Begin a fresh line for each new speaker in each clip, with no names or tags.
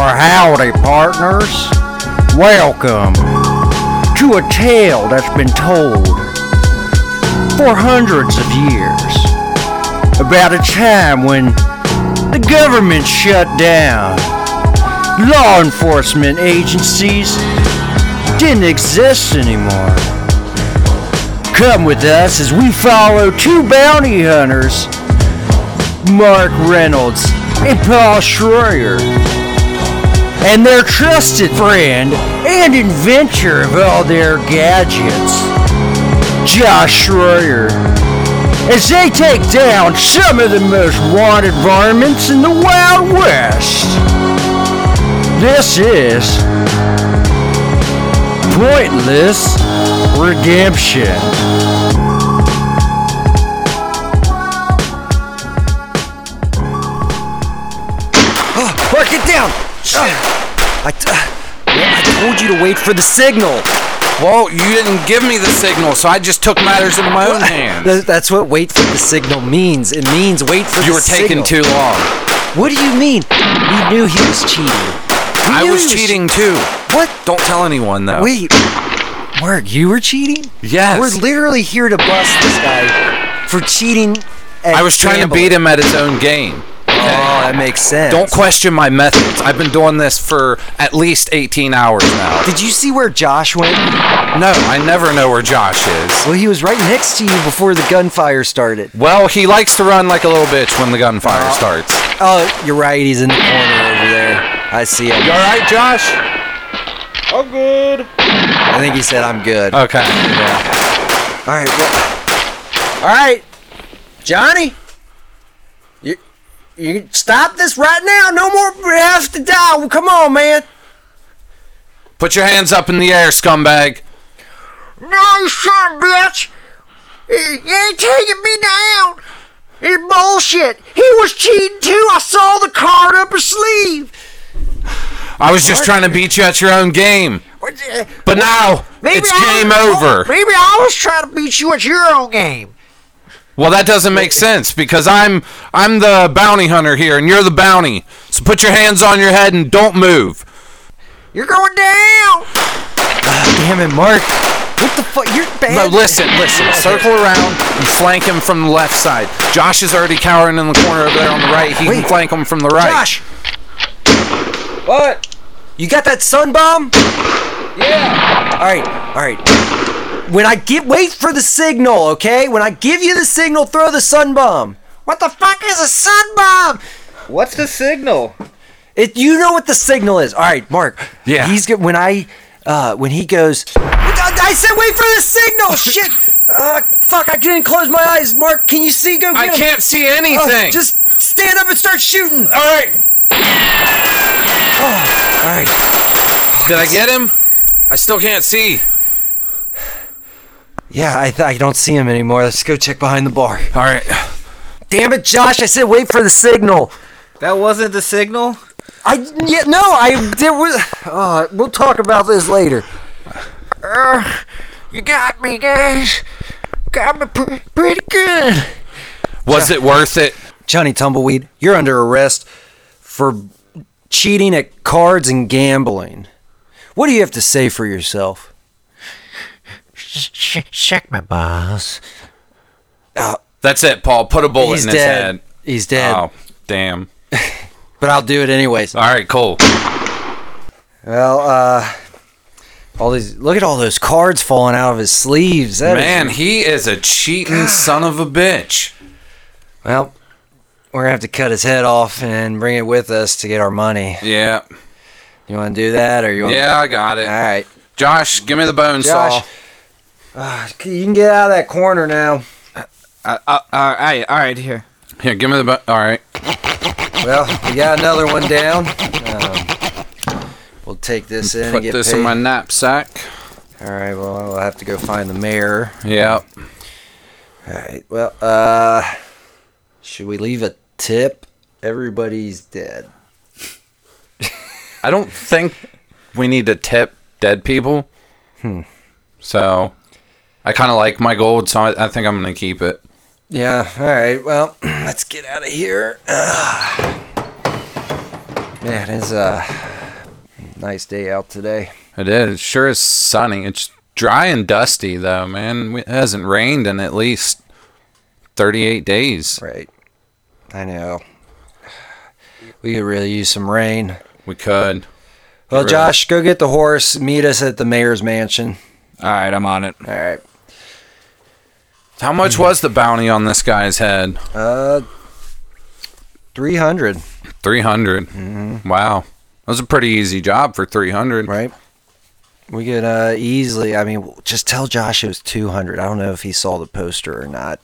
Howdy, partners. Welcome to a tale that's been told for hundreds of years about a time when the government shut down, law enforcement agencies didn't exist anymore. Come with us as we follow two bounty hunters, Mark Reynolds and Paul Schroyer and their trusted friend and inventor of all their gadgets, Josh Schroyer, as they take down some of the most wanted varmints in the Wild West. This is Pointless Redemption.
Mark, get down! Shit! I, t- uh, I told you to wait for the signal.
Well, you didn't give me the signal, so I just took matters into my own hands.
Th- That's what wait for the signal means. It means wait for
You
the
were taking
signal.
too long.
What do you mean? We knew he was cheating. We
I
knew
was
he
cheating too.
What?
Don't tell anyone though.
Wait. Mark, you were cheating?
Yes.
We're literally here to bust this guy for cheating. At
I was trying to beat him at his own game.
Oh, that makes sense.
Don't question my methods. I've been doing this for at least 18 hours now.
Did you see where Josh went?
No, I never know where Josh is.
Well, he was right next to you before the gunfire started.
Well, he likes to run like a little bitch when the gunfire starts.
Oh, you're right. He's in the corner over there. I see him.
You all right, Josh?
I think he said I'm good.
Okay.
All right. Well, all right, Johnny. You you stop this right now. No more have to die. Well, come on, man.
Put your hands up in the air, scumbag.
No, son, bitch! He he ain't taking me down! It's bullshit! He was cheating too! I saw the card up his sleeve!
I was just trying to beat you at your own game. But now it's game over.
Maybe I was trying to beat you at your own game.
Well, that doesn't make sense because I'm I'm the bounty hunter here, and you're the bounty. So put your hands on your head and don't move.
You're going down!
Damn it, Mark. What the fuck? You're
No,
bad.
listen, listen. Circle around and flank him from the left side. Josh is already cowering in the corner over there on the right. He
Wait.
can flank him from the right.
Josh. What? You got that sun bomb? Yeah. All right. All right. When I get wait for the signal, okay? When I give you the signal, throw the sun bomb. What the fuck is a sun bomb?
What's the signal?
It, you know what the signal is. All right, Mark.
Yeah.
He's go- when I uh, when he goes. I said wait for the signal. Shit. Uh, fuck! I didn't close my eyes. Mark, can you see? Go get
I
him.
can't see
Uh,
anything.
just stand up and start shooting.
all right.
Oh, All right.
Did I get him? I still can't see.
Yeah, I, th- I don't see him anymore. Let's go check behind the bar.
All right.
Damn it, Josh! I said wait for the signal.
That wasn't the signal?
I yeah, no, I there was. Uh, we'll talk about this later.
You got me, guys. Got me pre- pretty good.
Was it worth it?
Johnny Tumbleweed, you're under arrest for cheating at cards and gambling. What do you have to say for yourself?
Sh- check my balls.
That's it, Paul. Put a bullet
Uh, He's
in his
dead.
head.
He's dead.
Oh, damn.
But I'll do it anyways.
All right, cool.
Well, uh, all these look at all those cards falling out of his sleeves. That is-
Man, he is a cheating son of a bitch.
well, we're gonna have to cut his head off and bring it with us to get our money.
Yeah.
You want to do that, or you want?
Yeah, I got
All
it.
right,
Josh, give me the bone
Josh.
saw.
Uh, you can get out of that corner now.
Uh, uh, all right, all right, here.
Here, give me the bone. All right.
Well, we got another one down. Um, we'll take this in.
Put
and get
this
paid.
in my knapsack.
All right. Well, I'll have to go find the mayor.
Yeah.
All right. Well, uh, should we leave a tip? Everybody's dead.
I don't think we need to tip dead people. Hmm. So, I kind of like my gold, so I, I think I'm going to keep it.
Yeah. All right. Well, let's get out of here. Ugh. Man, it's uh, Nice day out today.
It is. It sure is sunny. It's dry and dusty though, man. It hasn't rained in at least 38 days.
Right. I know. We could really use some rain.
We could.
Well,
Really?
Josh, go get the horse. Meet us at the mayor's mansion.
All right, I'm on it.
All right.
How much was the bounty on this guy's head?
Uh, 300,
300. Wow. That was a pretty easy job for 300.
Mm-hmm. right? We could uh, easily, I mean, just tell Josh it was 200. I don't know if he saw the poster or not.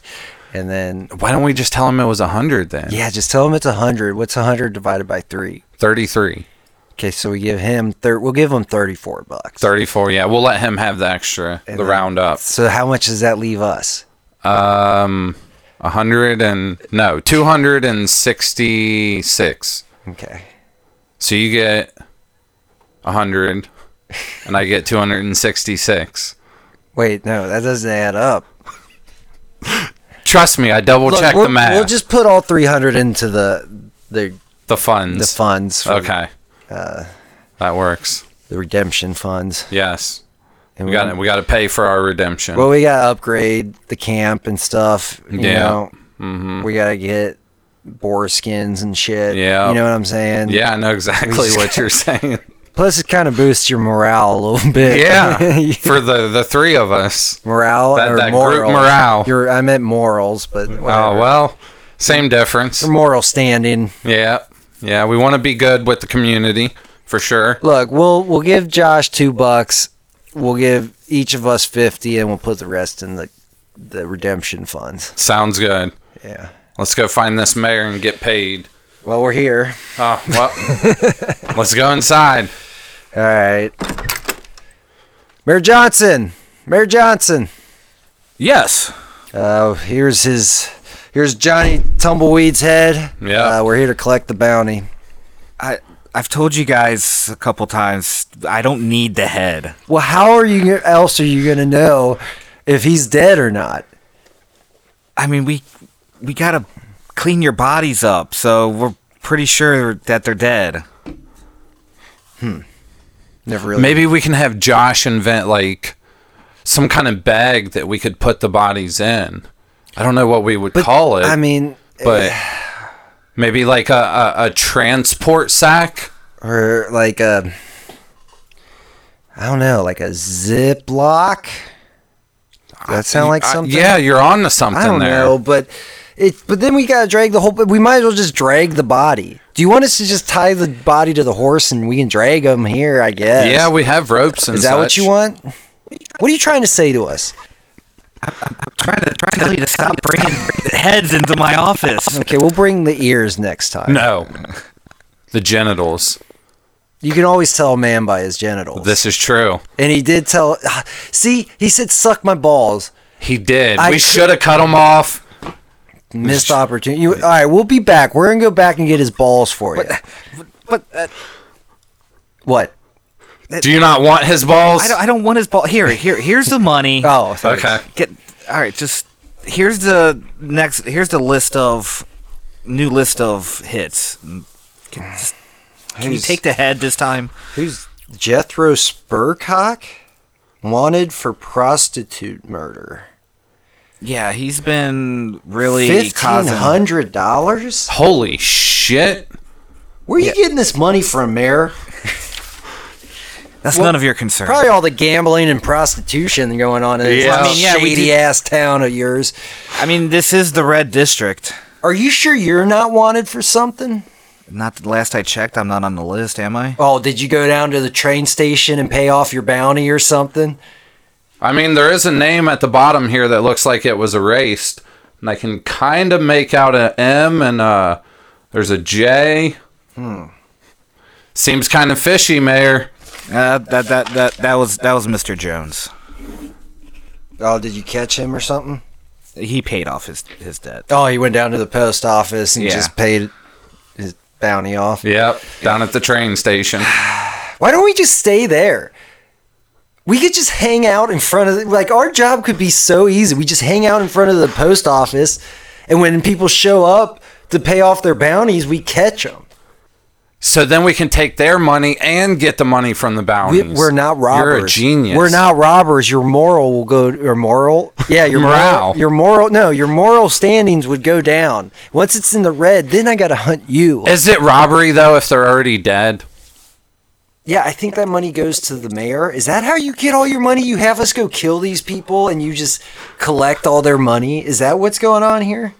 And then,
Why don't we just tell him it was 100 then?
yeah, just tell him it's 100. What's 100 divided by 3?
33.
Okay, so we give him, thir- we'll give him 34 bucks.
34. Yeah, we'll let him have the extra,
And
the
then-
round up.
So how much does that leave us?
Um, 100 and no, 266.
Okay.
So you get 100 and I get 266.
Wait, no, that doesn't add up.
Trust me, I double
Look,
checked
we'll,
the math.
We'll just put all 300 into the the
the
the
funds.
funds. For uh,
Okay. that works.
The redemption funds.
Yes.
And
We got to we got to pay for our redemption.
Well, we got to upgrade the camp and stuff. You
Yeah. Mm-hmm.
Know? We got to get boar skins and shit.
Yeah.
You know what I'm saying?
yeah, I know exactly what you're saying.
Plus, it kind of boosts your morale a little bit.
Yeah, for the the three of us.
morale
That-
or
that
moral.
group morale.
Your, I meant morals, but
Oh
whatever.
well, same difference.
Your moral standing.
Yeah, yeah. We want to be good with the community for sure.
Look, we'll we'll give Josh two bucks. We'll give each of us fifty, and we'll put the rest in the the redemption funds.
Sounds good.
Yeah.
Let's go find this mayor and get paid.
Well, we're here.
Oh well, let's go inside.
All right. Mayor Johnson. Mayor Johnson.
Yes.
Uh, here's his. Here's Johnny Tumbleweed's head.
Yeah.
Uh, we're here to collect the bounty.
I I've told you guys a couple times I don't need the head.
Well, how are you else are you gonna know if he's dead or not?
I mean, we we got to clean your bodies up, so we're pretty sure that they're dead.
Never really.
Maybe we can have Josh invent like some kind of bag that we could put the bodies in. I don't know what we would call it.
I mean, eh.
but maybe like a, a, a transport sack.
or like a I don't know, like a Ziploc. Does that sound like
I-
something?
yeah, you're on to something
I don't
there.
know, but it. But then we gotta drag the whole. We might as well just drag the body. Do you want us to just tie the body to the horse and we can drag him here? I guess.
Yeah, we have ropes and
Is that what
such.
you want? What are you trying to say to us?
Trying to trying to tell you to stop bringing heads into my office.
Okay, we'll bring the ears next time.
No. The genitals.
You can always tell a man by his genitals.
This is true.
and he did tell. See, he said, "Suck my balls."
He did.
I-
we should have cut him off.
Missed opportunity. You, all right, we'll be back. We're gonna go back and get his balls for you.
But uh,
What?
Do you not want his balls?
I don't I don't want his ball. Here here here's the money.
Oh, sorry.
okay.
Get all right. Just here's the next. Here's the list of new list of hits. Can, just- can you
Who's-
take the head this time?
Who's Jethro Spurcock? Wanted for prostitute murder.
Yeah, he's been really
Fifteen
causing.
hundred dollars?
Holy shit.
Where are you getting this money from, Mayor?
That's none of your concern.
Probably all the gambling and prostitution going on in this
Yeah. I
little
mean,
yeah, we
shady
did-
ass town of yours.
I mean, this is the red district.
Are you sure you're not wanted for something?
Not the last I checked, I'm not on the list, am I?
Oh, did you go down to the train station and pay off your bounty or something?
I mean, there is a name at the bottom here that looks like it was erased. And I can kind of make out an M and uh there's a J. Hmm. Seems kind of fishy, Mayor.
Uh, that that that that was that was Mr. Jones.
Oh, did you catch him or something?
He paid off his his debt.
Oh, he went down to the post office and
Yeah.
just paid his bounty off.
Yep, down at the train station.
Why don't we just stay there? We could just hang out in front of the, like our job could be so easy. We just hang out in front of the post office, and when people show up to pay off their bounties, we catch them.
So then we can take their money and get the money from the
We,
bounties.
we're not robbers.
You're a genius.
We're not robbers. Your moral will go. Your moral. Yeah, your
Morale.
moral. Your moral. No, your moral standings would go down once it's in the red. Then I gotta hunt you.
Is it robbery though if they're already dead?
yeah, I think that money goes to the mayor. Is that how you get all your money? You have us go kill these people and you just collect all their money. Is that what's going on here?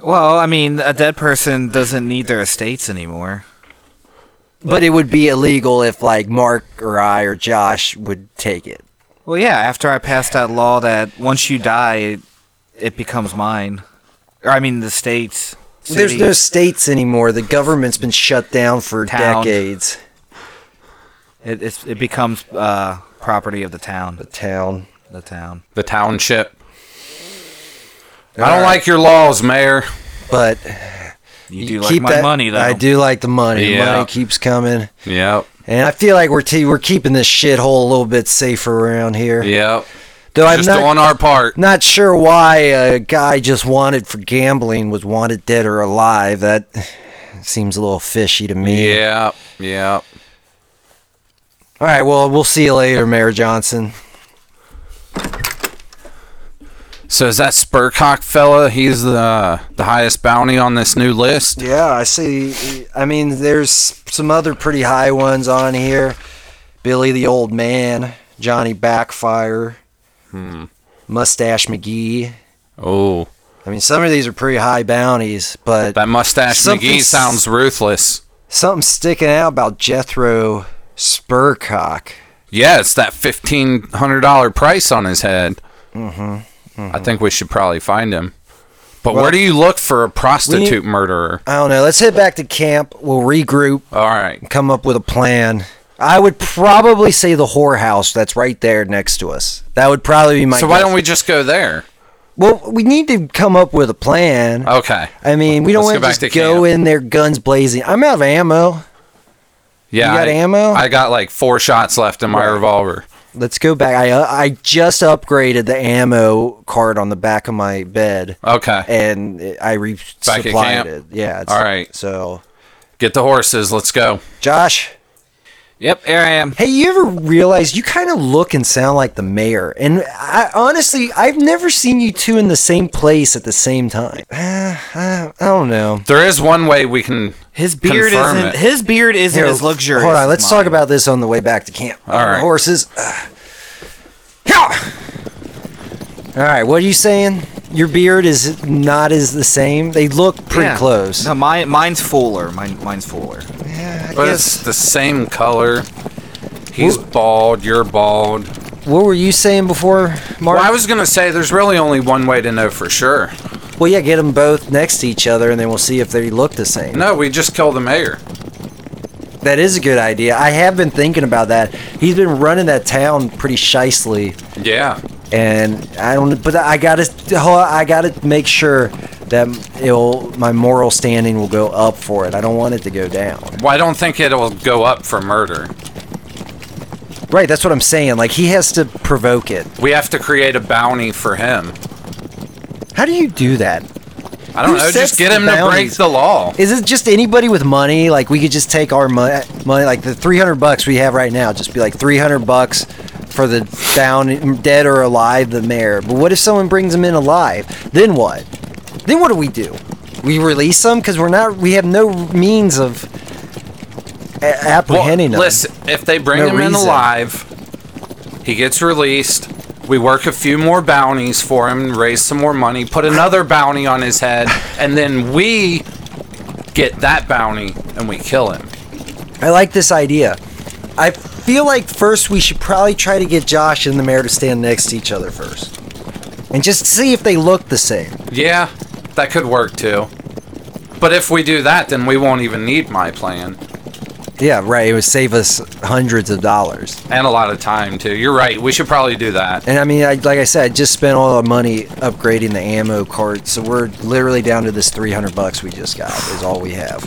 Well, I mean, a dead person doesn't need their estates anymore.
But it would be illegal if like Mark or I or Josh would take it.
Well, yeah, after I passed that law that once you die, it, it becomes mine. Or, I mean, the state's.
There's
city.
no states anymore. The government's been shut down for
Town.
decades.
It, it's, it becomes uh, property of the town.
Town.
The town.
The township. I don't like your laws, Mayor.
Uh, But
You do like my
that,
money, though.
I do like the money.
Yeah.
Money keeps coming,
Yep.
and I feel like we're te- we're keeping this shithole a little bit safer around here.
Yep.
Though I'm
Just
not
on our part.
not sure why a guy just wanted for gambling was wanted dead or alive. That seems a little fishy to me.
Yeah. Yeah.
All right. Well, we'll see you later, Mayor Johnson.
So is that Spurcock fella? He's the the highest bounty on this new list.
Yeah, I see. I mean, there's some other pretty high ones on here. Billy the Old Man, Johnny Backfire, Mustache McGee.
Hmm. Oh,
I mean, some of these are pretty high bounties, but
that mustache
Something
McGee
s-
sounds ruthless.
something sticking out about Jethro Spurcock.
Yeah, it's that fifteen hundred dollar price on his head. Mm-hmm,
mm-hmm.
I think we should probably find him. But where do you look for a prostitute murderer?
I don't know. Let's head back to camp. We'll regroup,
All right.
come up with a plan. I would probably say the whorehouse that's right there next to us. That would probably be my.
So why
guess.
don't we just go there?
Well, we need to come up with a plan.
Okay.
I mean, we don't
Uh, Let's go
want to
back
just
to
go
camp.
in there guns blazing. I'm out of ammo.
Yeah.
You got
I,
ammo?
I got like four shots left in my revolver.
Let's go back. I uh, I just upgraded the ammo card on the back of my bed,
Okay.
and it- I
Back at
resupplied
camp?
it. Yeah. It's,
All right.
So,
Get the horses. Let's go.
Josh,
Yep, here I am.
hey, you ever realize you kind of look and sound like the mayor? And I honestly, I've never seen you two in the same place at the same time. Uh, I, I don't know.
There is one way we can.
His beard
confirm
isn't.
it.
His beard isn't
Here,
as luxurious.
Hold on,
as
let's
mine.
talk about this on the way back to camp.
All right.
Horses. Ugh. Yeah. All right, what are you saying? Your beard is not as the same. They look pretty
Yeah.
close.
No, mine, mine's fuller. Mine, mine's fuller.
Yeah, I
But
guess.
it's the same color. He's bald. You're bald.
What were you saying before, Mark?
Well, I was gonna say there's really only one way to know for sure.
well, yeah, get them both next to each other, and then we'll see if they look the same.
No, we just kill the mayor.
That is a good idea. I have been thinking about that. He's been running that town pretty shicely
Yeah.
and I don't. But I gotta, I gotta make sure that it'll my moral standing will go up for it. I don't want it to go down.
Well, I don't think it'll go up for murder.
Right, that's what I'm saying. Like he has to provoke it.
We have to create a bounty for him.
How do you do that?
I don't
Who
know.
sets
Just get
the
him to break
bounties?
the law.
Is it just anybody with money? Like we could just take our money, money like the 300 bucks we have right now, just be like 300 bucks for the down, dead or alive, the mayor. But what if someone brings him in alive? Then what? Then what do we do? We release them because we're not. We have no means of a- apprehending them.
listen, if they bring
No
him in
reason.
alive, he gets released. We work a few more bounties for him, raise some more money, put another bounty on his head, and then we get that bounty and we kill him.
I like this idea. I feel like first we should probably try to get Josh and the mayor to stand next to each other first, and just see if they look the same.
Yeah, that could work too. But if we do that, then we won't even need my plan.
Yeah, right. It would save us hundreds of dollars.
And a lot of time too. You're right. We should probably do that.
And I mean, I, like I said, I just spent all our money upgrading the ammo cart, so we're literally down to this 300 bucks we just got is all we have.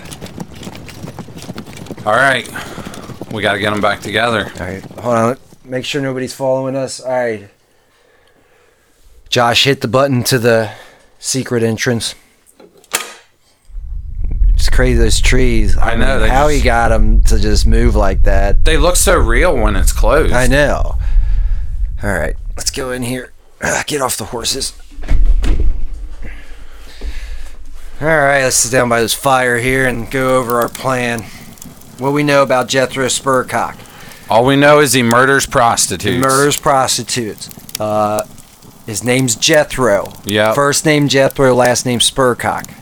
All right. We got to get them back together.
All right, hold on. Make sure nobody's following us. All right. Josh hit the button to the secret entrance. It's crazy those trees. I,
I know,
mean,
they
how he
just-
got them to just move like that.
They look so real when it's closed.
I know. All right, let's go in here. Ugh, get off the horses. All right, let's sit down by this fire here and go over our plan. What we know about Jethro Spurcock.
All we know is he murders prostitutes.
Murders prostitutes. Uh, his name's Jethro.
Yep.
First name Jethro, last name Spurcock.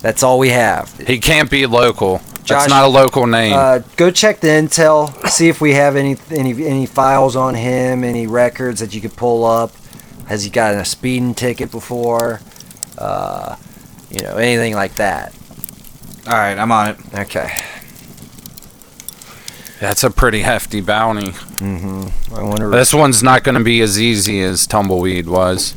That's all we have.
He can't be local.
Josh-
That's not a local name.
Uh, go check the intel. See if we have any any any files on him, any records that you could pull up. Has he gotten a speeding ticket before? Uh, you know, anything like that.
All right, I'm on it.
Okay.
That's a pretty hefty bounty.
Mm-hmm. I wonder.
This one's not going to be as easy as tumbleweed was.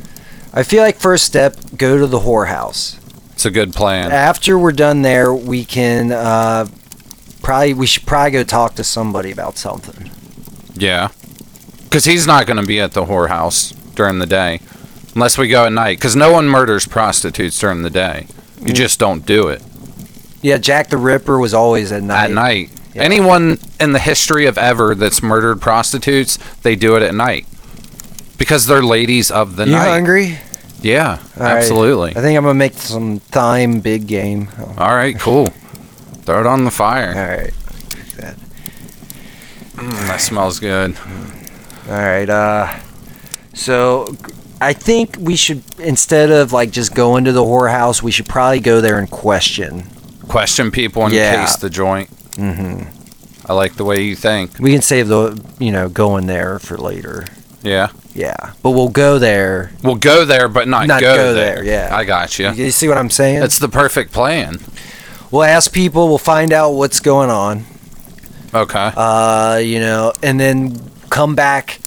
I feel like first step, go to the whorehouse.
It's a good plan.
After we're done there, we can uh, probably we should probably go talk to somebody about something.
Yeah. Because he's not going to be at the whorehouse during the day, unless we go at night. Because no one murders prostitutes during the day. You just don't do it
Mm. Yeah, Jack the Ripper was always at night.
at night.
Yeah.
Anyone in the history of ever that's murdered prostitutes, they do it at night because they're ladies of the
You
night.
hungry?
Yeah,
All right.
absolutely.
I think I'm gonna make some thyme big game.
All right, cool. Throw it on the fire. Mm,
All right.
That smells good.
All right. Uh, so I think we should instead of like just going to the whorehouse, we should probably go there and question.
Question people and
Yeah.
case the joint.
Mm-hmm.
I like the way you think.
We can save the you know going there for later.
Yeah.
Yeah, but we'll go there.
We'll go there, but not,
Not
go,
go
there.
there, yeah.
I got you.
You, see what I'm saying?
That's the perfect plan.
we'll ask people. We'll find out what's going on.
Okay.
Uh, you know, and then come back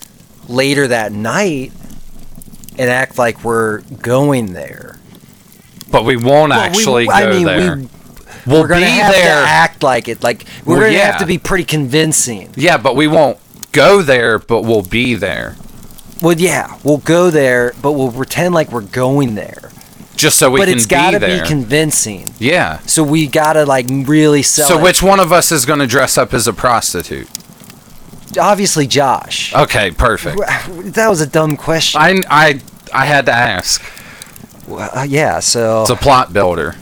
later that night and act like we're going there.
But we won't
Well, we-
actually go
I mean,
there.
We,
We, will
we're gonna
be
have
there.
to act like it. Like we're
Well,
gonna
yeah.
have to be pretty convincing.
yeah, but we won't go there, but we'll be there.
Well, yeah, we'll go there, but we'll pretend like we're going there.
Just so we
but
can
it's gotta
be
be,
there.
convincing.
yeah.
So we gotta like really sell.
So
it.
which one of us is going to dress up as a prostitute?
Obviously, Josh.
Okay, perfect.
that was a dumb question.
I I I had to ask.
Uh, yeah. So
It's a plot builder.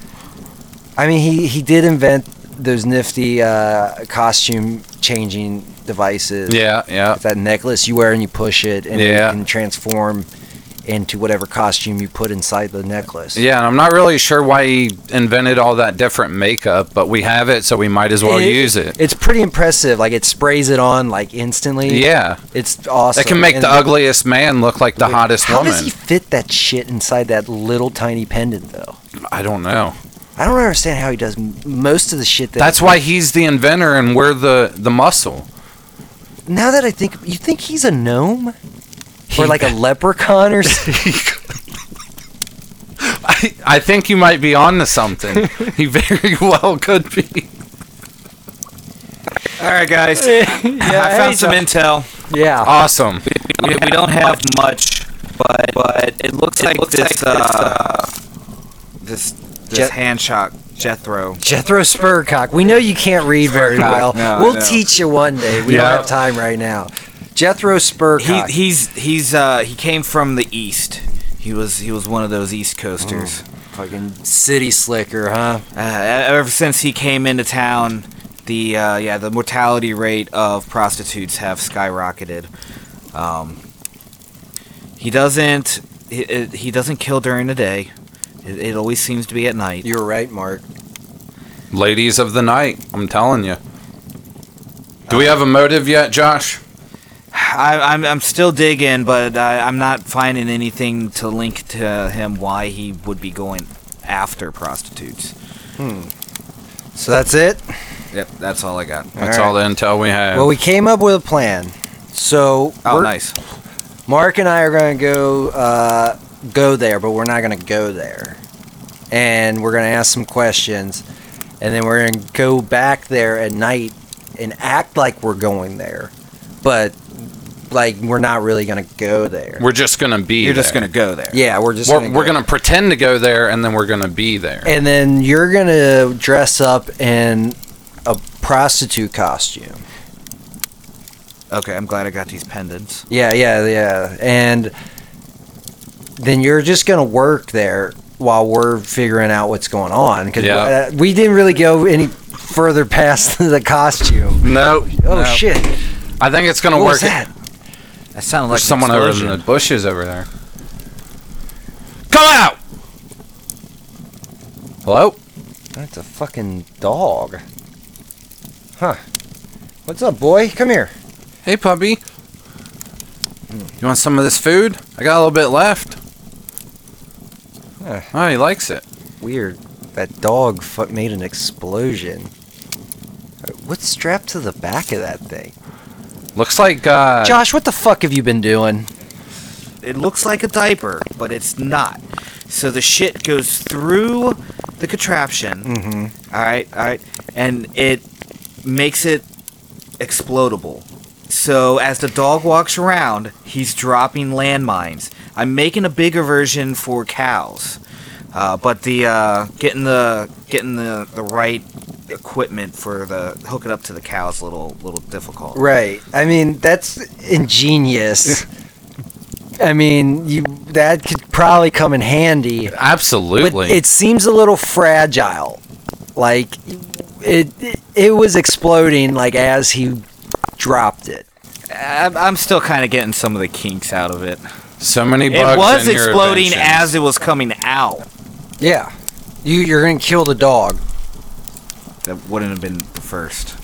I mean, he he did invent those nifty uh, costume changing devices.
Yeah, yeah.
With that necklace you wear and you push it, and
Yeah.
it can transform into whatever costume you put inside the necklace.
Yeah, and I'm not really sure why he invented all that different makeup, but we have it, so we might as well
It-
use it.
It's pretty impressive. Like it sprays it on like instantly.
Yeah,
It's awesome.
it can make
And
the ugliest man look like the hottest
How
woman.
does he fit that shit inside that little tiny pendant though?
I don't know.
I don't understand how he does m- most of the shit that
That's why he's the inventor, and we're the the muscle.
Now that I think you think he's a gnome?
He-
or like a leprechaun or something?
I, I think you might be on to something. he very well could be.
All right, guys. I found some intel.
Yeah.
Awesome.
We, we don't have much, but but it looks like this uh, this this
Jet-
hand shot Jethro.
Jethro Spurcock. We know you can't read very well.
Spurcock, no,
we'll
no.
teach you one day. We
Yeah.
don't have time right now. Jethro
He,
Spurcock.
he's he's uh, he came from the east. He was he was one of those East Coasters.
Oh, fucking city slicker, huh?
Uh, ever since he came into town, the uh, yeah the mortality rate of prostitutes have skyrocketed. Um, he doesn't he, it- he doesn't kill during the day. It, it always seems to be at night.
You're right, Mark.
Ladies of the night, I'm telling you. Do we have a motive yet, Josh?
I, I'm I'm still digging, but I, I'm not finding anything to link to him why he would be going after prostitutes.
Hmm. So that's it.
Yep, that's all I got.
That's
All
all the intel we have.
Well, we came up with a plan. So
Uh, Oh,
we're-
nice.
Mark and I are going to go uh, go there, but we're not going to go there. And we're going to ask some questions, and then we're going to go back there at night and act like we're going there, but like we're not really gonna go there.
We're just gonna be.
You're just
there.
gonna go there.
yeah, we're just
We're,
gonna
we're
go.
gonna pretend to go there, and then we're gonna be there.
and then you're gonna dress up in a prostitute costume.
Okay, I'm glad I got these pendants.
Yeah, yeah, yeah. And then you're just going to work there while we're figuring out what's going on because
Yeah.
uh, we didn't really go any further past the costume.
no.
Oh
no.
shit!
I think it's gonna
What
work.
was that?
That sounded like
There's someone over in the bushes over there. Come out. Hello.
That's a fucking dog. Huh? What's up, boy? Come here.
Hey, puppy. You want some of this food? I got a little bit left.
Yeah.
Oh, he likes it.
Weird. That dog fuck made an explosion. What's strapped to the back of that thing?
Looks like uh,
Josh, what the fuck have you been doing?
It looks like a diaper, but it's not. So the shit goes through the contraption.
Mm-hmm.
All right, all right, and it makes it explodable. So as the dog walks around, he's dropping landmines. I'm making a bigger version for cows, uh, but the uh, getting the getting the, the right equipment for the hook it up to the cows a little little difficult.
Right. I mean, that's ingenious. I mean, you that could probably come in handy, but
absolutely.
it seems a little fragile. Like it, it was exploding like as he dropped it.
I'm, I'm still kind of getting some of the kinks out of it.
so many bugs.
It was
in your
exploding
invention.
as it was coming out.
Yeah. You you're gonna kill the dog.
That wouldn't have been the first.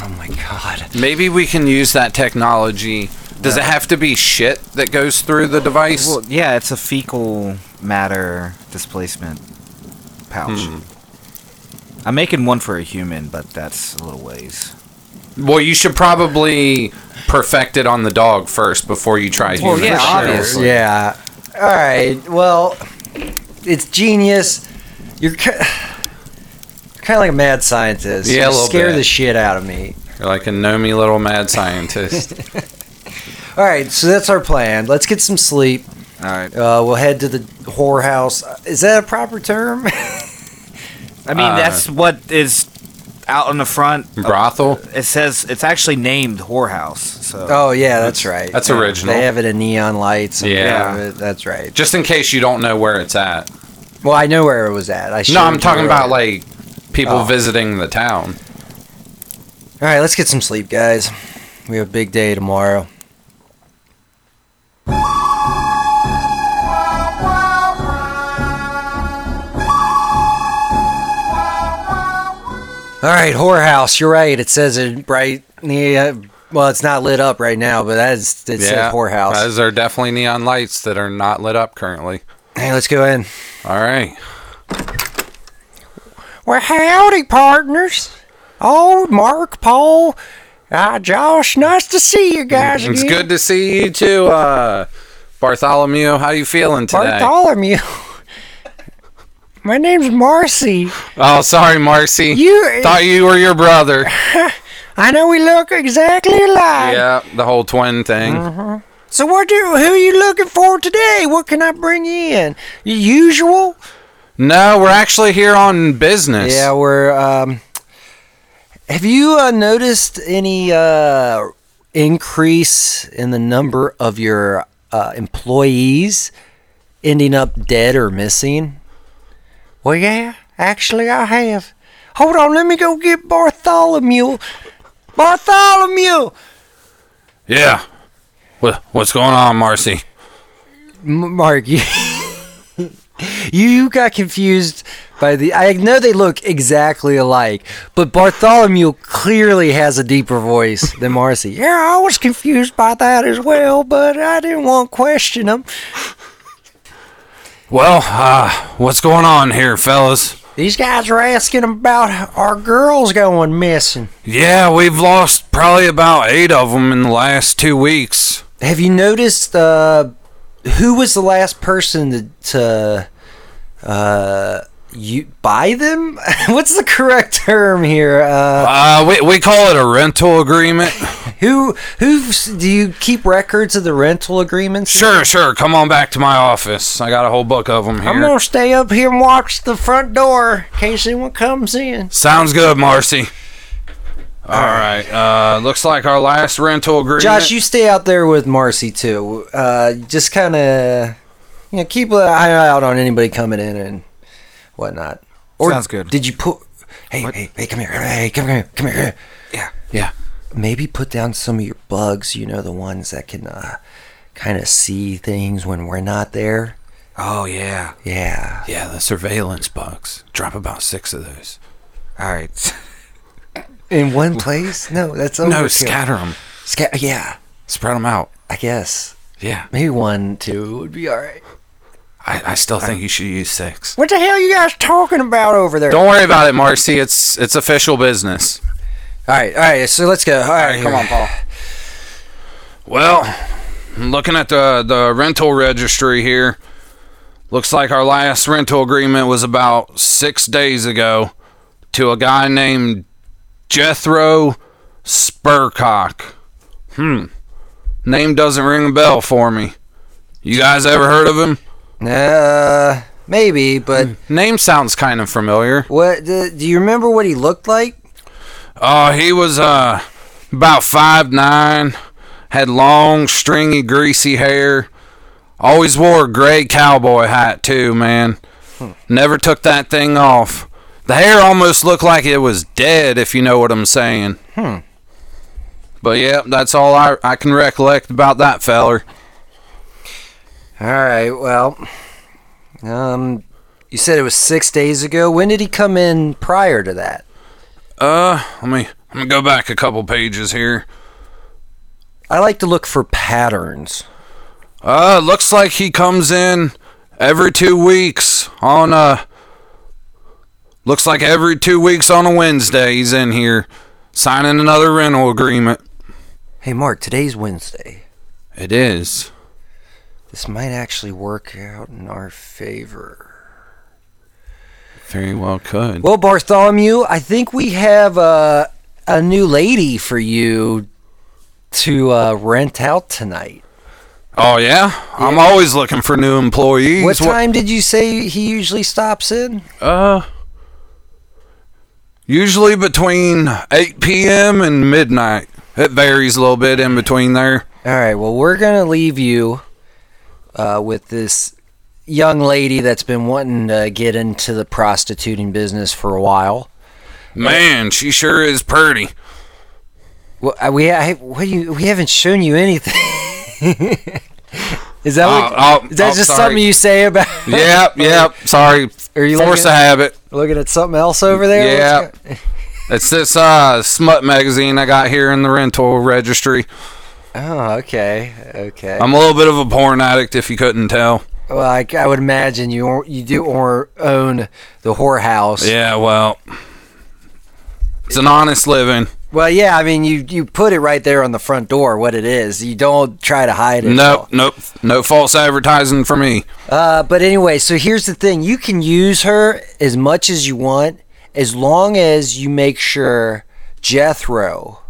Oh my god.
Maybe we can use that technology. Does it have to be shit that goes through the device?
Well, yeah, it's a fecal matter displacement pouch. I'm making one for a human, but that's a little ways.
Well, you should probably perfect it on the dog first before you try
Well,
human.
yeah,
shit.
obviously.
Yeah. All right. Well, it's genius. You're ki- kind of like a mad scientist.
Yeah, a
You
little
scare
bit.
the shit out of me.
You're like a gnomy little mad scientist.
All right, so that's our plan. Let's get some sleep.
All right.
Uh, we'll head to the whorehouse. Is that a proper term?
I mean,
Uh,
that's what is out on the front.
Brothel?
It says it's actually named whorehouse. So
oh yeah, that's right.
That's original.
They have it in neon lights. And
Yeah.
yeah, that's right.
Just in case you don't know where it's at.
Well, I know where it was at. I
No, I'm
showed
talking
you
about
earlier.
like people
Oh.
visiting the town.
All right, let's get some sleep, guys. We have a big day tomorrow. All right, whorehouse. You're right. It says it right. Yeah. Well, it's not lit up right now, but that is it says whorehouse.
Those are definitely neon lights that are not lit up currently.
hey, let's go in.
All right.
Well, howdy, partners. Oh, Mark, Paul,
Ah,
uh, Josh. Nice to see you guys
It's good to see you too, uh, Bartholomew. How you feeling today?
Bartholomew. My name's Marcy.
oh, sorry, Marcy.
You-
thought you were your brother.
I know we look exactly alike.
yeah, the whole twin thing.
Mm-hmm. So what do who are you looking for today? What can I bring you in? Your usual?
No, we're actually here on business.
Yeah, we're um have you uh, noticed any uh increase in the number of your uh, employees ending up dead or missing? Well, yeah, actually, I have. Hold on, let me go get Bartholomew. Bartholomew!
Yeah. What, what's going on, Marcy?
M- Mark, you, you got confused by the. I know they look exactly alike, but Bartholomew clearly has a deeper voice than Marcy. yeah, I was confused by that as well, but I didn't want to question him.
Well, uh, what's going on here, fellas?
These guys were asking about our girls going missing.
Yeah, we've lost probably about eight of them in the last two weeks.
Have you noticed uh, who was the last person to, to uh, you buy them? What's the correct term here? Uh,
Uh, we, we call it a rental agreement.
who who do you keep records of the rental agreements?
Sure, sure. Come on back to my office. I got a whole book of them
I'm
here.
gonna stay up here and watch the front door in case anyone comes in.
Sounds good, Marcy. All right. Uh, looks like our last rental agreement.
Josh, you stay out there with Marcy too. Uh, just kind of, you know, keep an eye out on anybody coming in and whatnot.
Sounds good.
Did you put? Hey, hey, hey, come here! Hey, come here! Come here!
yeah.
Maybe put down some of your bugs. You know, the ones that can uh, kind of see things when we're not there.
Oh yeah.
Yeah.
Yeah, the surveillance bugs. Drop about six of those.
All right.
In one place? No, that's overkill.
No, scatter them.
Sca- yeah,
Spread them out.
I guess
Yeah.
maybe one, two would be all right.
I, I still think you should use six.
What the hell you guys talking about over there?
Don't worry about it, Marcy. It's it's official business.
All right, all right. So let's go. All right,
come on, Paul. Well, I'm looking at the the rental registry here. Looks like our last rental agreement was about six days ago to a guy named Jethro Spurcock. Hmm. Name doesn't ring a bell for me. You guys ever heard of him? Hmm.
Uh, maybe, but
Name sounds kind of familiar.
what do do you remember what he looked like?
Oh, he was uh about five nine, had long, stringy, greasy hair. Always wore a gray cowboy hat too, man.
Hmm.
Never took that thing off. The hair almost looked like it was dead, if you know what I'm saying. Hmm. But yeah, that's all I I can recollect about that feller.
All right, well, um, you said it was six days ago. When did he come in prior to that?
Uh, let me let me go back a couple pages here.
I like to look for patterns.
Uh, looks like he comes in every two weeks on uh looks like every two weeks on a Wednesday he's in here signing another rental agreement.
Hey, Mark, today's Wednesday.
It is.
This might actually work out in our favor.
Very well could.
Well, Bartholomew, I think we have uh, a new lady for you to uh, rent out tonight.
Oh yeah? I'm always looking for new employees.
What time did you say he usually stops in?
Uh usually between eight PM and midnight. It varies a little bit in between there.
All right. Well, we're gonna leave you uh, with this young lady that's been wanting to get into the prostituting business for a while.
Man, she sure is pretty.
Well, I- we I, what do you, we haven't shown you anything. is that what,
Oh, oh,
is that
oh,
just
sorry.
something you say about?
Yep, yep. Sorry.
Are you
Force
looking
a
at-
habit.
Looking at something else over there.
Yeah.
What's
It's this uh, smut magazine I got here in the rental registry.
go- Oh, okay, okay.
I'm a little bit of a porn addict, if you couldn't tell.
well, I, I would imagine you or- you do or own the whorehouse.
Yeah, well, it's an honest living.
Well, yeah. I mean, you you put it right there on the front door. What it is. You don't try to hide it. at all.
Nope, nope, no false advertising for me.
Uh, but anyway, so here's the thing: you can use her as much as you want, as long as you make sure Jethro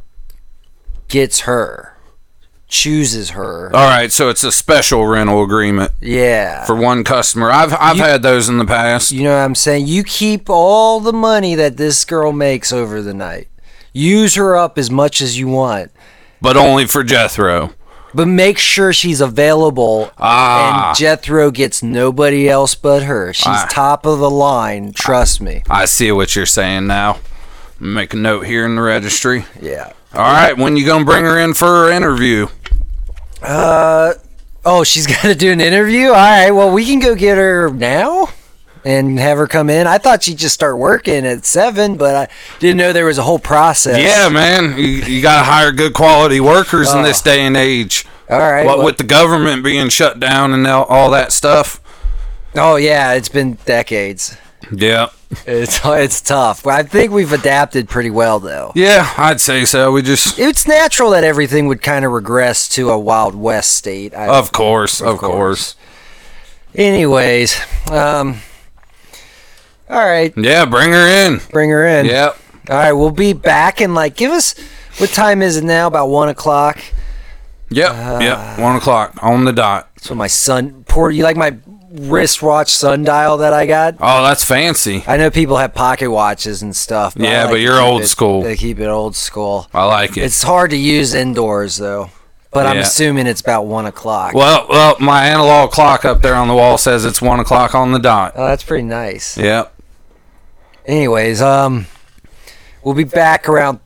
gets her, chooses her.
All right, so it's a special rental agreement
Yeah,
for one customer. I've I've had those in the past.
you know what I'm saying. You keep all the money that this girl makes over the night. Use her up as much as you want,
but only for Jethro.
but make sure she's available.
Ah,
And Jethro gets nobody else but her. She's
Ah.
top of the line. Trust me.
I see what you're saying now. Make a note here in the registry.
Yeah.
All right, when you gonna bring her in for her interview?
Oh, she's got to do an interview? All right. Well, we can go get her now and have her come in. I thought she'd just start working at seven, but I didn't know there was a whole process.
Yeah, man, you, you got to hire good quality workers in this day and age.
Oh. All right.
what
well-
with the government being shut down and all, all that stuff.
oh, yeah. It's been decades.
Yeah.
It's it's tough. But I think we've adapted pretty well, though.
Yeah, I'd say so. We just,
It's natural that everything would kind of regress to a Wild West state. I,
of course, of, course.
Anyways, um, All right,
Yeah, bring her in.
bring her in.
Yep.
All right, we'll be back and like give us what time is it now? About one o'clock.
Yep.
Ah.
yep. One o'clock on the dot.
So my son, poor you like my wristwatch sundial that I got.
Oh, that's fancy.
I know people have pocket watches and stuff. I
Yeah,
like
but
to
you're
keep
old
it-
school.
I keep it old school.
I like it.
It's hard to use indoors though. But I'm
Yeah.
assuming it's about one o'clock.
well, well, my analog clock up there on the wall says it's one o'clock on the dot.
Oh, that's pretty nice.
Yep.
Anyways, um, we'll be back around.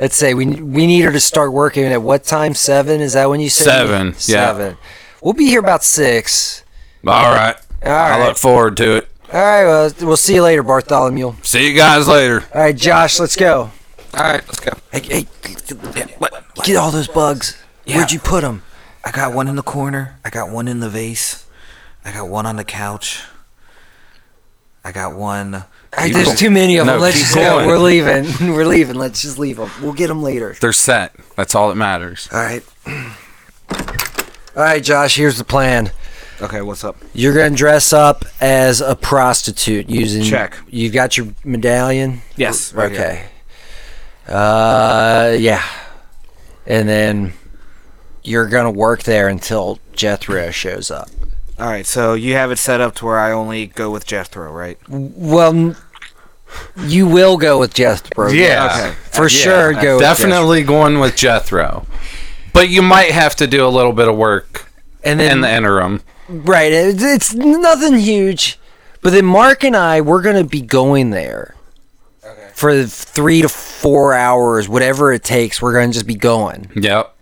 Let's say we we need her to start working at what time? Seven? Is that when you said
Seven, yeah.
Seven. We'll be here about six.
All right.
All
I
right.
look forward to it.
All right. Well, we'll see you later, Bartholomew. All
See you guys later.
right, Josh. Let's go.
All right, let's go.
Hey, hey, get all those bugs. Where'd you put them?
I got one in the corner. I got one in the vase. I got one on the couch. I got one.
You
there's
don't-
too many of
No,
them. Let's
keep
just go.
going.
We're leaving. We're leaving. Let's just leave them. We'll get them later.
They're set. That's all that matters.
All right. All right, Josh. Here's the plan.
Okay, what's up?
You're gonna dress up as a prostitute using.
Check.
You've got your medallion.
Yes.
okay. Uh, yeah. And then you're gonna work there until Jethro shows up.
All right, so you have it set up to where I only go with Jethro, right?
Well, n- you will go with Jethro.
Yeah.
For sure, go with Jethro.
Definitely going with Jethro. But you might have to do a little bit of work
And
in
then
the interim.
Right. It's, it's nothing huge. But then Mark and I, we're going to be going there for three to four hours, whatever it takes. We're going to just be going.
Yep.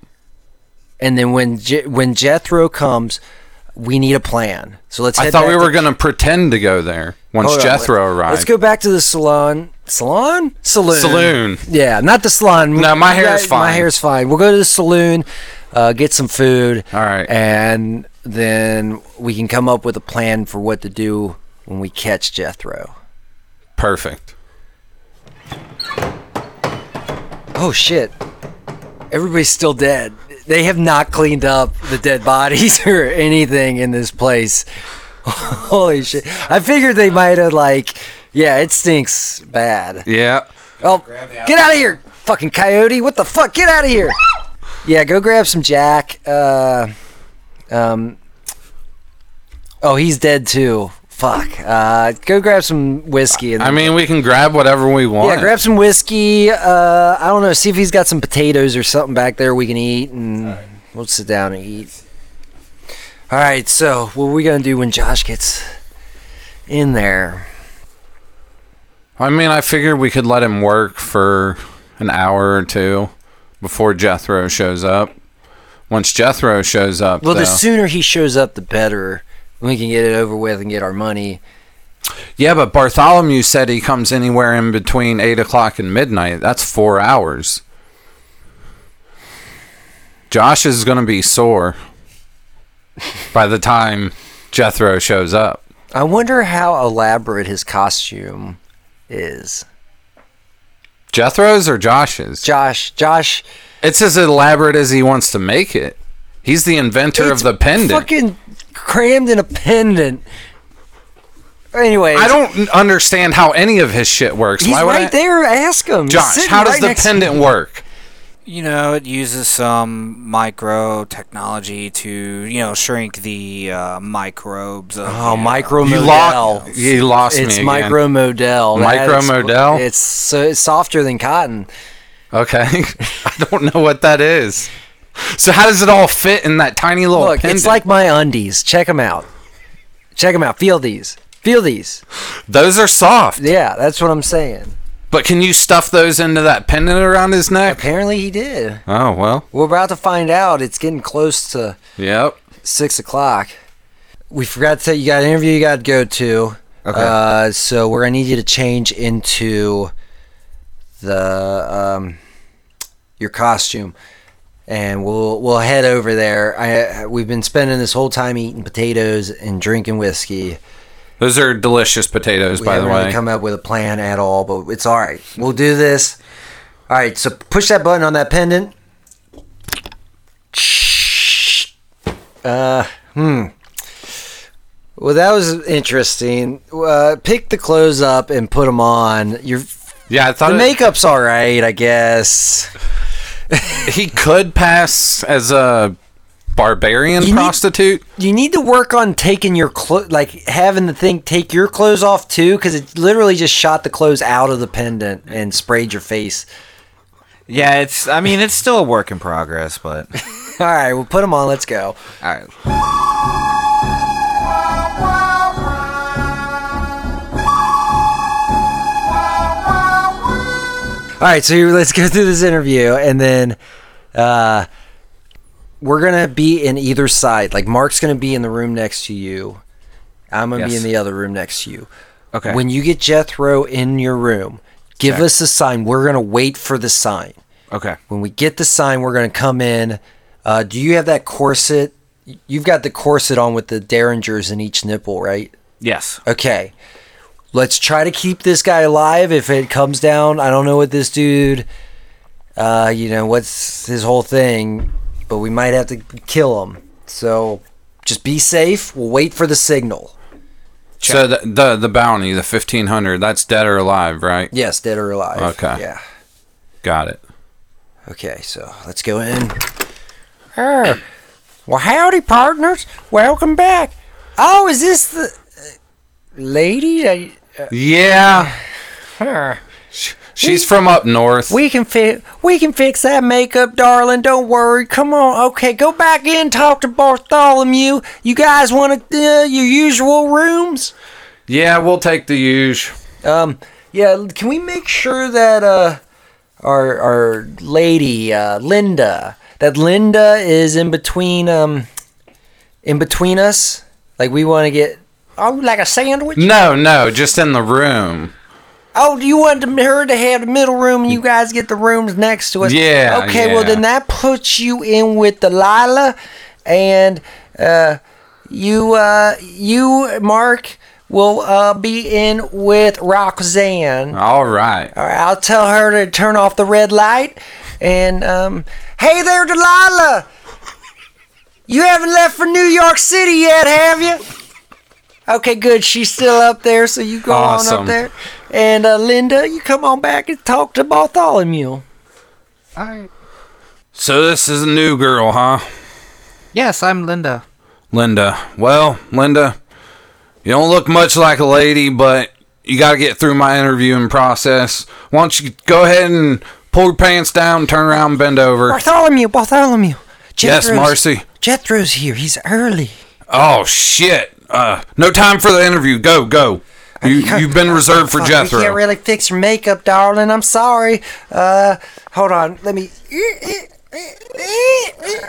And then when Je- when Jethro comes, we need a plan. So let's. Head
I thought
back
we were
to-
going to pretend to go there once
Hold on,
Jethro
let's-
arrived.
Let's go back to the salon. Salon? Saloon.
Saloon.
Yeah, not the salon.
No, my hair
Yeah,
is
My
fine.
hair's fine. We'll go to the saloon, uh, get some food.
All right.
And then we can come up with a plan for what to do when we catch Jethro.
Perfect.
Oh, shit. Everybody's still dead. They have not cleaned up the dead bodies or anything in this place. Holy shit. I figured they might have, like, yeah, it stinks bad.
Yeah.
Oh, get out of here, fucking coyote! What the fuck? Get out of here! yeah, go grab some Jack. Uh, um. Oh, he's dead too. Fuck. Uh, go grab some whiskey. And
I mean, we can grab whatever we want.
yeah, grab some whiskey. Uh, I don't know. See if he's got some potatoes or something back there we can eat, and we'll sit down and eat. All right. So, what are we gonna do when Josh gets in there?
I mean, I figured we could let him work for an hour or two before Jethro shows up. Once Jethro shows up,
Well,
though,
the sooner he shows up, the better. We can get it over with and get our money.
yeah, but Bartholomew said he comes anywhere in between eight o'clock and midnight. That's four hours. Josh is going to be sore by the time Jethro shows up.
I wonder how elaborate his costume is.
Jethro's or Josh's?
Josh, Josh,
It's as elaborate as he wants to make it. He's the inventor of
it's
the pendant.
fucking crammed in a pendant. Anyway,
I don't n- understand how any of his shit works.
He's
Why would
right
I-
there. Ask him, He's
Josh,
sitting
how does
right
the
next to
pendant
me.
work?
You know, it uses some micro technology to, you know, shrink the uh, microbes. Of,
Oh,
you know.
micro
You
model.
lost, you lost me
It's
again.
micro model.
Micro model?
It's so it's softer than cotton.
Okay, I don't know what that is. So how does it all fit in that tiny little
Look,
pendant?
it's like my undies. Check them out. Check them out. Feel these. Feel these.
those are soft,
Yeah, that's what I'm saying.
but can you stuff those into that pendant around his neck?
Apparently, he did.
Oh well,
We're about to find out. It's getting close to
yep.
six o'clock. We forgot to tell you, you got an interview you got to go to. Okay. Uh, so we're gonna need you to change into the um, your costume, and we'll we'll head over there. I we've been spending this whole time eating potatoes and drinking whiskey.
Those are delicious potatoes,
We
by the
haven't really
way.
come up with a plan at all, but it's all right. We'll do this. All right, so push that button on that pendant. Uh, hmm. Well, that was interesting. Uh, pick the clothes up and put them on. Your
Yeah, I thought
the
it-
makeup's all right, I guess.
he could pass as a barbarian
You need-
prostitute.
You need to work on taking your clothes, like having the thing take your clothes off too, because it literally just shot the clothes out of the pendant and sprayed your face.
Yeah, it's. I mean, it's still a work in progress, but
All right, we'll put them on. Let's go.
all right.
All right, so let's go through this interview, and then uh, we're gonna be in either side. Like Mark's gonna be in the room next to you. I'm gonna be
Yes.
in the other room next to you.
Okay.
When you get Jethro in your room, give
Okay.
us a sign. We're gonna wait for the sign.
okay.
When we get the sign, we're gonna come in. Uh, do you have that corset? You've got the corset on with the derringers in each nipple, right?
Yes.
okay, let's try to keep this guy alive. If it comes down, I don't know what this dude, uh, you know, what's his whole thing, but we might have to kill him. So just be safe. We'll wait for the signal.
So the, the the bounty, the fifteen hundred, that's dead or alive, right?
Yes, dead or alive.
Okay.
Yeah.
Got it.
Okay, so let's go in. Er, well, howdy, partners. Welcome back. Oh, is this the uh, lady? Uh, that-
Yeah,
er.
she's from up north.
We can fix we can fix that makeup, darling. Don't worry. Come on. Okay, go back in. Talk to Bartholomew. You guys want to uh, your usual rooms?
yeah, we'll take the huge.
Um, yeah. Can we make sure that uh, our our lady uh, Linda that Linda is in between um, in between us? Like we want to get oh like a sandwich.
No, no, just in the room.
Oh, do you want to- her to have the middle room and you guys get the rooms next to us?
Mm. Yeah,
Okay, well,
yeah.
then that puts you in with Delilah and uh, you, uh, you, Mark, will uh, be in with Roxanne.
All right.
All right, I'll tell her to turn off the red light. And, um, hey there, Delilah! You haven't left for New York City yet, have you? Okay, good. She's still up there, so you go on
Awesome.
up there. And uh, Linda, you come on back and talk to Bartholomew.
So this is a new girl, huh?
Yes, I'm Linda.
Linda. Well, Linda, you don't look much like a lady, but you got to get through my interviewing process. Why don't you go ahead and pull your pants down, turn around, bend over?
Bartholomew, Bartholomew.
Yes, Marcy.
Jethro's here. He's early.
Oh shit! Uh, no time for the interview. Go, go. You you've been reserved for
Fuck, We can't
Jethro.
really fix your makeup, darling. I'm sorry. Uh, hold on. Let me. Uh,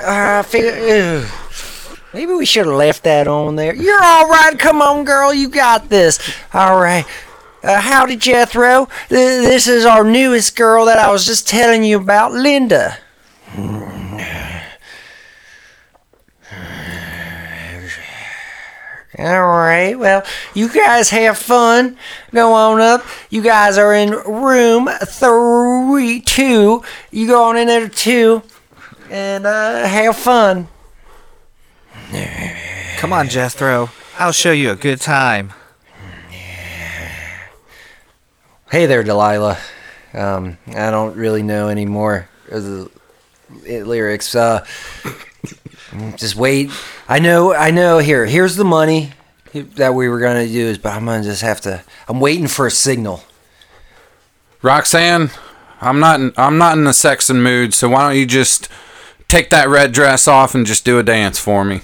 I figure, ugh. Maybe we should have left that on there. You're all right. Come on, girl. You got this. All right. Uh, howdy, Jethro. Th- This is our newest girl that I was just telling you about, Linda. All right. Well, you guys have fun. Go on up. You guys are in room three, two. You go on in there two, and uh, have fun.
Come on, Jethro. I'll show you a good time.
Hey there, Delilah. Um, I don't really know any more of the i- lyrics. Uh, just wait. I know. I know. Here, here's the money that we were gonna use, but I'm gonna just have to. I'm waiting for a signal.
Roxanne, I'm not in, I'm not in a sexing mood, so why don't you just take that red dress off and just do a dance for me?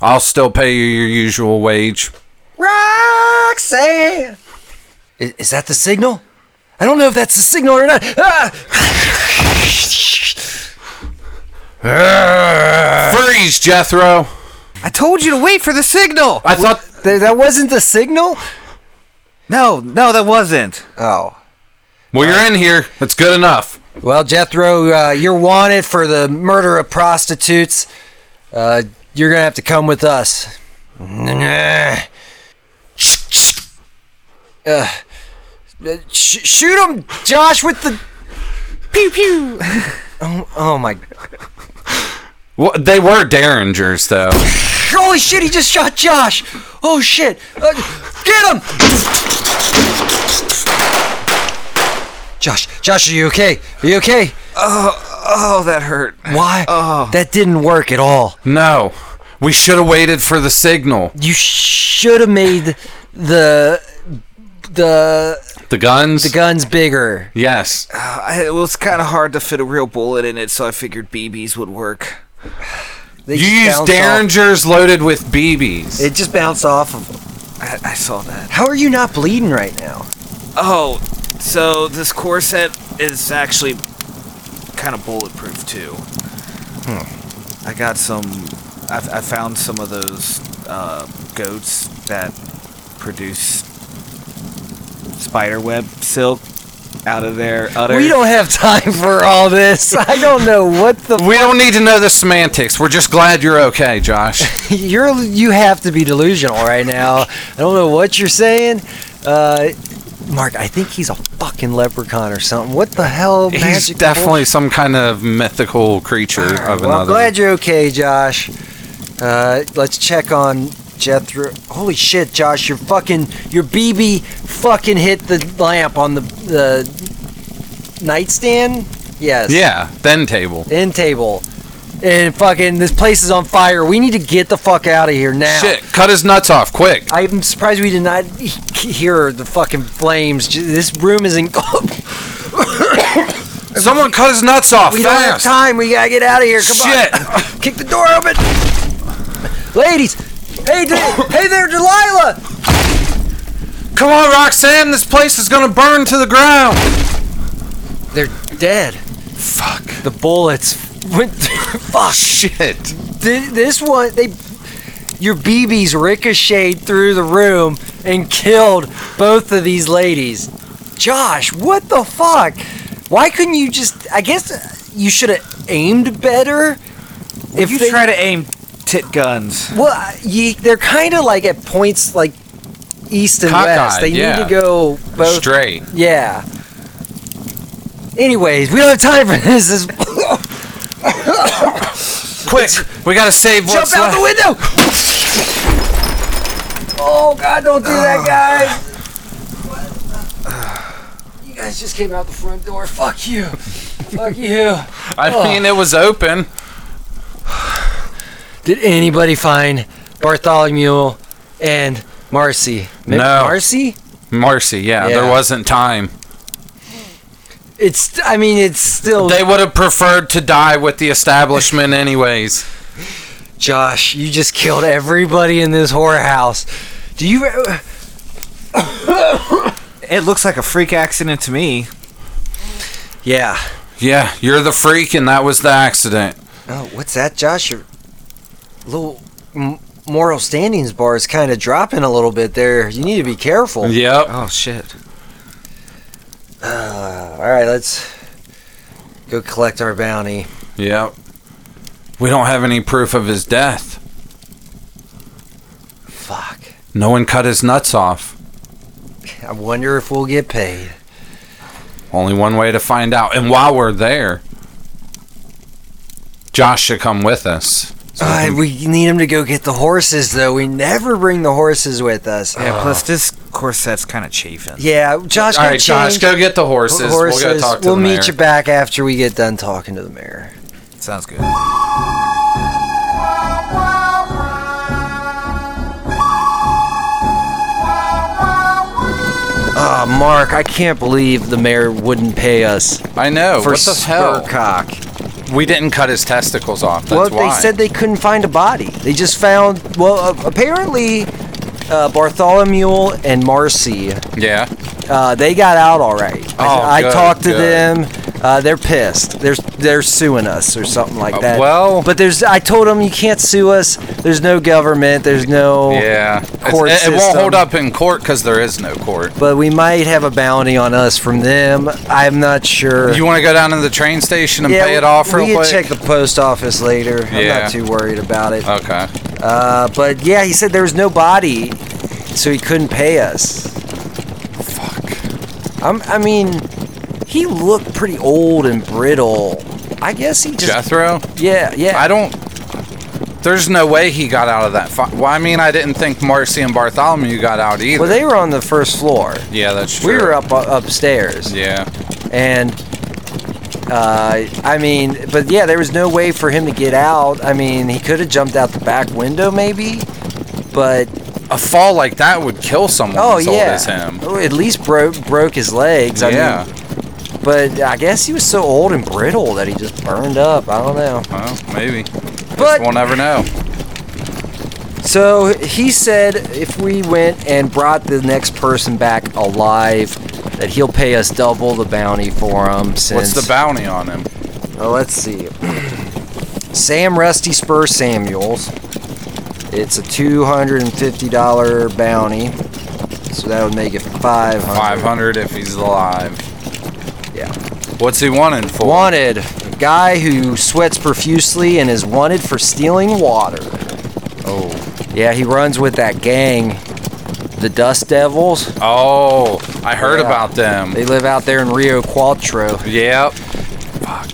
I'll still pay you your usual wage.
Roxanne. Is, is that the signal? I don't know if that's the signal or not. Ah!
Freeze, Jethro.
I told you to wait for the signal.
I thought
Th- that wasn't the signal.
No, no, that wasn't.
Oh.
well, you're in here. That's good enough.
Well, Jethro, uh, you're wanted for the murder of prostitutes. Uh, you're gonna have to come with us.
Mm-hmm.
Ugh. Uh, sh- shoot him, Josh, with the pew pew. oh, oh my
Well, they were derringers, though.
Holy shit, he just shot Josh! Oh shit! Uh, get him! Josh, Josh, are you okay? Are you okay?
Oh, that hurt. Oh.
Why? That didn't work at all.
No. We should have waited for the signal.
You should have made the the
The guns?
the guns bigger.
Yes.
I, Uh, it was kind of hard to fit a real bullet in it, so I figured BBs would work.
They
You
just
used
bounce off-
Derringers loaded with BBs.
It just bounced off of him.
I, I saw that.
How are you not bleeding right now?
Oh, so this corset is actually kind of bulletproof too.
Hmm.
I got some. I, I found some of those uh, goats that produce spiderweb silk out of their udder.
We don't have time for all this. I don't know what the.
we don't need to know the semantics. We're just glad you're okay, Josh.
You're you have to be delusional right now. I don't know what you're saying. Uh, Mark, I think he's a fucking leprechaun or something. What the hell?
He's
magic-
definitely some kind of mythical creature of
Well, I'm
another.
glad you're okay, Josh. Uh, let's check on Jethro. Holy shit, Josh! Your fucking your BB fucking hit the lamp on the the nightstand. Yes.
yeah, then table.
End table. And fucking this place is on fire. We need to get the fuck out of here now.
Shit, cut his nuts off quick.
I'm surprised we did not he- hear the fucking flames. J- This room is in.
Someone cut his nuts off
we don't have
fast.
time. We gotta get out of here. Come
Shit.
on. Kick the door open. Ladies. Hey, d- hey there, Delilah.
Come on, Roxanne, this place is gonna burn to the ground.
They're dead.
Fuck.
The bullets went. Fuck.
Shit.
Th- This one, they. Your BBs ricocheted through the room and killed both of these ladies. Josh, what the fuck? Why couldn't you just. I guess uh, you should have aimed better.
If you try to aim tit guns,
Well, you, they're kind of like at points like east and west.
Cockeyed,
They
yeah.
need to go
Oh,
both.
Straight.
Yeah. Anyways, we don't have time for this. this
Quick, we gotta save
jump
what's
out
left.
the window! Oh God! Don't do that, guys. You guys just came out the front door. Fuck you. Fuck you.
I mean, it was open.
Did anybody find Bartholomew and Marcy?
No.
Marcy?
Marcy, yeah,
Yeah.
there wasn't time.
It's. I mean, it's still.
They would have preferred to die with the establishment, anyways.
Josh, you just killed everybody in this whorehouse. Do you?
it looks like a freak accident to me.
Yeah.
Yeah, you're the freak, and that was the accident.
Oh, what's that, Josh? Your little m- moral standings bar is kind of dropping a little bit there. You need to be careful.
Yep.
Oh shit!
Uh, all right, let's go collect our bounty.
Yep. We don't have any proof of his death.
Fuck.
No one cut his nuts off.
I wonder if we'll get paid.
Only one way to find out. And while we're there, Josh should come with us. So we
Uh,
can-
we need him to go get the horses, though. We never bring the horses with us.
Yeah.
Ah.
Plus, this corset's kind of chafing.
Yeah, Josh.
All
go
right, Josh,
change.
go get the horses. We'll go talk to
We'll
the
meet
mayor.
you back after we get done talking to the mayor.
Sounds good.
Ah, Mark, I can't believe the mayor wouldn't pay us
I know.
for
what the hell?
cock.
We didn't cut his testicles off. That's
Well,
why.
they said they couldn't find a body. They just found. Well, uh, apparently, uh, Bartholomew and Marcy,
yeah.
uh, they got out all right.
Oh,
I, I
good,
talked to
good.
them. Uh, they're pissed. They're they're suing us or something like
Uh,
that.
well-
but there's. I told them you can't sue us. There's no government. There's no.
Yeah. It's-
court
it, it won't
system.
hold up in court because there is no court.
But we might have a bounty on us from them. I'm not sure.
You want to go down to the train station and
yeah,
pay it off
we
real
can
quick?
check the post office later. I'm
Yeah.
not too worried about it.
okay.
Uh, but yeah, he said there was no body, so he couldn't pay us.
Fuck.
I'm, I mean, he looked pretty old and brittle. I guess he just
Jethro?
yeah yeah.
I don't. There's no way he got out of that. Fi- well, I mean, I didn't think Marcy and Bartholomew got out either.
Well, they were on the first floor.
yeah, that's true.
We were up upstairs.
Yeah.
And uh, I mean, but yeah, there was no way for him to get out. I mean, he could have jumped out the back window maybe, but
A fall like that would kill someone
oh
as
yeah,
old as him.
Oh, at least broke broke his legs. I
yeah.
mean, but I guess he was so old and brittle that he just burned up. I don't know.
well, maybe.
But-
we'll never know.
So he said if we went and brought the next person back alive, that he'll pay us double the bounty for him.
What's
Since
the bounty on him?
Oh, let's see. Sam Rusty Spur Samuels. It's a two hundred and fifty dollar bounty, so that would make it five
Five hundred
hundred.
if he's alive.
Yeah.
What's he wanted for?
Wanted, a guy who sweats profusely and is wanted for stealing water.
Oh.
Yeah, he runs with that gang, the Dust Devils.
Oh, I heard
Yeah.
about them.
They live out there in Rio Cuatro.
Yep.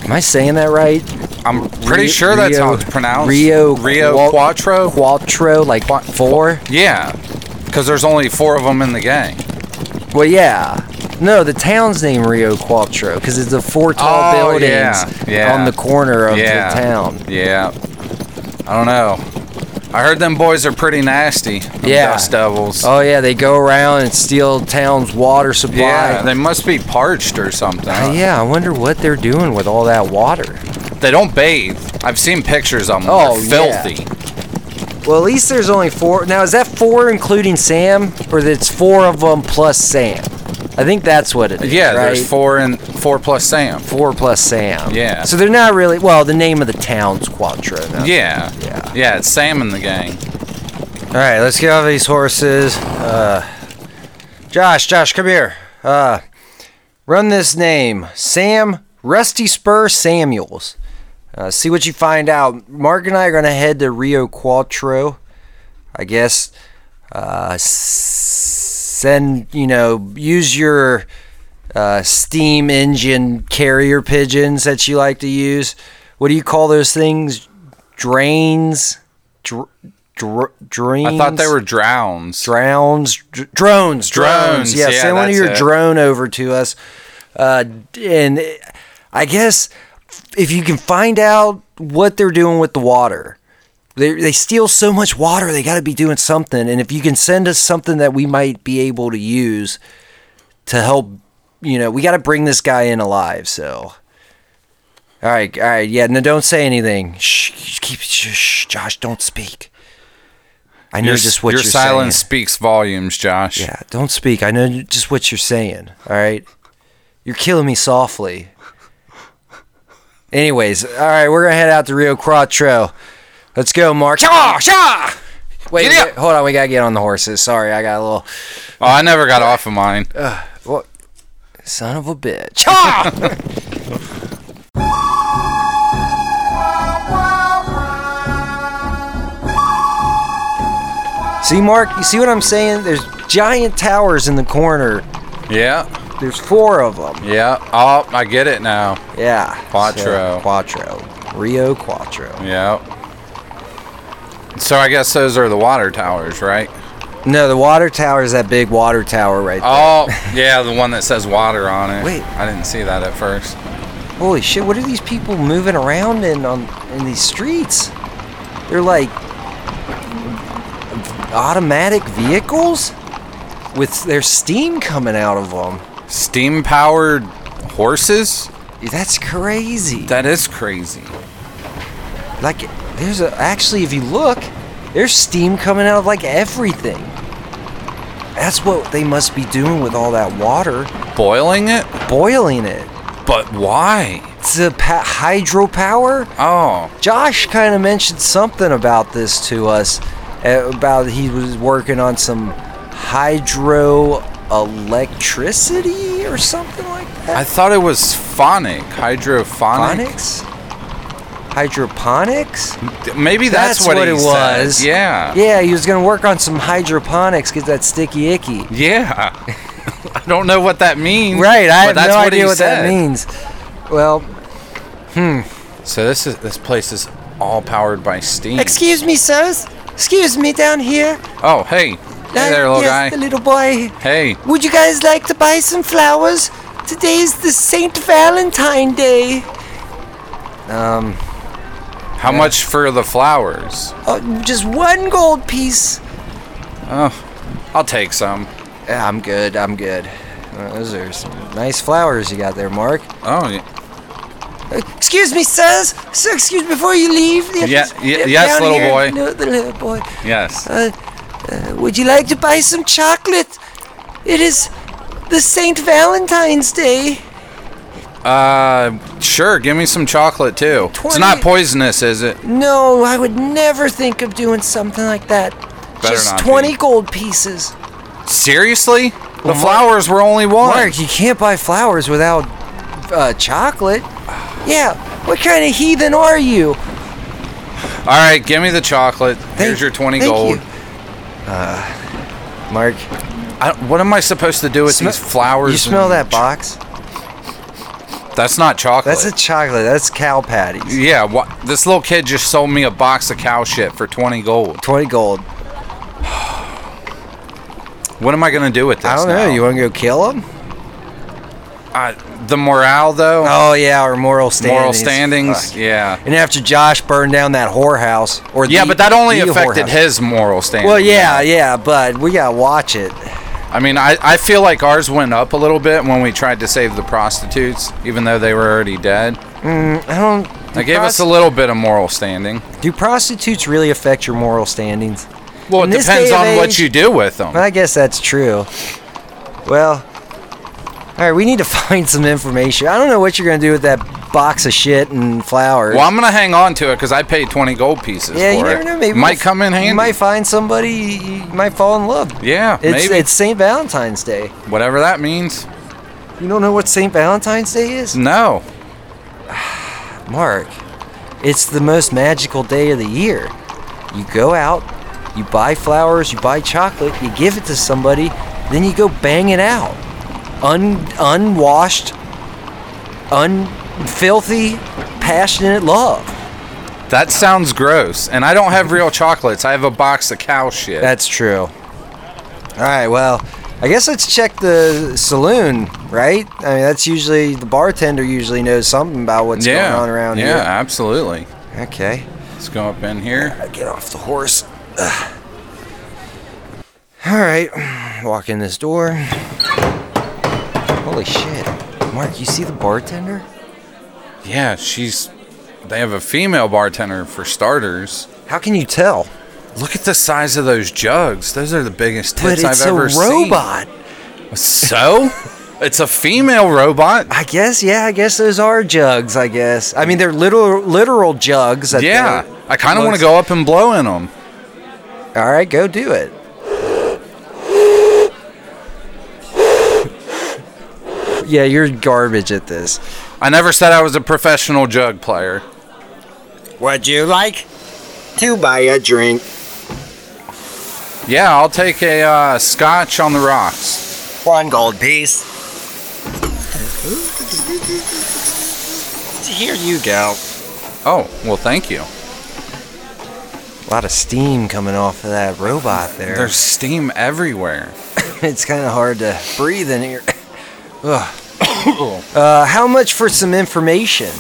Am I saying that right?
I'm pretty
Ri-
sure that's how
Rio-
it's pronounced.
Rio
Rio
Qual-
Quattro.
Cuatro, like four?
Yeah. Because there's only four of them in the gang.
Well, yeah. No, the town's name Rio Cuatro because it's the four tall
Oh,
buildings
yeah, yeah.
on the corner of
Yeah.
the town.
Yeah. I don't know. I heard them boys are pretty nasty. them
Yeah.
Dust devils.
Oh yeah, they go around and steal town's water supply.
yeah. They must be parched or something.
Uh, yeah, I wonder what they're doing with all that water.
They don't bathe. I've seen pictures of them. Oh,
Oh,
filthy.
Well, at least there's only four. Now, is that four including Sam, or that's four of them plus Sam? I think that's what it
Yeah,
is. right?
there's four and four plus Sam.
Four plus Sam.
Yeah.
So they're not really. Well, the name of the town's Quattro. Now.
Yeah.
Yeah.
Yeah, it's Sam in the gang.
All right, let's get off these horses. Uh, Josh, Josh, come here. Uh, run this name, Sam Rusty Spur Samuels. Uh, see what you find out. Mark and I are gonna head to Rio Cuatro, I guess. Uh, s- send you know, use your uh, steam engine carrier pigeons that you like to use. What do you call those things? Drains. Dr- dr- drains.
I thought they were drowns.
Drowns, dr- drones, drones.
Drones,
Yeah,
yeah,
send one of
that's
your
it.
drone over to us. Uh, and I guess if you can find out what they're doing with the water, they they steal so much water. They got to be doing something. And if you can send us something that we might be able to use to help, you know, we got to bring this guy in alive. So. All right, all right, yeah. No, don't say anything. Shh, keep shh, shh, Josh. Don't speak. I know
Your,
just what
your
you're
silence
saying.
speaks volumes, Josh.
Yeah, don't speak. I know just what you're saying. All right, you're killing me softly. Anyways, all right, we're gonna head out to Rio Cuatro. Let's go, Mark. Shaw, shaw. Wait,
Giddy up!
wait, hold on. We gotta get on the horses. Sorry, I got a little Uh,
Oh, I never got off of mine.
son of a bitch. Shaw! see, Mark. You see what I'm saying? There's giant towers in the corner.
Yeah.
There's four of them.
Yeah. Oh, I get it now.
Yeah.
Quattro.
So, Quattro. Rio Quattro.
Yeah. So I guess those are the water towers, right?
No, the water tower is that big water tower right there.
Oh, yeah, the one that says water on it.
Wait.
I didn't see that at first.
Holy shit, what are these people moving around in on in these streets? They're like automatic vehicles with their steam coming out of them.
Steam powered horses?
That's crazy.
That is crazy.
Like there's a, actually if you look, there's steam coming out of like everything. That's what they must be doing with all that water,
Boiling it?
boiling it.
But why?
to pa- hydropower.
Oh,
Josh kind of mentioned something about this to us uh, about he was working on some hydroelectricity or something like that.
I thought it was phonic, hydrophonic.
Phonics? Hydroponics?
Maybe that's,
That's
what,
what
he
it
said.
was.
Yeah.
Yeah, he was going to work on some hydroponics, get that sticky icky.
Yeah. I don't know what that means.
Right,
but
I have
that's
no
what he
idea what
said.
that means. Well,
So this is this place is all powered by steam.
Excuse me, sirs. Excuse me down here. Uh,
oh, hey. Hey there, little
yes, the
guy.
little boy.
Hey.
Would you guys like to buy some flowers? Today's the Saint Valentine Day. Um,
How much for the flowers?
oh, just one gold piece.
Oh, I'll take some.
Yeah, I'm good. I'm good. Uh, Those are some nice flowers you got there, Mark.
Oh, yeah.
Uh, Excuse me, sirs. Sir, excuse me before you leave. Yep,
Ye- ye-
yep,
yes,
down
little
here.
boy.
No, the little boy.
yes.
Uh, uh, would you like to buy some chocolate? It is the Saint Valentine's Day.
Uh, sure. Give me some chocolate too. It's not
Twenty-
poisonous, is it?
No, I would never think of doing something like that.
Better
Just
not be.
20 gold pieces.
Seriously? The flowers were only one.
Mark, you can't buy flowers without uh, chocolate. Yeah, what kind of heathen are you?
All right, give me the chocolate. Here's your twenty
thank
gold. Uh,
you. Mark,
I, what am I supposed to do with
Smell-
these flowers?
you smell
and-
that box?
That's not chocolate.
That's a chocolate. That's cow patties.
yeah. What? This little kid just sold me a box of cow shit for twenty gold.
20 gold.
What am I gonna do with this?
I don't
now?
know. You want to go kill him?
I, the morale though.
Oh, yeah, or moral standings.
moral standings.
Fuck.
Yeah.
And after Josh burned down that whorehouse, or
Yeah,
the-
but that only
the
affected
whorehouse.
his moral standing.
Well, yeah, yeah, but we gotta watch it.
I mean, I, I feel like ours went up a little bit when we tried to save the prostitutes, even though they were already dead.
Mm, I don't.
That gave us a little bit of moral standing.
Do prostitutes really affect your moral standings?
Well,
In
it
this
depends
day of
on
age-
what you do with them.
Well, I guess that's true. Well, all right, we need to find some information. I don't know what you're gonna do with that box of shit and flowers.
Well, I'm gonna hang on to it because I paid 20 gold pieces
yeah,
for
you never
it.
know. Maybe
might
we'll-
come in handy.
You might find somebody. You might fall in love.
yeah,
It's
maybe
it's St. Valentine's Day.
whatever that means.
You don't know what St. Valentine's Day is,
No,
Mark? It's the most magical day of the year. You go out, you buy flowers, you buy chocolate, you give it to somebody, then you go bang it out, un unwashed, unfilthy, passionate love.
that sounds gross. And I don't have real chocolates. I have a box of cow shit.
That's true. All right, well, I guess let's check the saloon, right? I mean, that's usually the bartender usually knows something about what's
yeah,
going on around
yeah, absolutely.
here. Okay.
Let's go up in here.
I get off the horse. Ugh. All right, walk in this door. Holy shit, Mark! You see the bartender?
Yeah, she's. They have a female bartender for starters.
How can you tell?
Look at the size of those jugs. Those are the biggest
But
tits
it's
I've
a
ever
robot.
seen. So, it's a female robot.
I guess. Yeah, I guess those are jugs. I guess. I mean, they're little literal jugs. That
yeah,
they're-
I kind of want
looks-
to go up and blow in them.
All right, go do it. Yeah, you're garbage at this.
I never said I was a professional jug player.
Would you like to buy a drink?
Yeah, I'll take a uh, scotch on the rocks.
One gold piece. Here you go.
Oh, well, thank you.
A lot of steam coming off of that robot there.
There's steam everywhere.
it's kind of hard to breathe in here. Ugh. uh, how much for some information?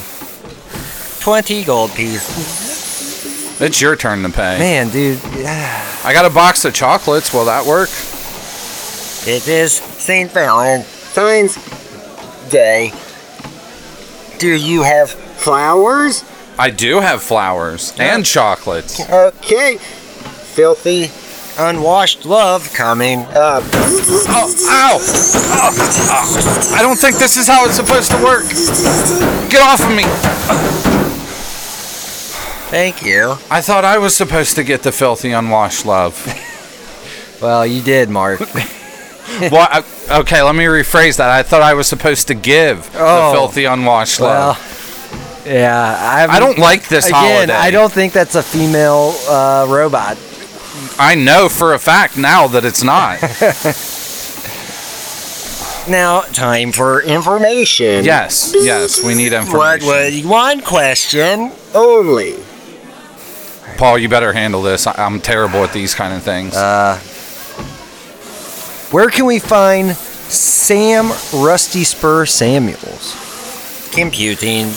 20 gold piece.
It's your turn to pay.
Man, dude. yeah.
I got a box of chocolates. Will that work?
It is St. Valentine's Day. Do you have flowers?
I do have flowers and chocolates.
Okay. Filthy, unwashed love coming up.
Oh, ow! Oh, oh. I don't think this is how it's supposed to work. Get off of me!
Thank you.
I thought I was supposed to get the filthy unwashed love.
Well, you did, Mark.
well, I, uh, okay, let me rephrase that. I thought I was supposed to give the
Oh.
filthy unwashed
well,
love.
yeah. I've,
I don't like this
Again,
holiday.
I don't think that's a female uh, robot.
I know for a fact now that it's not.
Now, time for information.
yes, yes, we need information.
What would one question only?
Paul, you better handle this. I- I'm terrible at these kind of things.
Uh, Where can we find Sam Rusty Spur Samuels?
computing.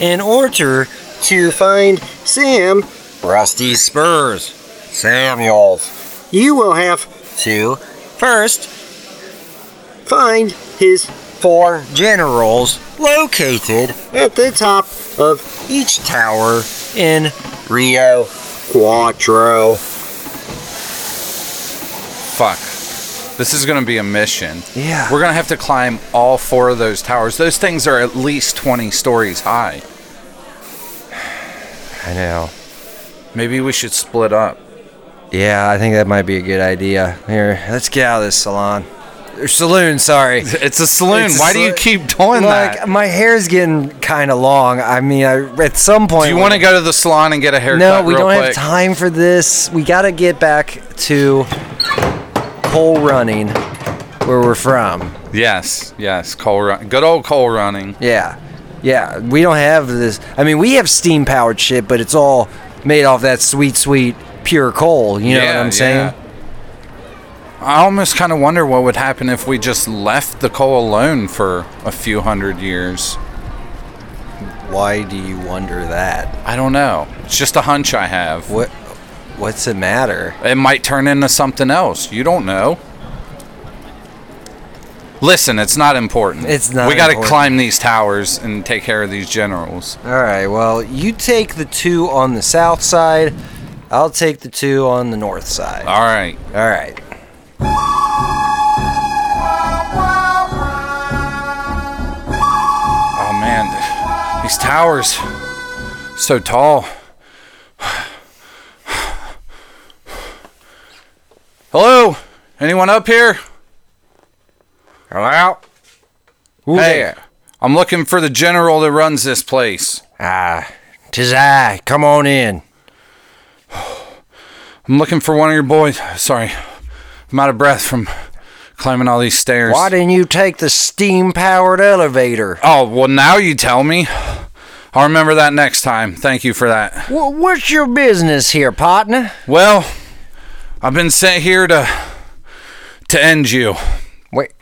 In order to find Sam Rusty Spurs Samuels, you will have to first find his four generals located at the top of each tower in Rio Cuatro.
Oh. Fuck. This is going to be a mission.
Yeah.
We're going to have to climb all four of those towers. Those things are at least 20 stories high.
I know.
Maybe we should split up.
Yeah, I think that might be a good idea. Here, let's get out of this salon. Or saloon, sorry.
It's a saloon.
It's a
Why do you
saloon.
keep doing
like
that?
my hair's getting kind of long. I mean, I, at some point
Do you want to go to the salon and get a haircut?
No, we
real
don't have
quick?
time for this. We got to get back to coal running where we're from.
Yes, yes. Coal run. Good old coal running.
Yeah. Yeah. We don't have this. I mean, we have steam powered shit, but it's all made off that sweet, sweet pure coal. You know
Yeah,
what I'm saying?
yeah. I almost kind of wonder what would happen if we just left the coal alone for a few hundred years.
Why do you wonder that?
I don't know. It's just a hunch I have.
What? What's the matter?
It might turn into something else. You don't know. Listen, it's not important.
It's not
We got to
important.
climb these towers and take care of these generals.
All right. Well, you take the two on the south side. I'll take the two on the north side.
All right.
All right.
Oh man, these towers so tall. Hello? Anyone up here?
Hello. Who
Hey,
there?
I'm looking for the general that runs this place.
Ah, tis I. Come on in.
I'm looking for one of your boys. Sorry, I'm out of breath from climbing all these stairs.
Why didn't you take the steam-powered elevator?
Oh, well, now you tell me. I'll remember that next time. Thank you for that.
Wha what's your business here, partner?
Well, I've been sent here to to end you,
Wait,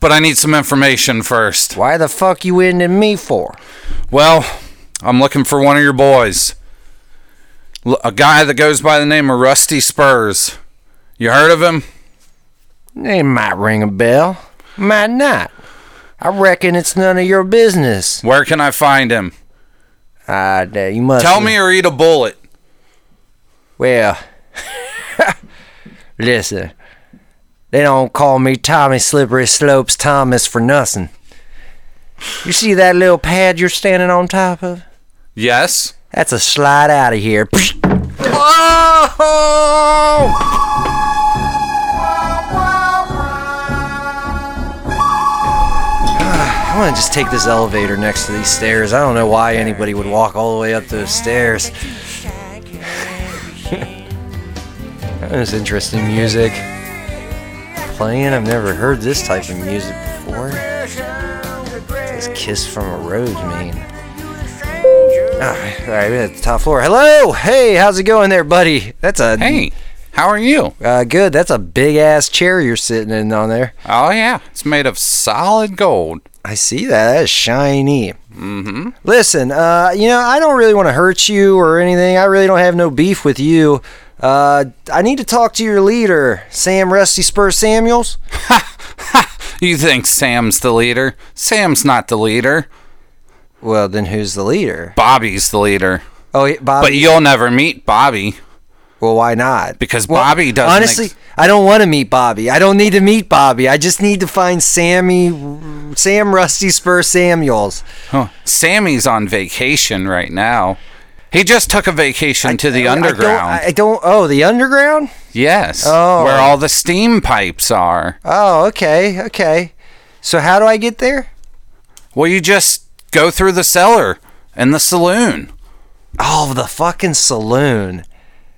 but I need some information first.
why the fuck you ending me for?
Well, I'm looking for one of your boys. L- A guy that goes by the name of Rusty Spurs. You heard of him?
It might ring a bell, might not. I reckon it's none of your business.
Where can I find him?
Ah, uh, you must.
Tell me or eat a bullet.
Well, listen. They don't call me Tommy Slippery Slopes Thomas for nothing. You see that little pad you're standing on top of?
Yes.
That's a slide out of here.
Oh!
I want to just take this elevator next to these stairs. I don't know why anybody would walk all the way up those stairs. that was interesting music. Playing, I've never heard this type of music before. What does Kiss from a Rose mean? Alright, alright, Ah, we're at the top floor. Hello! Hey, how's it going there, buddy? That's a.
Hey, how are you?
Uh, good, that's a big ass chair you're sitting in on there.
Oh, yeah. It's made of solid gold.
I see that. That is shiny. Mm-hmm. Listen, uh, you know, I don't really want to hurt you or anything. I really don't have no beef with you. Uh, I need to talk to your leader, Sam Rusty Spur Samuels.
You think Sam's the leader? Sam's not the leader.
Well, then who's the leader?
Bobby's the leader.
Oh, yeah,
But
Bobby.
you'll never meet Bobby
well, why not?
because
Well,
Bobby doesn't. ex-
Honestly, I don't want to meet Bobby. I don't need to meet Bobby. I just need to find Sammy, Sam Rusty Spur Samuels.
Huh. Sammy's on vacation right now. He just took a vacation to the
I don't-
underground.
I don't. Oh, the underground.
yes.
Oh.
Where all the steam pipes are.
Oh, okay, okay. So how do I get there?
Well, you just go through the cellar and the saloon.
Oh, the fucking saloon.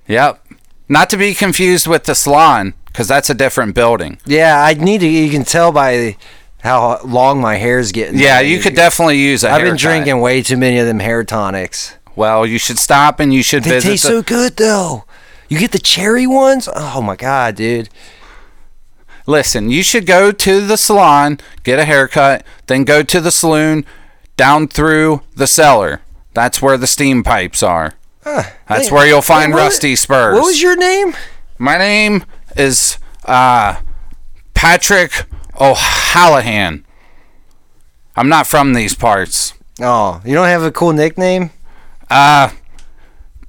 Yep. Not to be confused with the salon, because that's a different building.
Yeah, I need to. You can tell by how long my hair's getting.
Yeah, you could definitely use a
I've been
haircut.
drinking way too many of them hair tonics.
Well, you should stop and you should
They
visit.
taste
the-
so good though. You get the cherry ones. Oh my god, dude.
Listen, you should go to the salon, get a haircut, then go to the saloon, down through the cellar. That's where the steam pipes are. That's
Hey,
where you'll find
what-
rusty spurs.
What was your name?
My name is uh, Patrick O'Hallahan. I'm not from these parts.
Oh, you don't have a cool nickname?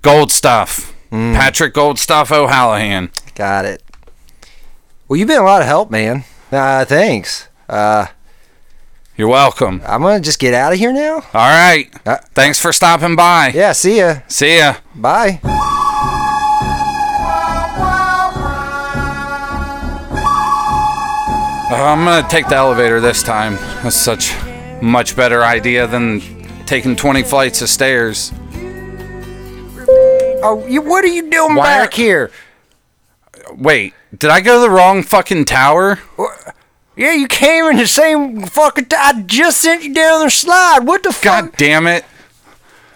Gold stuff. Patrick Gold stuff O'Hallahan.
Hmm. Got it. Well, you've been a lot of help, man. Uh, thanks. Uh,
You're welcome. All
I'm gonna just get out of here now.
right.
Uh,
Thanks for stopping by.
Yeah, see ya.
See ya.
Bye.
Uh, I'm gonna take the elevator this time. That's such much better idea than taking 20 flights of stairs.
Oh, you, what are you doing
Why are-
back here?
Wait, did I go to the wrong fucking tower?
Yeah, you came in the same fucking. T- I just sent you down the slide. What the
God damn it.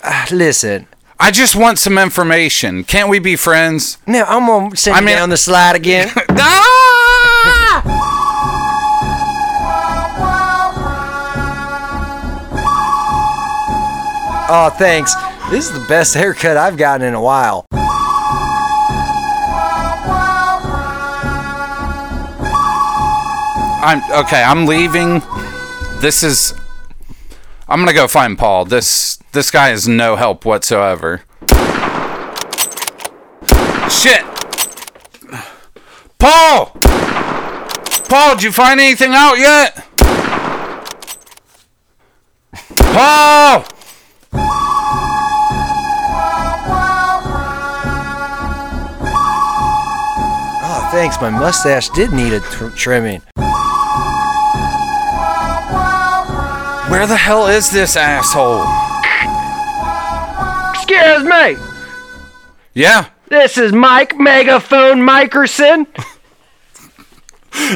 fuck? Listen,
I just want some information. Can't we be friends?
now I'm gonna send
I
you
mean-
down the slide again.
Ah!
oh, thanks. This is the best haircut I've gotten in a while. Oh,
I'm okay, I'm leaving. This is I'm gonna go find Paul. This this guy is no help whatsoever. Shit! Paul! Paul, did you find anything out yet? Paul!
Oh, thanks. My mustache did need a tr- trimming.
Where the hell is this asshole?
Excuse me.
Yeah.
This is Mike Megaphone Mikerson.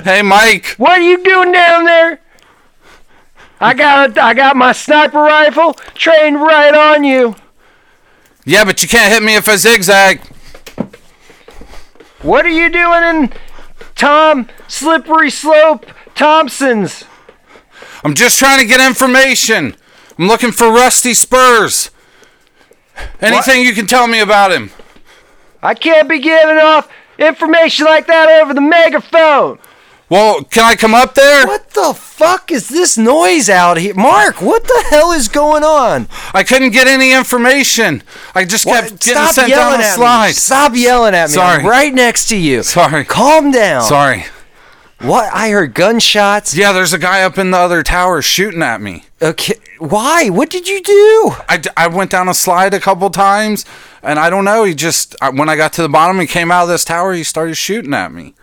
Hey Mike.
What are you doing down there? I got a, I got my sniper rifle trained right on you.
Yeah, but you can't hit me if I zigzag.
What are you doing in Tom Slippery Slope Thompson's?
I'm just trying to get information. I'm looking for Rusty Spurs. Anything you can tell me about him?
I can't be giving off information like that over the megaphone.
Well, can I come up there?
What the fuck is this noise out here? Mark, what the hell is going on?
I couldn't get any information. I just
What-
kept getting sent down the
at me.
slide.
Stop yelling at me. I'm
Sorry.
right next to you.
Sorry.
Calm down.
Sorry.
What? I heard gunshots.
Yeah, there's a guy up in the other tower shooting at me.
Okay. Why? What did you do?
I, d- I went down a slide a couple times, and I don't know. He just, I, when I got to the bottom and came out of this tower, he started shooting at me.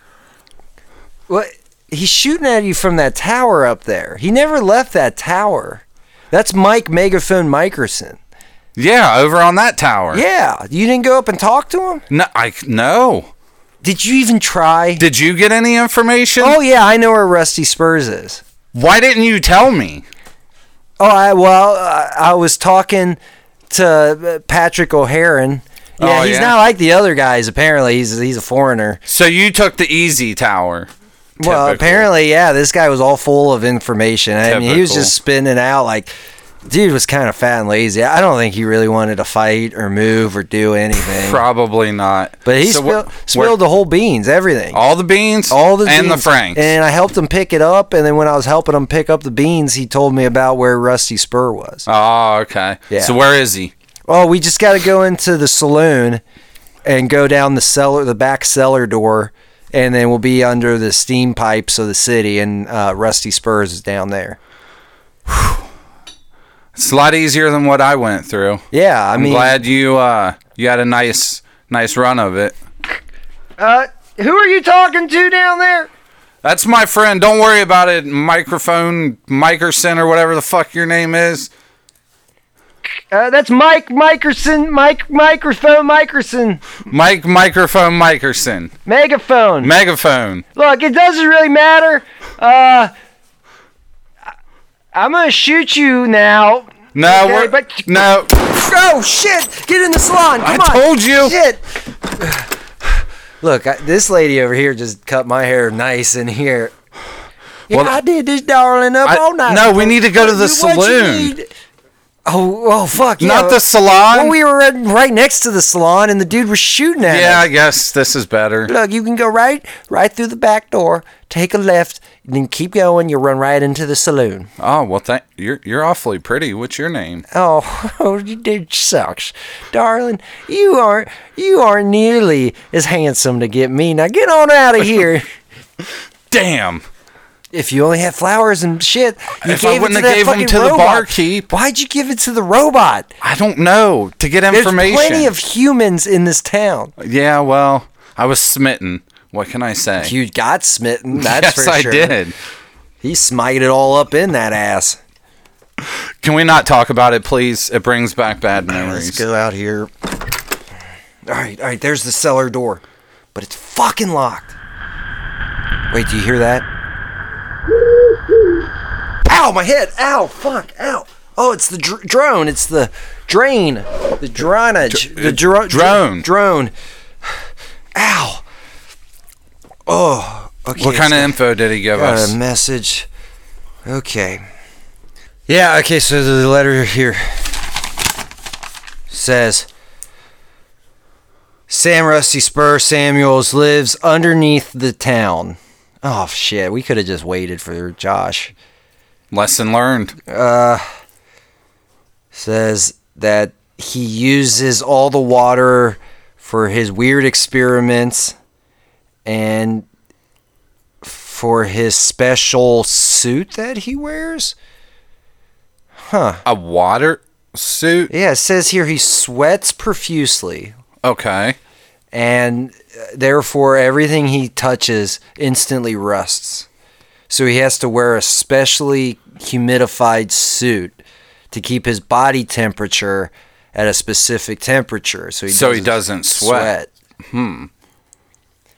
What? He's shooting at you from that tower up there. He never left that tower. That's Mike Megaphone Mikerson.
Yeah, over on that tower.
Yeah. You didn't go up and talk to him?
No, I, no.
Did you even try?
Did you get any information?
oh, yeah. I know where Rusty Spurs is.
Why didn't you tell me?
Oh, I, well, I, I was talking to uh, Patrick O'Haron. Yeah,
Oh,
he's
yeah?
not like the other guys. Apparently, he's he's a foreigner.
So you took the easy tower.
Well,
Typical.
apparently, yeah, this guy was all full of information. I mean, he was
Typical.
just spinning out like. Dude was kind of fat and lazy. I don't think he really wanted to fight or move or do anything.
Probably not.
but he
So
spilled,
wh- where-
spilled the whole beans, everything.
all the beans,
all the
and
beans.
the franks.
And I helped him pick it up. And then when I was helping him pick up the beans, he told me about where Rusty Spur was.
oh, okay.
Yeah.
So where is he?
Oh, we just got to go into the saloon and go down the cellar, the back cellar door, and then we'll be under the steam pipes of the city. And uh, Rusty Spurs is down there.
It's a lot easier than what I went through.
Yeah, I
I'm
mean,
glad you uh you had a nice nice run of it.
Uh, who are you talking to down there?
That's my friend. Don't worry about it. Microphone Mikerson or whatever the fuck your name is.
Uh, that's Mike Mikerson, Mike Microphone Mikerson,
Mike Microphone Mikerson.
megaphone.
Megaphone.
Look, it doesn't really matter. Uh, I'm gonna shoot you now.
No,
Okay,
we're,
but-
no.
Oh shit! Get in the salon.
I
Come on.
told you.
Shit. Look, I, this lady over here just cut my hair nice in here. Yeah,
Well,
I did this darling up
I-
all night.
no, we need to go to the
What you
saloon.
need- Oh, oh, fuck! yeah.
Not the salon.
Well, we were right- right next to the salon, and the dude was shooting at
yeah,
us.
I guess this is better.
Look, you can go right, right through the back door, take a left, and then keep going. You run right into the saloon.
Oh well, thank you're you're awfully pretty. What's your name?
Oh, oh, you dude sucks, darling. You are, you are nearly as handsome to get me. Now get on out of here.
Damn.
If you only had flowers and shit, you
If I
gave it
wouldn't
to
have
that
gave 'em
fucking
to the
robot.
barkeep.
Why'd you give it to the robot?
I don't know to get
There's
information.
plenty of humans in this town.
Yeah, well, I was smitten. What can I say?
You got smitten. That's
yes,
for
I
sure.
did.
He smited it all up in that ass.
Can we not talk about it, please? It brings back bad memories.
Let's go out here. All right, all right. There's the cellar door, but it's fucking locked. Wait, do you hear that? Ow, my head! Ow, fuck! Ow! Oh, it's the dr- drone. It's the drain. The drainage. the dro-
drone.
Drone. Ow. Oh. Okay.
What kind
so
of info did he give
got
us?
a message? Okay. Yeah. Okay. So the letter here says Sam Rusty Spur Samuels lives underneath the town. Oh shit, we could have just waited for Josh. Uh,
Lesson learned.
Says that he uses all the water for his weird experiments and for his special suit that he wears.
A water suit.
Yeah, it says here he sweats profusely
Okay.
and uh, therefore everything he touches instantly rusts. So he has to wear a specially humidified suit to keep his body temperature at a specific temperature. So he
So he doesn't
doesn't
sweat.
Hmm.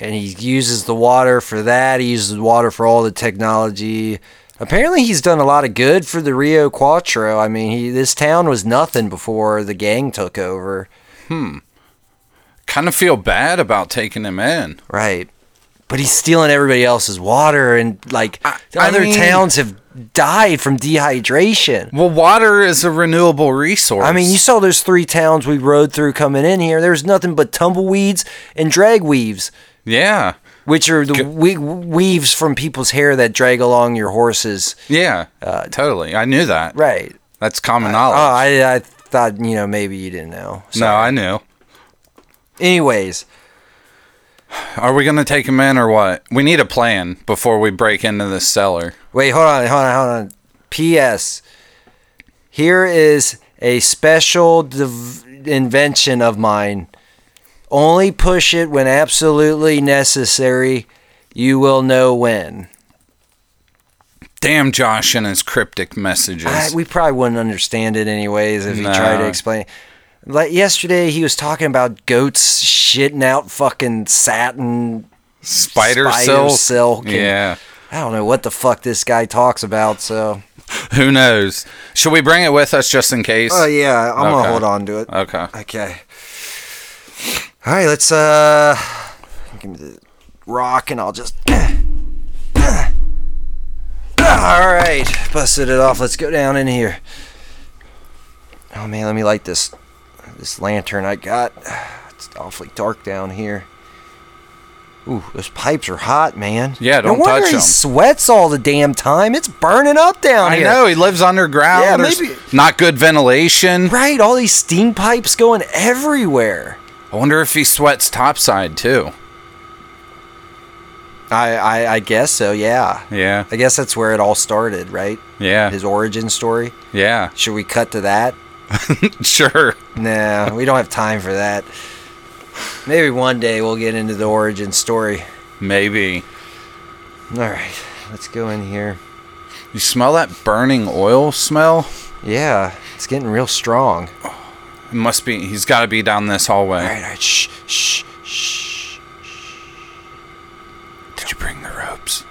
And he uses the water for that. He uses the water for all the technology. Apparently, he's done a lot of good for the Rio Cuatro. I mean, he, this town was nothing before the gang took over.
Hmm. Kind of feel bad about taking him in.
Right. But he's stealing everybody else's water, and like the
I
other
mean-
towns have died from dehydration.
Well, water is a renewable resource.
I mean, you saw those three towns we rode through coming in here. There was nothing but tumbleweeds and drag weaves,
yeah,
which are the we- weaves from people's hair that drag along your horses.
yeah, totally. I knew that.
Right.
That's common
Oh,
knowledge.
I, I thought, you know, maybe you didn't know.
no, I knew.
Anyways,
Are we gonna take him in or what? We need a plan before we break into this cellar.
Wait, hold on, hold on, hold on. P.S. Here is a special div- invention of mine. Only push it when absolutely necessary. You will know when.
Damn, Josh and his cryptic messages.
I, we probably wouldn't understand it anyways if he
No.
tried to explain. it. Like yesterday, he was talking about goats shitting out fucking satin.
spider,
spider
silk.
silk and-
Yeah.
I don't know what the fuck this guy talks about. So,
Who knows? Should we bring it with us just in case?
oh yeah, I'm
Okay.
gonna hold on to it.
Okay.
Okay. All right, let's uh give me the rock and I'll just All right, busted it off. Let's go down in here. Oh man, let me light this this lantern I got. It's awfully dark down here. Ooh, those pipes are hot, man.
Yeah, don't
no wonder
touch
he
'em.
sweats all the damn time. It's burning up down
I
here.
know he lives underground.
Yeah,
There's
maybe-
Not good ventilation.
Right, all these steam pipes going everywhere.
I wonder if he sweats topside too.
I, I, I guess so, yeah.
Yeah.
I guess that's where it all started, right?
Yeah.
His origin story.
yeah.
Should we cut to that?
Sure.
Nah, we don't have time for that. Maybe one day we'll get into the origin story.
Maybe.
All right, let's go in here.
You smell that burning oil smell?
Yeah, it's getting real strong.
It must be. He's got to be down this
All
hallway.
right, all right, shh, shh, shh.
Did you bring the ropes?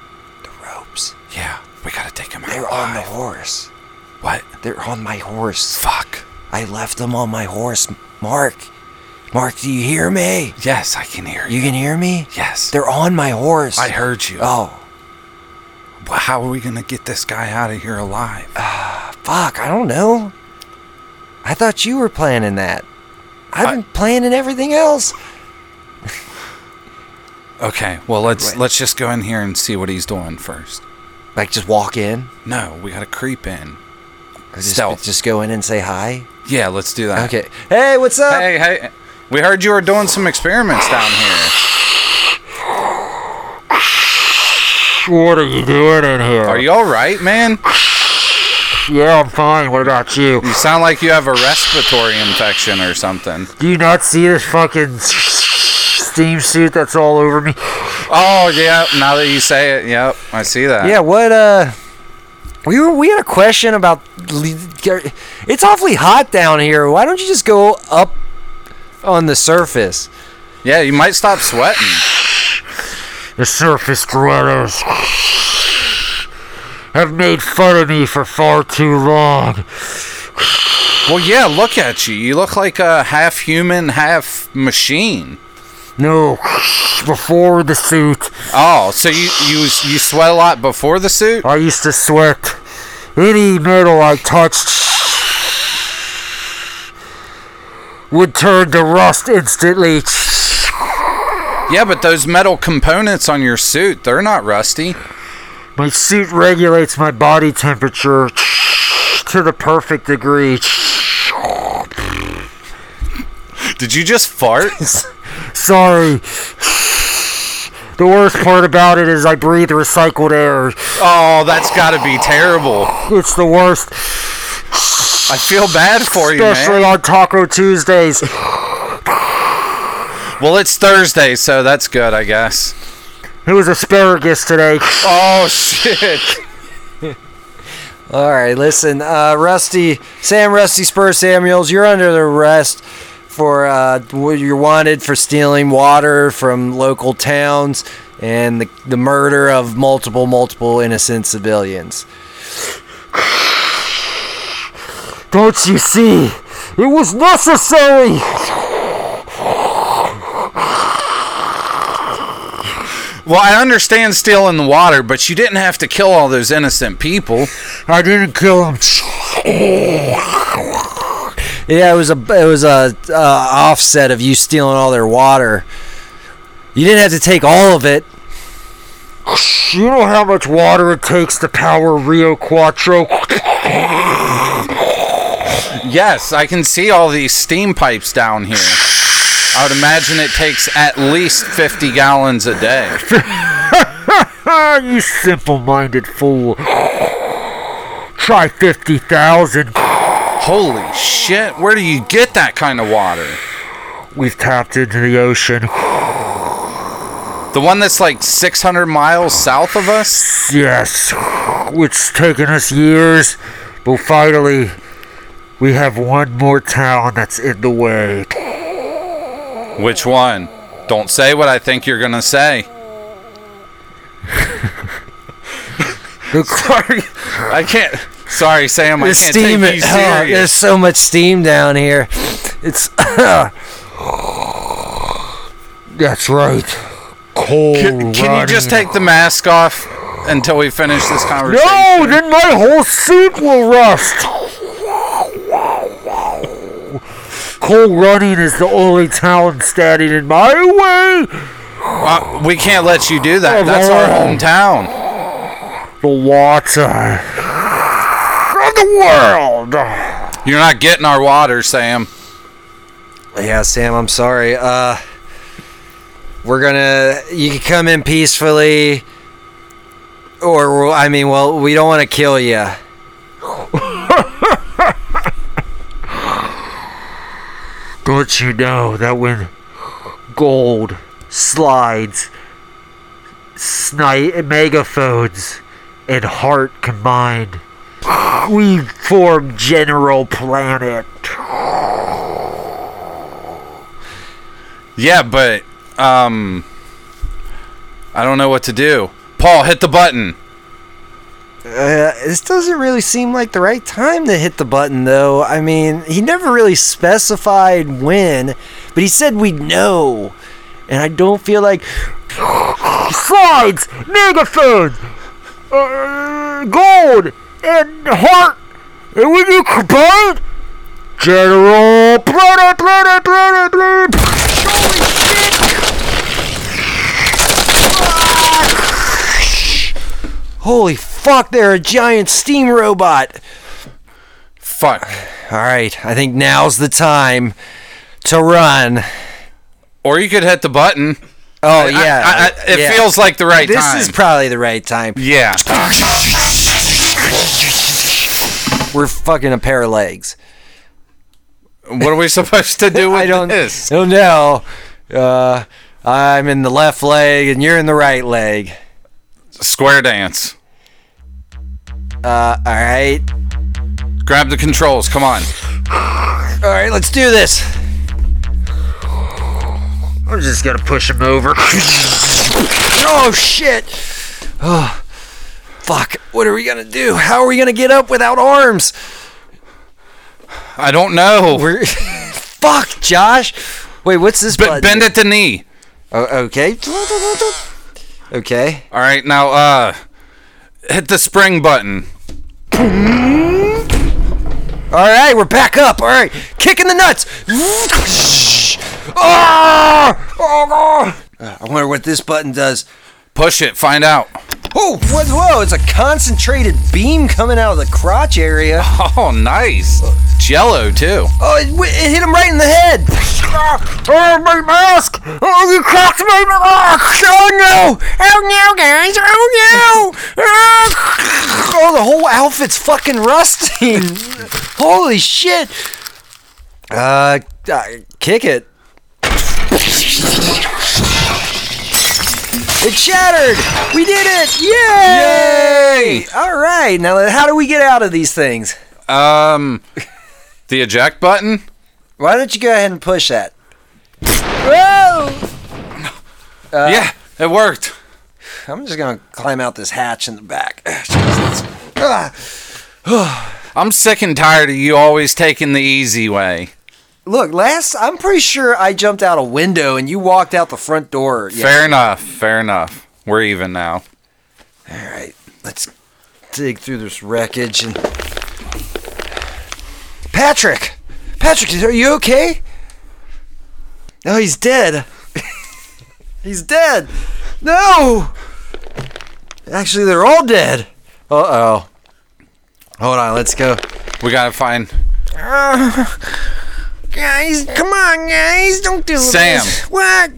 The ropes.
Yeah. We gotta take him out.
They're on the horse.
What?
They're on my horse.
Fuck.
I left them on my horse. Mark. Mark, do you hear me?
Yes, I can hear you.
You can hear me?
Yes.
They're on my horse.
I heard you.
Oh,
But How are we gonna get this guy out of here alive?
Ah, fuck. I don't know. I thought you were planning that. I've
I-
been planning everything else.
Okay, well let's
Wait.
let's just go in here and see what he's doing first.
Like, just walk in.
No, we gotta creep in.
Or Just,
Stealth.
just go in and say hi.
Yeah, let's do that.
Okay. Hey, what's up?
Hey, hey. We heard you were doing some experiments down here.
What are you doing in here?
Are you all right, man?
yeah, I'm fine. What about you?
You sound like you have a respiratory infection or something.
Do you not see this fucking steam suit that's all over me?
Oh, yeah. Now that you say it, yep, I see that.
Yeah, what uh we were we had a question about le- gar- it's awfully hot down here. Why don't you just go up on the surface?
Yeah, you might stop sweating.
The surface dwellers have made fun of me for far too long.
Well, yeah, look at you. You look like a half human, half machine.
No, before the suit,
Oh, so you you you sweat a lot before the suit?
I used to sweat any metal I touched would turn to rust instantly.
Yeah, but those metal components on your suit, they're not rusty.
My suit regulates my body temperature to the perfect degree.
Did you just fart?
Sorry. The worst part about it is I breathe recycled air.
oh, that's got to be terrible.
It's the worst,
I feel bad for you, man.
especially on Taco Tuesdays.
Well, it's Thursday, so that's good, I guess.
It was asparagus today.
Oh shit.
All right, listen, uh Rusty, Sam Rusty Spur Samuels, you're under arrest for uh w- you're wanted for stealing water from local towns and the, the murder of multiple multiple innocent civilians.
Don't you see? It was necessary!
Well, I understand stealing the water, but you didn't have to kill all those innocent people.
I didn't kill him.
Yeah, it was a it was a uh, offset of you stealing all their water. You didn't have to take all of it.
You know how much water it takes to power Rio Quattro?
Yes, I can see all these steam pipes down here. I would imagine it takes at least 50 gallons a day.
Ah, you simple minded fool. Try 50,000.
Holy shit, where do you get that kind of water?
We've tapped into the ocean.
The one that's like 600 miles south of us?
Yes, it's taken us years, but finally, we have one more town that's in the way.
Which one? Don't say what I think you're gonna say.
The,
Sorry, I can't. Sorry, Sam, I
There's
can't
steam.
take you
oh, there's
serious.
so much steam down here. It's
that's right. Cold.
Can you just
running.
take the mask off until we finish this conversation?
No, then my whole suit will rust. Coal running is the only town standing in my way.
Uh, we can't let you do that.
Oh,
That's our
wow.
hometown.
The water of the world.
You're not getting our water, Sam.
yeah, Sam. I'm sorry. Uh, we're gonna. You can come in peacefully, or we'll- I mean, well, we don't want to kill you.
Don't you know that when gold slides, snipe megaphones and heart combined, we form General Planet.
Yeah, but um, I don't know what to do. Paul, hit the button.
Uh, this doesn't really seem like the right time to hit the button, though. I mean, he never really specified when, but he said we'd know. And I don't feel like.
Slides, megaphones, uh, gold, and heart. And when you combine, General Bloody Bloody Bloody Bloody.
Holy fuck, they're a giant steam robot!
Fuck.
Alright, I think now's the time to run.
Or you could hit the button.
Oh,
I-
yeah.
I- I- it
yeah.
feels like the right
This
time.
is probably the right time.
yeah.
We're fucking a pair of legs.
What are we supposed to do with
I don't,
this?
don't know. Uh, I'm in the left leg and you're in the right leg.
Square dance.
Uh, all right.
Grab the controls. Come on.
All right, let's do this.
I'm just gonna push him over.
Oh, shit. Oh, fuck. What are we going to do? How are we going to get up without arms?
I don't know.
We're. fuck, Josh. Wait, what's this
B-
button?
bend at the knee.
Oh, okay. Okay.
All right, now uh, hit the spring button.
All right, we're back up. All right. Kicking the nuts. Ah! Oh, God. I wonder what this button does.
Push it. Find out.
Oh, what, whoa, it's a concentrated beam coming out of the crotch area.
Oh, nice. Jello too.
Oh, it, wi- it hit him right in the head.
Oh, my mask! Oh, you cracked my mask!
Oh, no! Oh, no, guys! Oh, no! Ah! Oh, the whole outfit's fucking rusting. Holy shit. Uh, uh, kick it. It shattered! We did it! Yay!
Yay!
All right, now how do we get out of these things?
Um, the eject button.
Why don't you go ahead and push that?
yeah, it worked.
Uh, I'm just gonna climb out this hatch in the back.
I'm sick and tired of you always taking the easy way.
Look, last I'm pretty sure I jumped out a window and you walked out the front door. Yeah.
Fair enough. Fair enough. We're even now.
All right, let's dig through this wreckage and Patrick, Patrick, are you okay? No, he's dead. he's dead. No. Actually, they're all dead. Uh oh. Hold on, let's go.
We gotta find
Guys, come on, guys, don't do
Sam.
this. What?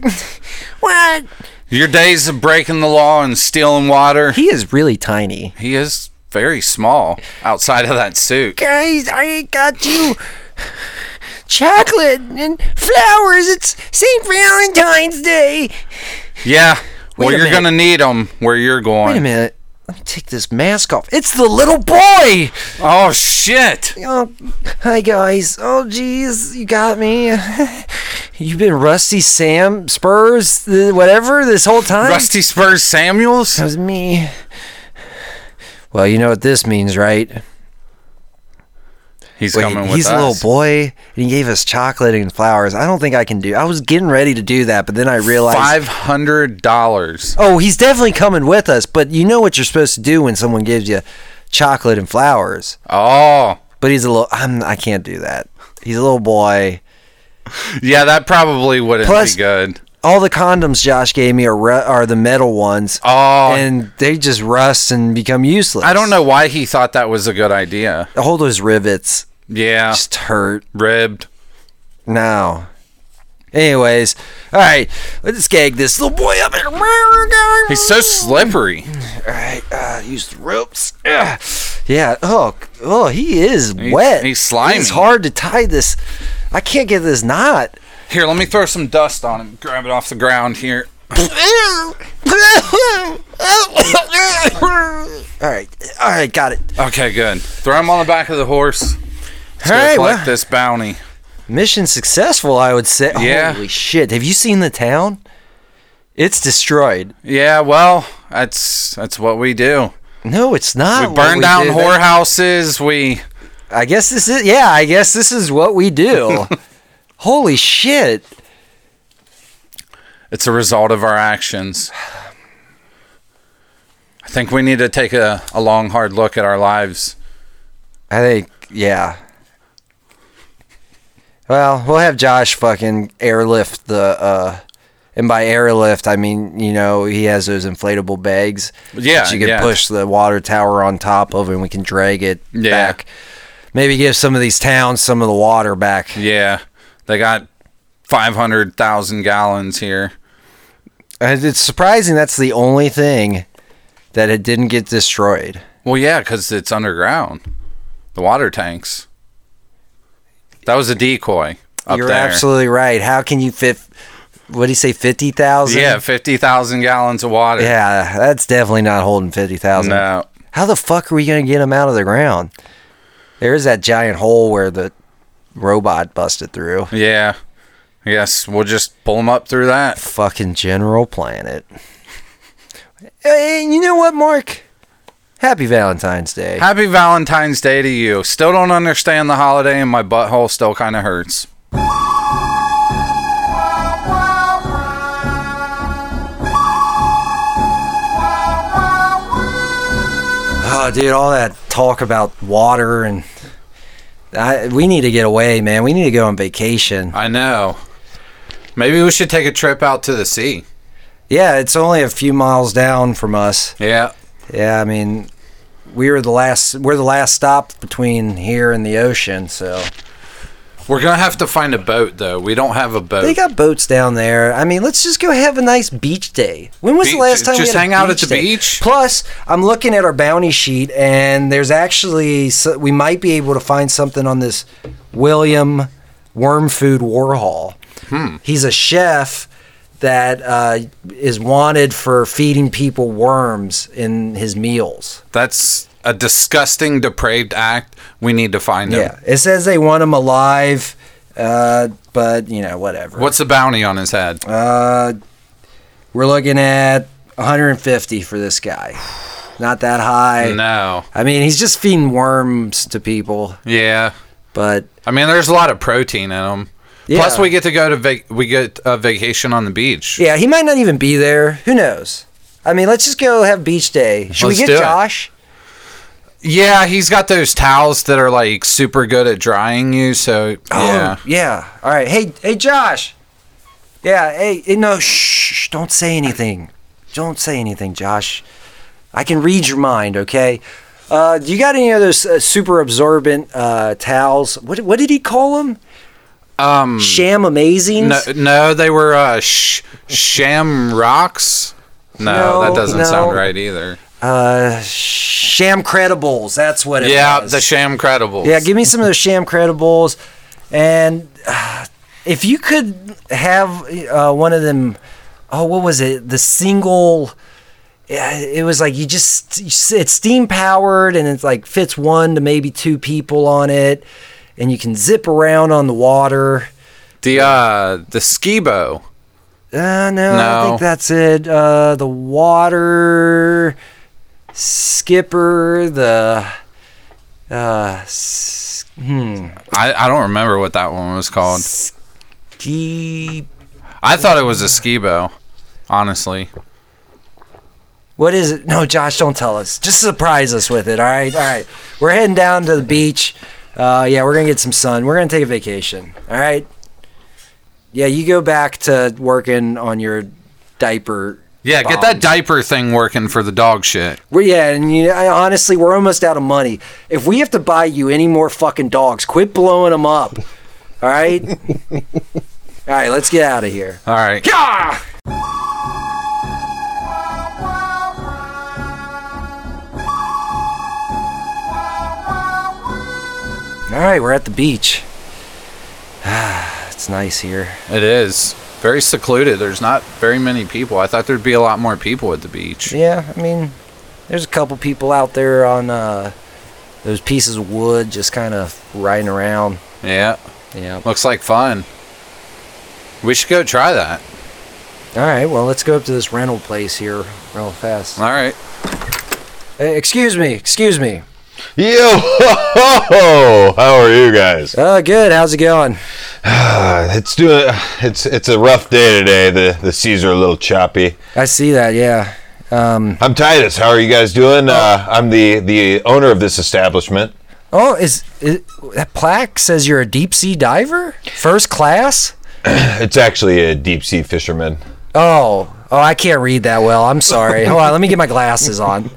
What?
your days of breaking the law and stealing water.
He is really tiny.
He is very small outside of that suit.
Guys, I got you chocolate and flowers. It's St. Valentine's Day.
Yeah.
Wait
Well,
a
you're
minute.
gonna need them where you're going.
Wait a minute. Let me take this mask off. It's the little boy.
Oh shit!
Oh, hi guys. Oh, jeez, you got me. You've been Rusty Sam Spurs, th- whatever, this whole time.
Rusty Spurs Samuels.
That was me. Well, you know what this means, right?
He's
Wait,
coming with
he's
us.
a little boy, and he gave us chocolate and flowers. I don't think I can do. I was getting ready to do that, but then I realized.
Five hundred dollars.
Oh, he's definitely coming with us. But you know what you're supposed to do when someone gives you chocolate and flowers.
Oh,
But he's a little. I'm. I can't do that. He's a little boy.
yeah, that probably wouldn't
Plus-
be good.
All the condoms Josh gave me are ru- are the metal ones,
Oh,
and they just rust and become useless.
I don't know why he thought that was a good idea.
All those rivets
Yeah,
just hurt.
ribbed.
No. Anyways, all right. Let's gag this little boy up.
He's so slippery.
Alright, uh, use the ropes. Ugh. Yeah, oh, c- oh, he is wet.
he's slimy.
It's hard to tie this. I can't get this knot.
Here, let me throw some dust on him. Grab it off the ground here.
Alright, alright, got it.
Okay, good. Throw him on the back of the horse. Let's
All
go
right,
collect
well-
this bounty.
Mission successful, I would say.
Yeah.
Holy shit, have you seen the town? It's destroyed.
Yeah, well, that's that's what we do.
No, it's not.
We
what
burn down
do.
whorehouses. We
I guess this is. Yeah, I guess this is what we do. Holy shit!
it's a result of our actions. I think we need to take a, a long, hard look at our lives.
I think, yeah. Well, we'll have Josh fucking airlift the, uh, and by airlift, I mean, you know, he has those inflatable bags.
Yeah,
That you can
yeah.
push the water tower on top of and we can drag it
Yeah.
back. Maybe give some of these towns some of the water back.
Yeah, they got five hundred thousand gallons here.
And It's surprising that's the only thing that it didn't get destroyed.
Well, yeah, because it's underground. The water tanks. That was a decoy up
You're
there.
absolutely right. How can you fit, what do you say, 50,000?
yeah, fifty thousand gallons of water.
Yeah, that's definitely not holding 50,000.
No.
How the fuck are we going to get them out of the ground? There is that giant hole where the robot busted through.
Yeah. Yes, we'll just pull them up through that.
Fucking general planet. Hey, you know what, Mark? Happy Valentine's Day.
Happy Valentine's Day to you. Still don't understand the holiday, and my butthole still kind of hurts.
Oh, dude, all that talk about water and. I, we need to get away, man. We need to go on vacation.
I know. Maybe we should take a trip out to the sea.
Yeah, it's only a few miles down from us.
Yeah.
Yeah, I mean, we were the last. We're the last stop between here and the ocean, so
We're going to have to find a boat, though. We don't have a boat.
they got boats down there. I mean, let's just go have a nice beach day. When was
Beach-
the last time?
just
we had a
hang out at
beach
the
day?
beach?
Plus, I'm looking at our bounty sheet, and there's actually so we might be able to find something on this William Wormfood Warhol.
Hmm.
He's a chef that uh, is wanted for feeding people worms in his meals.
That's a disgusting, depraved act. We need to find him.
Yeah, it says they want him alive, uh, but you know whatever.
What's the bounty on his head?
Uh, we're looking at 150 for this guy. Not that high.
no.
I mean, he's just feeding worms to people,
Yeah.
but
I mean, there's a lot of protein in them.
Yeah.
Plus, we get to go to vac- we get a vacation on the beach.
yeah, he might not even be there. Who knows? I mean, let's just go have beach day. Should
Let's
we
do
get
it.
Josh?
Yeah, he's got those towels that are like super good at drying you. So yeah,
Oh, yeah. All right. Hey, hey, Josh. Yeah. Hey, hey, no. Shh. shh, Don't say anything. Don't say anything, Josh. I can read your mind. Okay. Uh, do you got any of those uh, super absorbent uh, towels? What what did he call them? Um. Sham amazing.
no, no, they were uh, sh- sham rocks. No,
No,
that doesn't sound
no.
right either.
Uh, sham credibles. That's what it
Yeah,
was.
the sham credibles.
Yeah, give me some of those sham credibles, and uh, if you could have uh, one of them, oh, what was it? The single. yeah, It was like you just it's steam powered and it's like fits one to maybe two people on it, and you can zip around on the water.
the uh, the skibo.
Uh, no, I
No.
don't think that's it. Uh, the water skipper, the uh, s- hmm,
I, I don't remember what that one was called.
ski
I thought it was a skibo, honestly.
What is it? No, Josh, don't tell us. Just surprise us with it. All right, all right. We're heading down to the beach. Uh, yeah, we're gonna get some sun. We're gonna take a vacation. All right. Yeah, you go back to working on your diaper.
Yeah, get that diaper thing working for the dog shit.
We're, yeah, and you, I, honestly, we're almost out of money. If we have to buy you any more fucking dogs, quit blowing them up. All right. all right, let's get out of here.
All right.
All right, we're at the beach. it's nice here.
It is very secluded. There's not very many people. I thought there'd be a lot more people at the beach.
Yeah, I mean, there's a couple people out there on uh, those pieces of wood just kind of riding around.
Yeah.
Yeah. All
Looks like fun. We should go try that.
right, well, let's go up to this rental place here real fast.
All right.
Uh, excuse me, excuse me.
Yo, how are you guys?
Oh, good. How's it going?
Uh, it's doing. It's it's a rough day today. The the seas are a little choppy.
I see that. Yeah. Um,
I'm Titus. How are you guys doing? Uh, I'm the the owner of this establishment.
oh, is, is that plaque says you're a deep sea diver, first class?
It's actually a deep sea fisherman.
Oh, oh, I can't read that well. I'm sorry. Hold on, let me get my glasses on.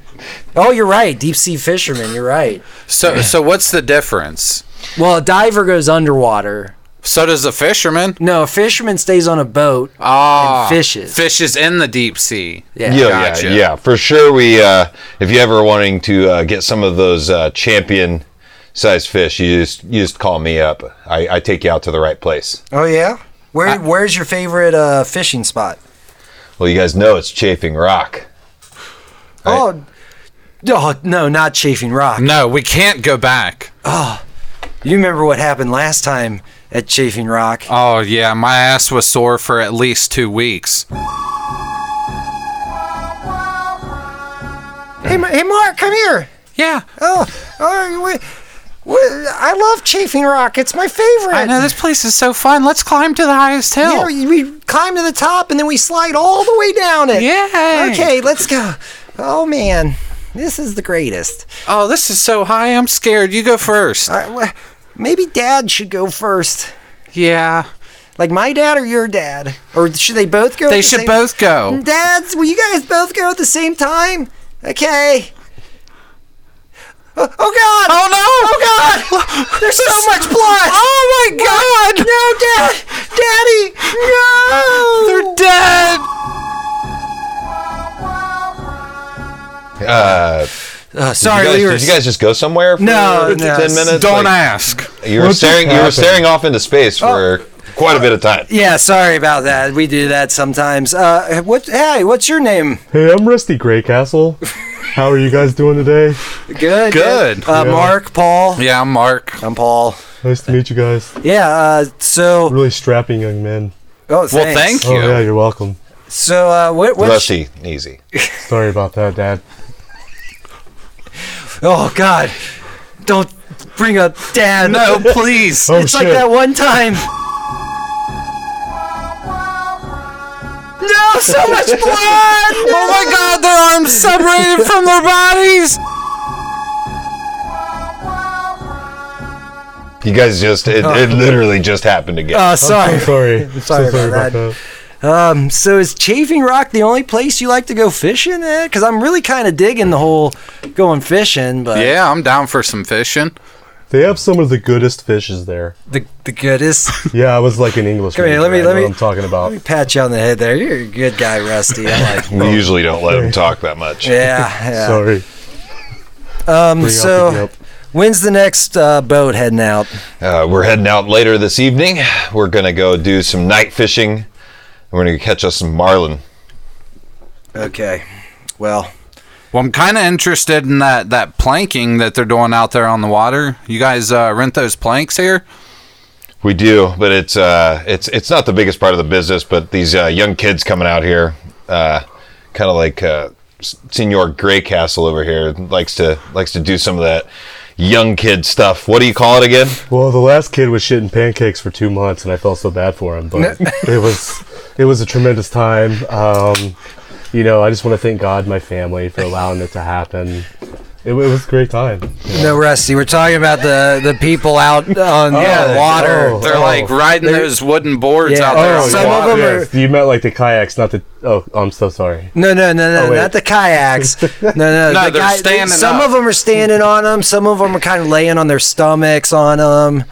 Oh, you're right, deep sea fisherman. You're right.
So, so what's the difference?
Well, a diver goes underwater.
So does a fisherman.
No, a fisherman stays on a boat.
Ah,
fishes.
Fishes in the deep sea.
Yeah.
yeah,
Gotcha.
yeah, yeah. For sure. We uh, if you ever wanting to uh, get some of those uh, champion sized fish, you just you just call me up. I, I take you out to the right place.
Oh yeah. Where Where's your favorite uh, fishing spot?
Well, you guys know it's Chafing Rock.
Oh, oh no, not Chafing Rock. Oh,
No, we can't go back.
You remember what happened last time at Chafing Rock?
Oh yeah, my ass was sore for at least two weeks.
Hey, Ma- hey, Mark, come here.
Yeah,
Oh, oh, wait. Wait, I love Chafing Rock. It's my favorite.
I know this place is so fun. Let's climb to the highest
Yeah,
hill.
we, we climb to the top and then we slide all the way down it.
Yay.
Okay, let's go. Oh man, this is the greatest.
Oh, this is so high. I'm scared. You go first.
All right, well, maybe Dad should go first.
Yeah,
Like my dad or your dad, or should they both go? at
they
the
should
same-
both go.
Dads, will you guys both go at the same time? Okay. Oh, oh God!
Oh no!
Oh God! There's so much blood!
Oh my God!
No, Dad! Daddy! No!
They're dead.
Uh,
Uh,
you
sorry,
guys,
we were.
did you guys just go somewhere for
No, no.
ten minutes?
Don't
Like-
ask.
You were
What just
staring. You were
happened?
staring off into
Oh.
space for quite a bit of time.
Yeah, sorry about that. We do that sometimes. Uh, what? Hey, what's your name?
Hey, I'm Rusty Greycastle. How are you guys doing today?
Good.
Good.
Uh,
Yeah.
Mark, Paul.
Yeah, I'm Mark.
I'm Paul.
Nice to meet you guys.
Yeah. Uh, so.
Really strapping young men.
Oh, thanks.
Well, thank you.
Oh yeah, you're welcome.
So, uh, what? what
Rusty, easy.
Sorry about that, Dad.
Oh God! Don't bring up Dad.
No, please.
Oh
it's
shit.
like that one time. No, so much blood!
Oh my god, their arms separated from their bodies!
You guys just it, it literally just happened again.
Oh. Uh,
I'm so
sorry.
sorry. I'm so
Sorry about
sorry about
that.
that.
Um, so is Chafing Rock the only place you like to go fishing at? Because I'm really kind of digging the whole going fishing, but
Yeah, I'm down for some fishing.
They have some of the goodest fishes there.
the the goodest.
Yeah, I was like an English.
Come here,
major.
let me-
I
let
know
me-
What I'm talking about.
Let me pat you on the head there. You're a good guy, Rusty. I like.
we usually don't let them talk that much.
Yeah, yeah.
Sorry. Bring
um,
up the
so
guilt.
when's the next uh, boat heading out?
Uh, we're heading out later this evening. We're gonna go do some night fishing. We're gonna catch us some marlin.
Okay. Well,
Well, I'm kind of interested in that, that planking that they're doing out there on the water. You guys uh, rent those planks here?
We do, but it's uh, it's it's not the biggest part of the business. But these uh, young kids coming out here, uh, kind of like uh, S- Senor Greycastle over here, likes to likes to do some of that young kid stuff. What do you call it again?
Well, the last kid was shitting pancakes for two months, and I felt so bad for him. But it was it was a tremendous time. Um, you know, I just want to thank God, and my family, for allowing it to happen. It, wa- it was a great time.
no, Rusty. We're talking about the the people out on the water.
Oh,
They're
oh.
like riding those wooden boards
Yeah.
out there.
Oh,
on the
some
water.
of 'em are-
yes. You meant like the kayaks, not the. Oh, I'm so sorry.
No, no, no, no,
Oh, wait.
not the kayaks. No, no,
No,
the
they're standing
Some
up.
of them are standing on them. Some of them are kind of laying on their stomachs on them.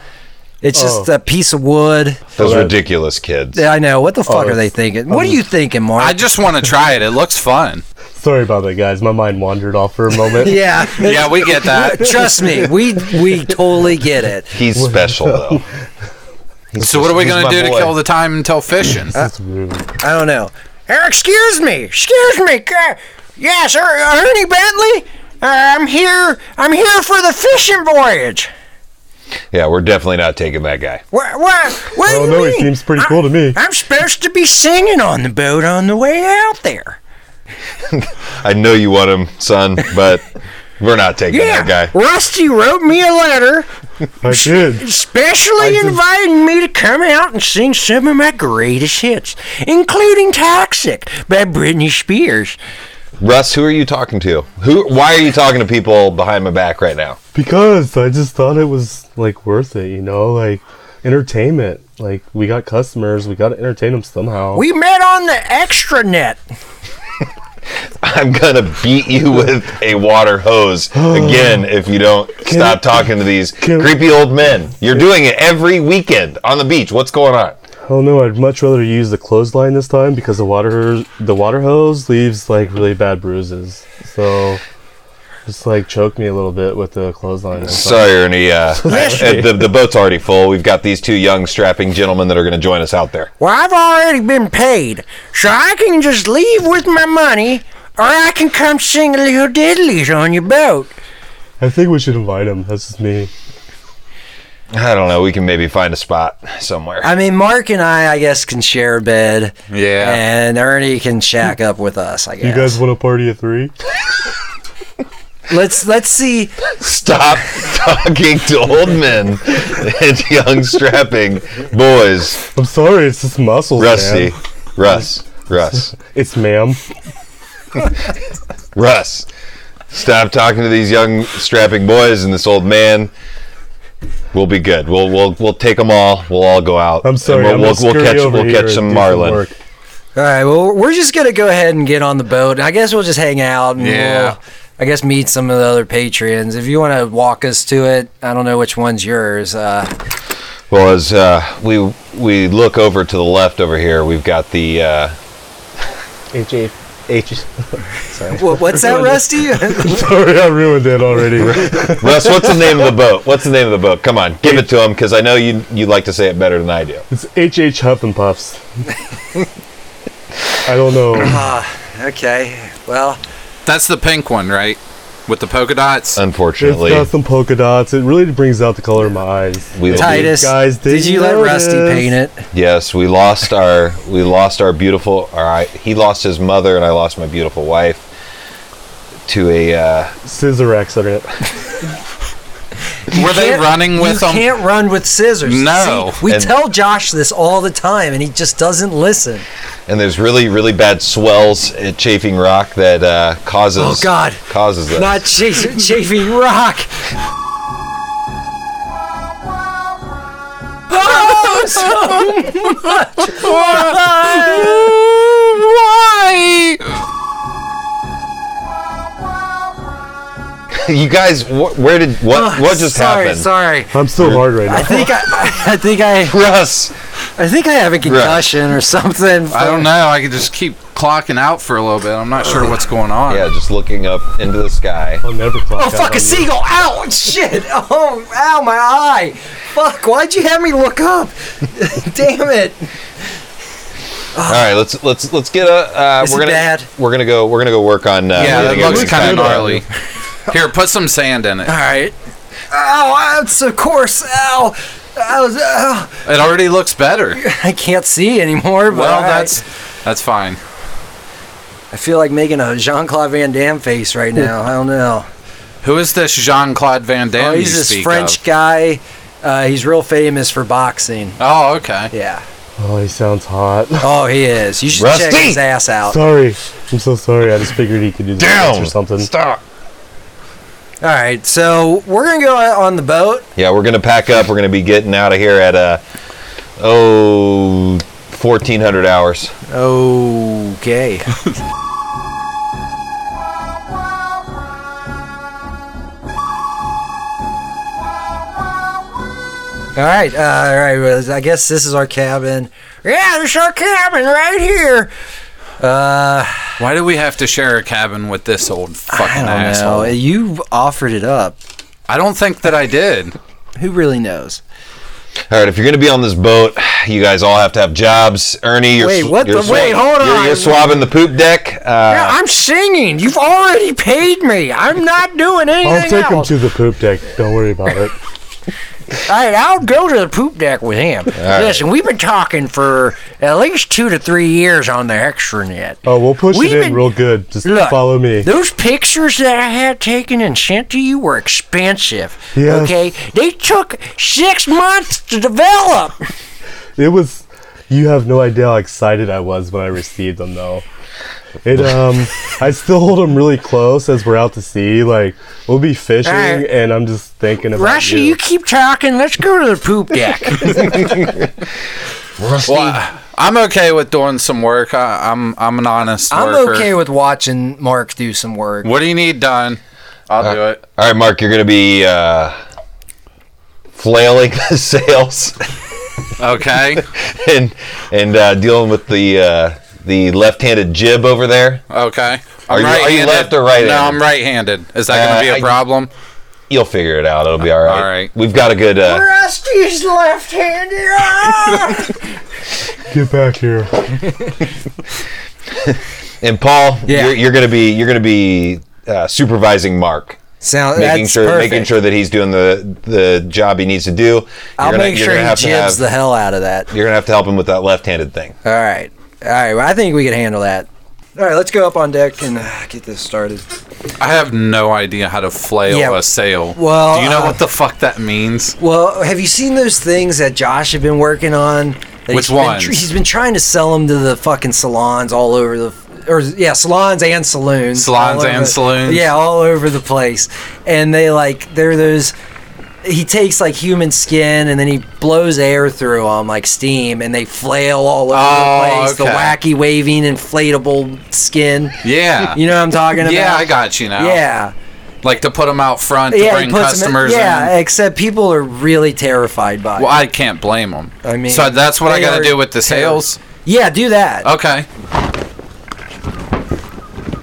It's just
Oh.
a piece of wood.
Those
Hello.
ridiculous kids.
Yeah, I know. Oh, What the fuck
Oh,
are
it's-
they thinking? What are you thinking, Mark?
I just want to try it. It looks fun.
Sorry about that, guys. My mind wandered off for a moment.
yeah.
Yeah, we get that.
Trust me, we we totally get it.
He's special though.
So what are we
He's
gonna
my
do to
boy.
kill the time until fishing?
That's rude.
Uh, I don't know. Er, excuse me, excuse me. uh, Yes, er, Ernie Bentley. Uh, I'm here. I'm here for the fishing voyage.
Yeah, we're definitely not taking that guy.
What? What? What?
Oh
do you
no, he
mean?
seems pretty
I-
cool to me.
I'm supposed to be singing on the boat on the way out there.
I know you want him, son, but we're not taking
Yeah,
that guy.
Rusty wrote me a letter,
I did.
especially
I did.
inviting me to come out and sing some of my greatest hits, including "Toxic" by Britney Spears.
Russ, who are you talking to? Who? Why are you talking to people behind my back right now?
Because I just thought it was like worth it, you know, like entertainment. Like we got customers, we got to entertain them somehow.
We met on the extranet.
I'm gonna beat you with a water hose again if you don't stop talking to these
can-
creepy old men. You're doing it every weekend on the beach. What's going on?
oh no, I'd much rather use the clothesline this time because the water the water hose leaves like really bad bruises. So just like choke me a little bit with the clothesline. It's like,
Sorry, Ernie. Uh, uh, the, the boat's already full. We've got these two young, strapping gentlemen that are going to join us out there.
Well, I've already been paid, so I can just leave with my money, or I can come sing a little diddlies on your boat.
I think we should invite him. That's just me.
I don't know. We can maybe find a spot somewhere.
I mean, Mark and I, I guess, can share a bed.
Yeah.
And Ernie can shack up with us. I guess.
You guys want to party at three?
let's let's see.
Stop talking to old men and young, strapping boys.
I'm sorry, it's just muscles,
Rusty,
man.
Russ, Russ,
It's ma'am.
Russ. Stop talking to these young, strapping boys and this old man. We'll be good. We'll we'll we'll take them all. We'll all go out.
I'm sorry.
And
I'm
we'll,
gonna
we'll, we'll
scurry
catch
over
we'll
here
catch
and
some
do
marlin.
work.
All right. Well, we're just gonna go ahead and get on the boat. I guess we'll just hang out. And
Yeah.
We'll, I guess meet some of the other patrons. If you want to walk us to it, I don't know which one's yours. Uh,
Well, as uh, we we look over to the left over here, we've got the uh,
H A
E
H. Sorry.
wha- what's that, Rusty?
Oh,
Sorry, I ruined it already.
Russ. What's the name of the boat? What's the name of the boat? Come on, give it to him because I know you you like to say it better than I do.
It's HH Huff and Puffs. I don't know.
Ah, okay. Well,
That's the pink one, right? With the polka dots.
It's
Unfortunately,
got some polka dots. It really brings out the color of my eyes.
we
Titus,
guys
did
didn't
you let Rusty
notice.
paint it?
yes we lost our we lost our beautiful. All right, he lost his mother and I lost my beautiful wife to a uh,
Scissor accident.
Were they
can't-
running with
you
them?
can't run with scissors.
No.
See, we
And-
tell Josh this all the time, and he just doesn't listen.
and there's really really bad swells at Chafing Rock that uh, causes
Oh, God.
causes this.
Not chasing, chafing rock. Oh, so
you guys, wh- where did what what just
Ah, sorry,
happened?
Sorry,
I'm still hard right
I
now.
think ah. I, I think I,
Russ.
I think I have a concussion or something.
I don't know. I could just keep clocking out for a little bit. I'm not sure what's going on.
Yeah, just looking up into the sky.
I'll never clock
Oh, fuck, a seagull! Ow! Shit! Oh, ow, my eye! Fuck, why'd you have me look up? Damn it!
All right, let's let's let's get a. Uh,
This
we're
is
gonna
bad.
we're gonna go we're gonna go work on. Uh,
Yeah, that
getting
looks
everything
kind of
tightened up.
gnarly. Here, put some sand in it.
Alright. Ow, it's of course, ow! I was, ow.
It already looks better.
I can't see anymore, but
Well,
all right.
that's that's fine.
I feel like making a Jean Claude Van Damme face right now. I don't know.
Who is this Jean Claude Van Damme?
Oh, he's
you
this
speak
French
of?
guy. Uh, he's real famous for boxing.
Oh, okay.
Yeah.
Oh, he sounds hot.
Oh, he is. You should check
Rusty!
his ass out. All
Sorry. I'm so sorry. I just figured he could do the dance
Down
or something.
Stop.
right, so we're gonna go out on the boat.
Yeah, we're gonna pack up. We're gonna be getting out of here at uh oh. 1400 hours.
Okay. All right, uh, all right. well, I guess this is our cabin. Yeah, this is our cabin right here. Uh,
Why do we have to share a cabin with this old fucking
I don't
asshole?
know. You offered it up.
I don't think that I did.
Who really knows?
All right, if you're going to be on this boat, you guys all have to have jobs. Ernie, you're
Wait,
sw-
what
you're
the- wait, hold
you're-
on.
You're swabbing the poop deck. Uh,
I'm singing. You've already paid me. I'm not doing anything
I'll take him
else.
to the poop deck. Don't worry about it.
All right, I'll go to the poop deck with him.
right.
Listen, we've been talking for at least two to three years on the extranet.
Oh, we'll push
We've
it in
been-
real good. Just
Look,
follow me.
Those pictures that I had taken and sent to you were expensive.
Yes.
Okay, they took six months to develop.
It was. You have no idea how excited I was when I received them, though. It um, I still hold them really close as we're out to sea. Like we'll be fishing,
Alright.
and I'm just thinking about
Russia,
you.
you keep talking. Let's go to the poop deck.
Rusty.
Well, I- I'm okay with doing some work. I, I'm I'm an honest
I'm
worker.
okay with watching Mark do some work.
What do you need done? I'll do it.
Uh, All right, Mark, you're going to be uh, flailing the sails
Okay.
and and uh, dealing with the uh, the left-handed jib over there.
Okay.
Are
I'm
you- are you
right-handed.
left or right-handed?
No, I'm right-handed. Is that
Uh,
going to
I-
be a problem?
You'll figure it out. It'll be all right.
All right.
We've got a good. Uh,
Rusty's left-handed.
Ah!
Get back here.
and Paul,
Yeah.
you're, you're going to be you're going to be uh, supervising Mark.
Sound
making
that's
sure
perfect.
making sure that he's doing the the job he needs to do. You're
I'll
gonna-
make
you're
sure
gonna
he
have to
jibs
have-
the hell out of that.
You're gonna have to help him with that left-handed thing.
All right, all right. Well, I think we can handle that. All right, let's go up on deck and uh, get this started.
I have no idea how to flail
Yeah,
a sail.
well,
do you know
uh,
what the fuck that means?
Well, have you seen those things that Josh had been working on? That
Which
he's been
ones?
tr- he's been trying to sell them to the fucking salons all over the, f- or yeah, salons and saloons.
Salons
all over
and
the-
saloons.
Yeah, all over the place, and they like they're those. He takes like human skin and then he blows air through them like steam, and they flail all over
Oh,
the place.
okay.
The wacky waving inflatable skin.
Yeah.
You know what I'm talking about?
yeah, I got you now.
Yeah,
Like to put them out front to
yeah. he
bring
puts 'em in-
customers
yeah,
in.
except people are really terrified by. it.
Well, I can't blame them.
I mean,
so that's what I
they
got
are
to do with the
terrible.
sails.
Yeah, do that.
Okay.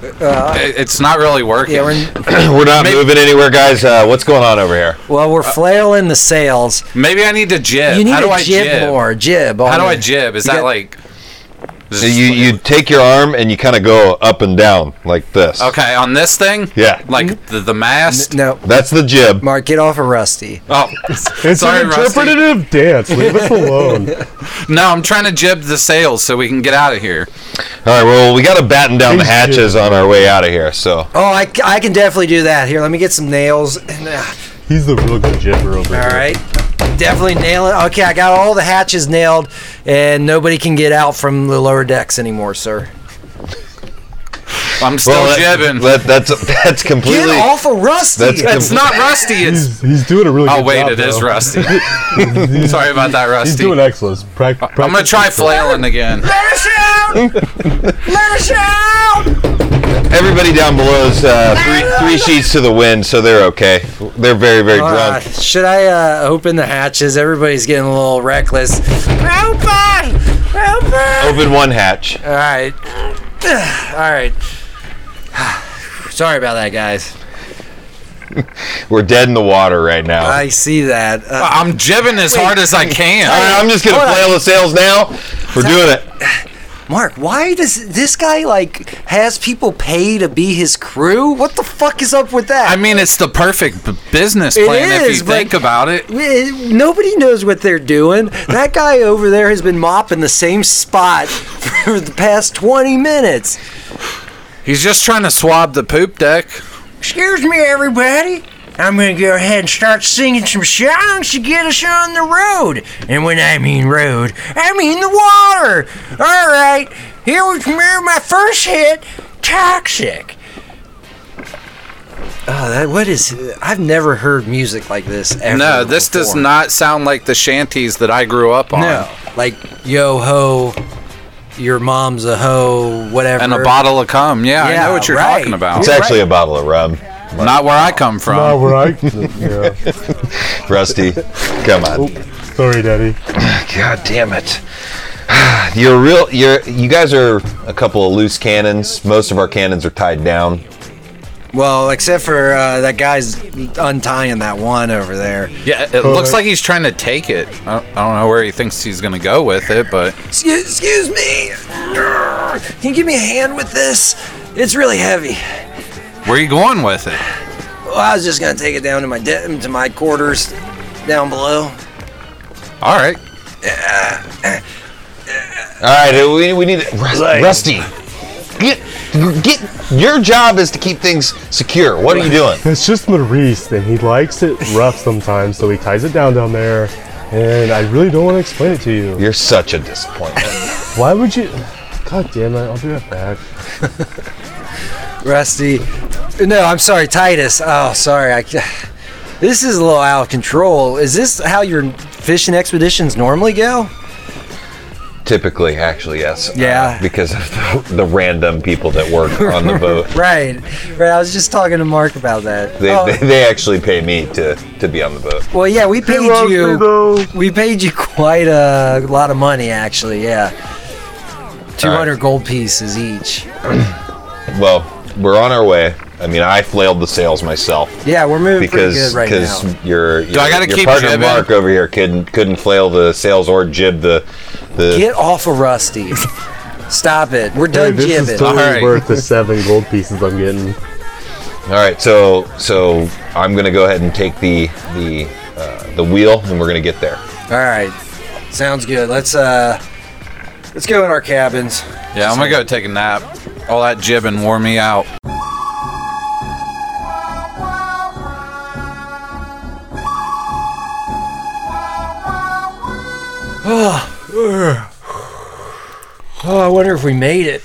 It- it's not really working.
Uh, Yeah, we're in,
Uh, We're not
Maybe-
moving anywhere, guys. Uh, what's going on over here?
well, we're flailing the sails.
Uh, Maybe I need to jib.
You need
how do
a
I
jib, more jib.
How
on
do I
the-
jib? Is
you
that
got-
like? is
So
this-
you you take your arm and you kind of go up and down like this.
okay on this thing?
Yeah.
Like the, the mast.
No,
That's the jib.
Mark, get off of Rusty.
Oh,
It's
sorry,
an
Rusty.
interpretative dance. Leave us alone.
No, I'm trying to jib the sails so we can get out of here.
All right. Well, we got to batten down the
He's jib.
hatches on our way out of here. So
Oh, I, c- I can definitely do that. Here, let me get some nails. And, uh,
He's the real good jibber over
all
here.
right, definitely nail it. Okay, I got all the hatches nailed, and nobody can get out from the lower decks anymore, sir.
I'm still
well, that-
jibbing.
that- that's that's
Get
completely.
off of Rusty.
That's com-
it's not rusty. It's
He's, he's doing a really
oh
good
wait,
job.
it is
though.
rusty. Sorry about that,
He's
rusty.
doing excellent. Prac-
I'm gonna
practice
try flailing again.
Oh.
Everybody down below is uh, three three sheets to the wind, so they're okay. They're very very
All right,
drunk.
should I uh, open the hatches? Everybody's getting a little reckless. Open! Open!
Open one hatch.
All right. All right. Sorry about that, guys.
We're dead in the water right now.
I see that. Uh,
I'm jibbing as hard as I can.
All right, I'm just gonna flail the sails now. We're doing it.
Mark, why does this guy like has people pay to be his crew? What the fuck is up with that?
I mean, it's the perfect b- business
It
plan if
is,
you
but-
think about it.
Eh, Nobody knows what they're doing. That guy over there has been mopping the same spot for the past 20 minutes.
He's just trying to swab the poop deck.
Excuse me, everybody. I'm gonna go ahead and start singing some songs to get us on the road. And when I mean road, I mean the water. All right, here was me- my first hit, Toxic.
Oh, that what is I've never heard music like this ever.
No, this does
before.
not sound like the shanties that I grew up on.
No, like yo ho, your mom's a hoe, whatever.
And a bottle of cum. Yeah, I
Yeah,
know what you're
right.
talking about.
It's actually a bottle of rum.
Not where I come from.
Not where I. Yeah.
Rusty, come on.
Sorry, Daddy.
God damn it. You're real. You're. You guys are a couple of loose cannons. Most of our cannons are tied down.
Well, except for uh, that guy's untying that one over there.
Yeah, it looks like he's trying to take it. I don't, I don't know where he thinks he's going to go with it, but
Excuse, excuse me. Grr. Can you give me a hand with this? It's really heavy.
where are you going with it?
Well, I was just gonna take it down to my de- to my quarters. down below.
All right. All right, uh, we, we need Rus- Rusty. Get get your job is to keep things secure. What are you doing?
It's just Maurice, and he likes it rough sometimes, so he ties it down down there. And I really don't want to explain it to you.
You're such a disappointment.
Why would you? God damn it! I'll be right back.
Rusty. No, I'm sorry, Titus. Oh, sorry. I, this is a little out of control. Is this how your fishing expeditions normally go?
Typically, actually, yes. uh,
Yeah.
because of the, the random people that work on the boat.
Right. Right. I was just talking to Mark about that.
They,
Oh,
they, they actually pay me to, to be on the boat.
well, yeah, we paid you. We paid you quite a lot of money, actually. Yeah. 200 gold pieces each.
Well, we're on our way. I mean, I flailed the sails myself
Yeah, Uh, we're moving pretty
because
good right
because
now.
your, your
I gotta
your
keep
partner
jibbing?
Mark over here couldn't couldn't flail the sails or jib the the.
Get off of Rusty. Stop it. We're
Hey,
done
this
jibbing.
is totally
All right.
worth the seven gold pieces I'm getting.
All right, so so I'm gonna go ahead and take the the uh, the wheel and we're gonna get there.
All right. Sounds good. Let's uh let's go in our cabins.
Yeah, I'm gonna go take a nap. All that jibbing wore me out.
Oh, I wonder if we made it.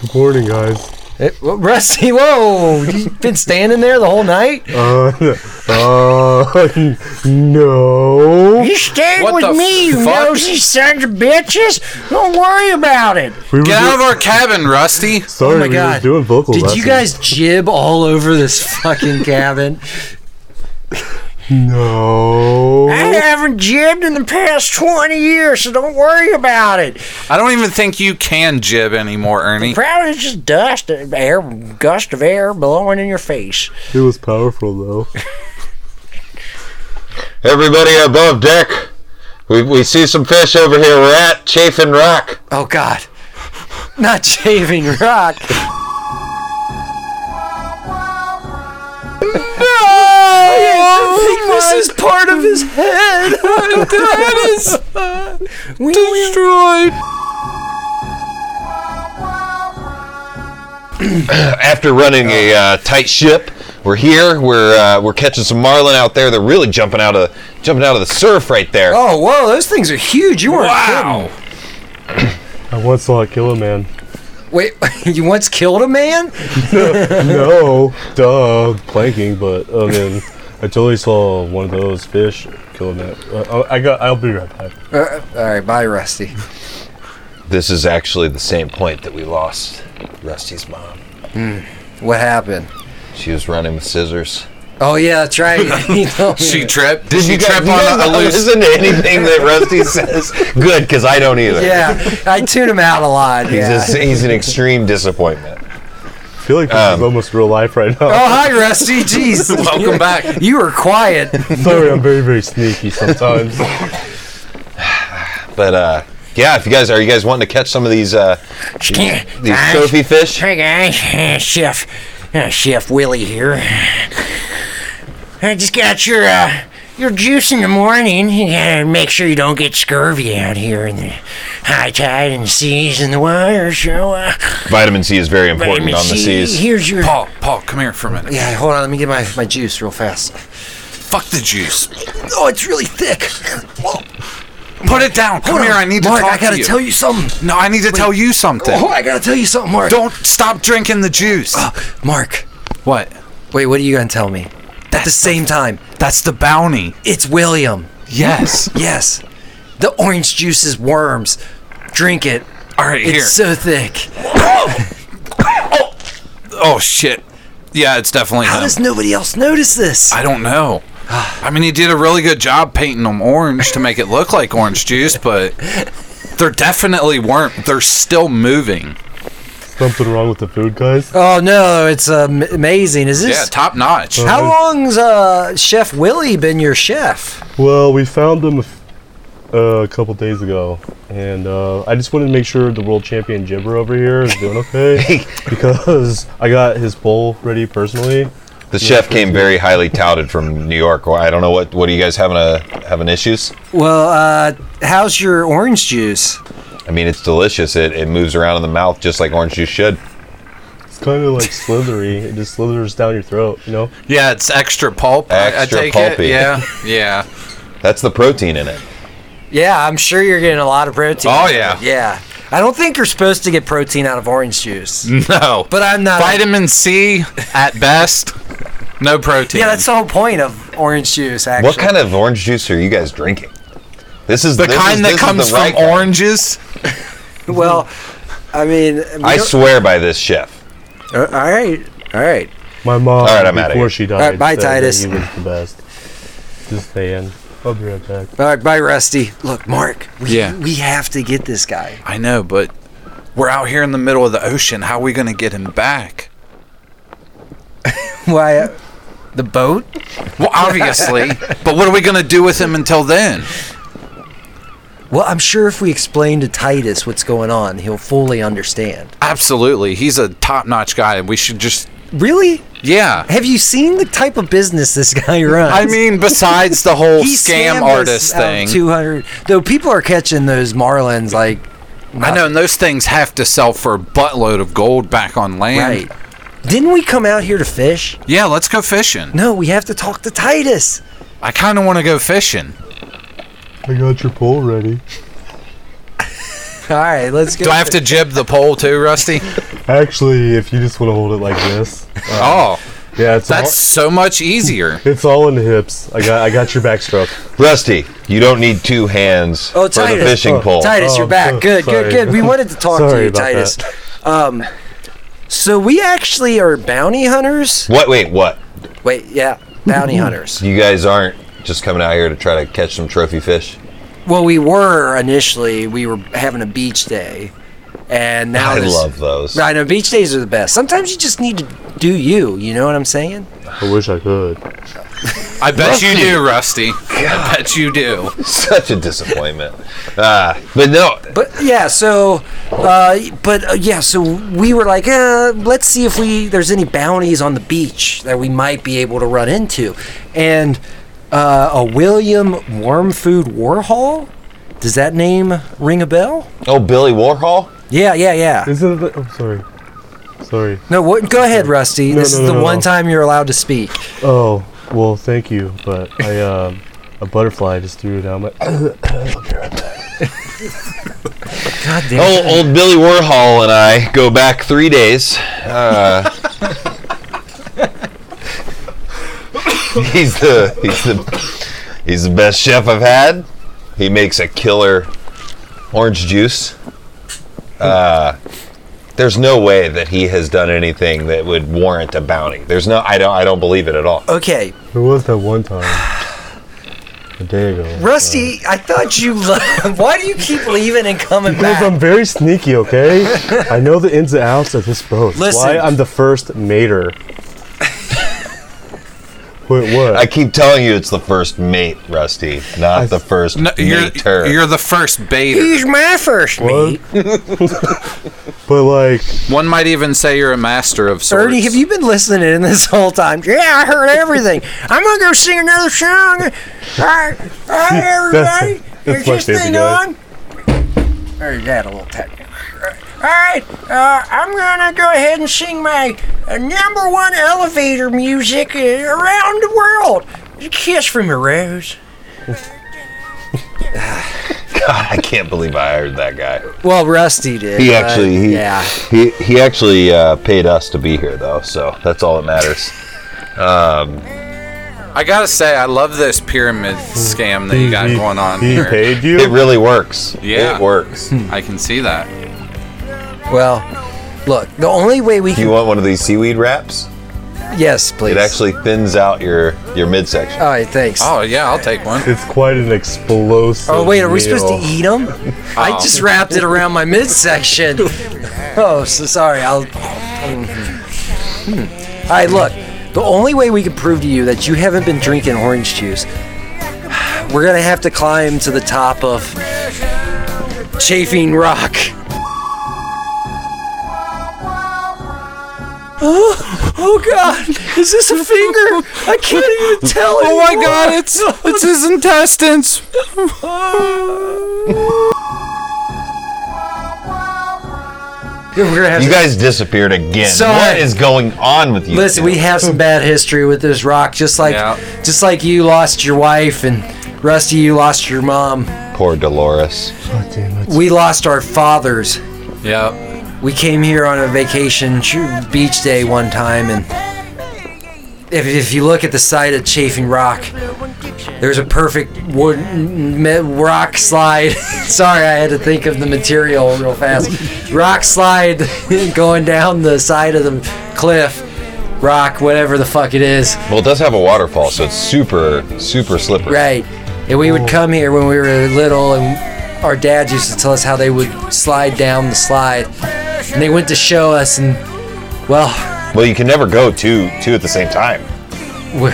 Good morning, guys.
Eh, Well, Rusty, whoa! You've been standing there the whole night?
Uh, uh, no.
You stayed
What the
with me, you
fuck?
nosy sons of bitches. Don't worry about it.
We were
Get out
doing-
of our cabin, Rusty.
Sorry,
Oh my
we
God.
were doing vocal
Did
lessons.
you guys jib all over this fucking cabin?
No.
I haven't jibbed in the past 20 years, so don't worry about it.
I don't even think you can jib anymore, Ernie.
Probably just dust, uh, air, gust of air blowing in your face.
It was powerful though.
Everybody above deck, we, we see some fish over here. We're at Chafin Rock.
Oh God! Not shaving rock.
oh
No! I think this is part of his head. that is destroyed.
After running a uh, tight ship, we're here. We're uh, we're catching some marlin out there. They're really jumping out of jumping out of the surf right there.
Oh whoa! Those things are huge. You weren't
Wow.
I once saw it kill a man.
kidding. Wait, you once killed a man?
No, duh, planking. But I mean, I totally saw one of those fish kill a man. Uh, I I got. I'll be right back.
Uh, all right, bye, Rusty.
This is actually the same point that we lost Rusty's mom.
Hmm, What happened?
She was running with scissors.
Oh yeah, that's right. You told me
She
that.
tripped. Did she
guys-
trip
you guys
on a, a
don't
loose?
Listen to anything that Rusty says. Good, because I don't either.
yeah, I tune him out a lot.
He's,
Yeah.
just- he's an extreme disappointment. Um,
I feel like this is almost real life right now.
Oh hi, Rusty. Jeez.
Welcome back.
You were quiet.
Sorry, I'm very, very sneaky sometimes.
But uh, yeah, if you guys are you guys wanting to catch some of these uh, these, these
Guys.
trophy fish?
Hey guys, uh, Chef, uh, Chef Willie here. I just got your uh, your juice in the morning. You gotta make sure you don't get scurvy out here in the high tide and seas and the water. So, uh,
Vitamin C is very important
vitamin
on the
C,
seas.
Here's your
Paul, Paul, come here for a minute.
Yeah, hold on. Let me get my, my juice real fast.
Fuck the juice.
Oh, it's really thick. Whoa,
Put it down. Come
hold
here.
on.
I need
Mark,
to talk
I gotta
to you.
tell you something.
No, I need to tell you something.
Oh, I gotta tell you something, Mark.
Don't stop drinking the juice.
Uh, Mark,
what?
wait. What are you gonna tell me? At the same time,
That's the bounty.
it's William.
Yes.
Yes, the orange juice is worms. Drink it.
All right,
It's
here.
so thick.
oh shit. Yeah, it's definitely
How
him.
does nobody else notice this?
I don't know. I mean, he did a really good job painting them orange to make it look like orange juice, but they're definitely weren't. They're still moving.
Something wrong with the food, guys.
Oh no, it's um, amazing. Is
Yeah,
this?
top notch.
Uh-huh.
how long's uh, Chef Willie been your chef?
Well, we found them a f- uh, a couple days ago, and uh, I just wanted to make sure the world champion Gibber over here is doing okay because I got his bowl ready personally.
The chef came very highly touted from New York. Well, I don't know what what are you guys having a having issues?
Well, uh, how's your orange juice?
I mean, it's delicious. It it moves around in the mouth just like orange juice should.
It's kind of like slithery. It just slithers down your throat. You know.
Yeah, it's extra pulp. I- I,
Extra
take
pulpy.
it. Yeah, yeah.
That's the protein in it.
Yeah, I'm sure you're getting a lot of protein.
Oh, yeah.
Yeah. I don't think you're supposed to get protein out of orange juice.
No,
But I'm not.
vitamin C at best. No protein.
yeah, that's the whole point of orange juice, actually.
What kind of orange juice are you guys drinking? This is
the
this
kind
is-
that
this is the
comes from
right kind.
oranges.
Well, I mean. we
I
don't-
swear by this chef.
Uh, all right. All right.
My mom,
right, I'm outta
before
here.
she died,
right, bye,
said that
Titus.
He was the best. Just saying. I'll be right back.
All right. Bye, Rusty. Look, Mark, we,
Yeah.
we have to get this guy.
I know, but we're out here in the middle of the ocean. How are we gonna get him back?
Why? uh, The boat?
Well, obviously. but what are we gonna do with him until then?
Well, I'm sure if we explain to Titus what's going on, he'll fully understand.
Absolutely, he's a top-notch guy. We should just,
Really?
yeah.
Have you seen the type of business this guy runs?
I mean, besides the whole
he
scam
scammed
artist
us out of
thing,
200. Though people are catching those marlins like
I know, and those things have to sell for a buttload of gold back on land.
right. Didn't we come out here to fish?
Yeah, let's go fishing.
No, we have to talk to Titus.
I kind of want to go fishing.
I got your pole ready.
All right, let's go.
Do I have to jib the pole too, Rusty?
Actually, if you just want to hold it like this,
Oh,
yeah, it's
that's so much easier.
all, it's all in the hips. I got I got your backstroke.
Rusty, you don't need two hands
Oh,
for the
Titus.
fishing
Oh,
pole.
Titus,
Oh,
you're back.
I'm so
good, good,
sorry.
good. We wanted to talk to
Sorry
you,
about
Titus. Um, so we actually are bounty hunters.
What? Wait, what?
Wait, yeah, bounty hunters.
You guys aren't just coming out here to try to catch some trophy fish?
Well, we were initially. We were having a beach day, and now
I
this-
love those.
I know beach days are the best. Sometimes you just need to do you. You know what I'm saying?
I wish I could.
I bet you do, Rusty. I bet you do.
Such a disappointment. Uh, but no,
But yeah, so, uh, but uh, yeah, so we were like, uh, let's see if we there's any bounties on the beach that we might be able to run into, and uh, a William Wormfood Warhol. Does that name ring a bell?
oh, Billy Warhol?
Yeah, yeah, yeah.
Isn't it? The, I'm sorry. Sorry.
No, what, go ahead, Rusty.
No,
this
no, no,
is the
no,
one
no.
time you're allowed to speak.
Oh well, thank you, but I um, a butterfly just threw it down my.
God damn.
Old, old Billy Warhol and I go back three days. Uh, he's the he's the he's the best chef I've had. He makes a killer orange juice. Uh, there's no way that he has done anything that would warrant a bounty. There's no I don't I don't believe it at all.
Okay,
There was that one time a day ago.
Rusty, I thought you. Lo- Why do you keep leaving and coming
Because
back?
I'm very sneaky, okay? I know the ins and outs of this boat. That's
Listen.
Why I'm the first mater. Wait, what?
I keep telling you it's the first mate, Rusty, not the first
No, you're,
mater.
you're the first baiter.
He's my first
What?
mate.
but like,
One might even say you're a master of sorts.
Ernie, have you been listening in this whole time? Yeah, I heard everything. I'm gonna go sing another song. All right, all right, everybody,
that's
is
my
this
favorite
thing
guy.
on? There's that a little technical. All right, uh, I'm gonna go ahead and sing my uh, number one elevator music uh, around the world. Kiss from a rose.
God, I can't believe I hired that guy.
Well, Rusty did.
He actually, he,
yeah.
he, he actually uh, paid us to be here, though, so that's all that matters. Um,
I gotta say, I love this pyramid scam that you got
he,
going on
he
here.
paid
It
you?
really works.
Yeah. Hmm.
It works.
I can see that.
Well, look, the only way we
Do you
can
want one of these seaweed wraps?
yes, please.
It actually thins out your, your midsection.
All right, thanks.
Oh yeah, I'll take one.
It's quite an explosive.
Oh wait, are we
meal.
supposed to eat them? I
Oh.
just wrapped it around my midsection. oh, so sorry. I'll. Hmm. All right, look. The only way we can prove to you that you haven't been drinking orange juice, we're gonna have to climb to the top of Chafing Rock. Oh God! Is this a finger? I can't even tell.
Oh my
anymore.
god, it's it's his intestines.
We're gonna have
You
to-
guys disappeared again.
So-
what is going on with you?
Listen, we have some bad history with this rock. Just like,
Yeah.
just like you lost your wife, and Rusty, you lost your mom.
poor Dolores.
God damn it.
We lost our fathers.
Yeah.
We came here on a vacation, true beach day one time, and if, if you look at the side of Chafing Rock, there's a perfect wood me, rock slide. Sorry, I had to think of the material real fast. Rock slide going down the side of the cliff, rock, whatever the fuck it is.
Well, it does have a waterfall, so it's super, super slippery.
Right. And we
Oh.
would come here when we were little, and our dads used to tell us how they would slide down the slide. And they went to show us, and well,
Well, you can never go two two at the same time.
we-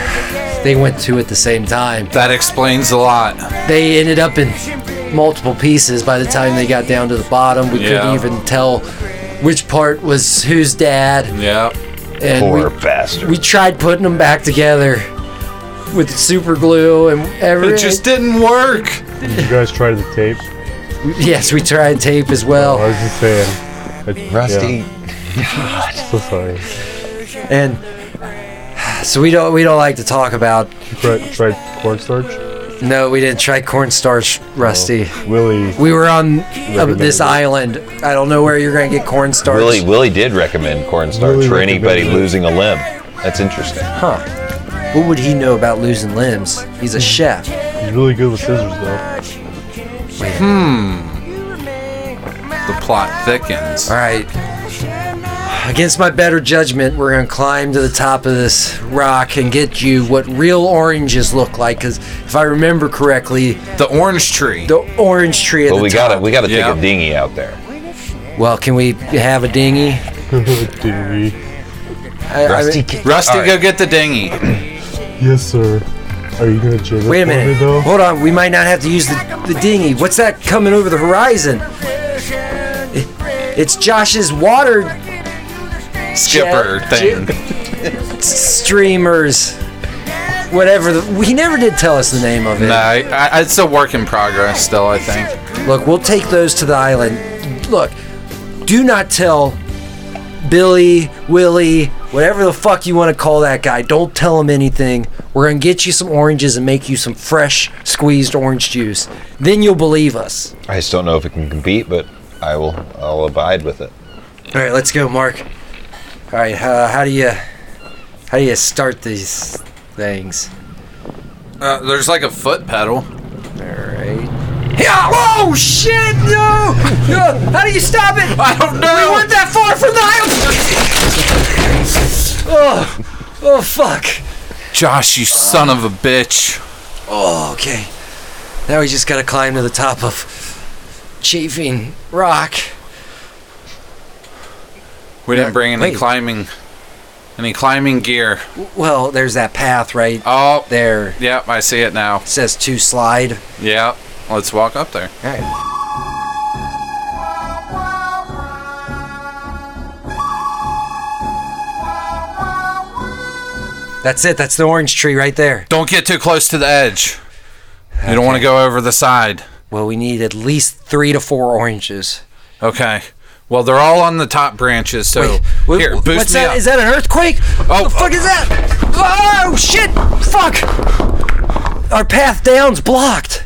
they went to at the same time.
That explains a lot.
They ended up in multiple pieces by the time they got down to the bottom. We
Yeah.
couldn't even tell which part was whose dad.
Yeah.
And we-
Poor bastard.
we tried putting them back together with super glue and every
It just didn't work.
You guys tried the tape.
yes we tried tape as
Oh, I
well
was just saying. I-
Rusty.
yeah, so sorry.
and so we don't we don't like to talk about
You tried, tried cornstarch? Oh,
No, we didn't try cornstarch, Rusty.
Willie.
We were on uh, this
Recommended.
island. I don't know where you're going to get cornstarch.
Willie Willie did recommend cornstarch
Willie
for anybody
recommended it.
losing a limb. That's interesting.
What would he know about losing limbs? He's a chef.
Hmm. He's really good with scissors, though.
Hmm.
The plot thickens.
All right. Against my better judgment, we're going to climb to the top of this rock and get you what real oranges look like. Because if I remember correctly,
The orange tree.
the orange tree at
But
the
we
top.
gotta we gotta
Yeah.
take a dinghy out there.
Well, can we have a dinghy?
Dinghy.
I- I mean-
Rusty,
All right.
go get the dinghy.
Yes, sir. Are you gonna jig it
Wait a
for me,
minute.
though?
Hold on. We might not have to use the, the dinghy. What's that coming over the horizon? It- It's Josh's water
Skipper
Jet-
thing.
streamers. Whatever. The, he never did tell us the name of it.
Nah, I, I, it's a work in progress still, I think.
Look, we'll take those to the island. Look, do not tell Billy, Willie, whatever the fuck you want to call that guy. Don't tell him anything. We're going to get you some oranges and make you some fresh squeezed orange juice. Then you'll believe us.
I just don't know if it can compete, but I will I'll abide with it.
All right, let's go, Mark. All right, uh, how do you how do you start these things?
Uh, there's like a foot pedal.
All right. Yeah! Oh shit! No! no! How do you stop it?
I don't know.
We went that far from the island. oh, oh fuck!
Josh, you son of a bitch.
Oh, okay. Now we just gotta climb to the top of Chafing Rock.
We didn't bring any
wait.
climbing, any climbing gear.
Well, there's that path right
Oh,
there.
yep, I see it now.
It says to slide.
Yep, let's walk up there.
All right. That's it. That's the orange tree right there.
Don't get too close to the edge. You don't want to go over the side.
Well, we need at least three to four oranges.
Okay. Well, they're all on the top branches, so
Wait,
here,
wh-
boost
what's
me
that?
up.
Is that an earthquake?
Oh,
what the fuck is that? Oh shit! Fuck! Our path down's blocked.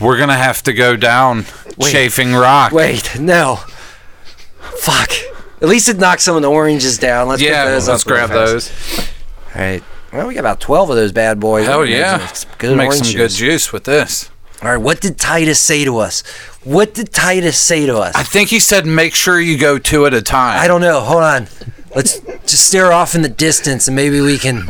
We're gonna have to go down chafing rock.
Wait, no. Fuck. At least it knocked some of the oranges down. Let's
yeah,
get those
let's
up real
grab
fast.
those.
All right. Well, we got about 12 of those bad boys.
Hell
We can
yeah.
Make some good
Make
orange
some good
juice.
juice with this.
All right. What did Titus say to us? What did Titus say to us?
I think he said make sure you go two at a time.
I don't know. Hold on. Let's just stare off in the distance and maybe we can.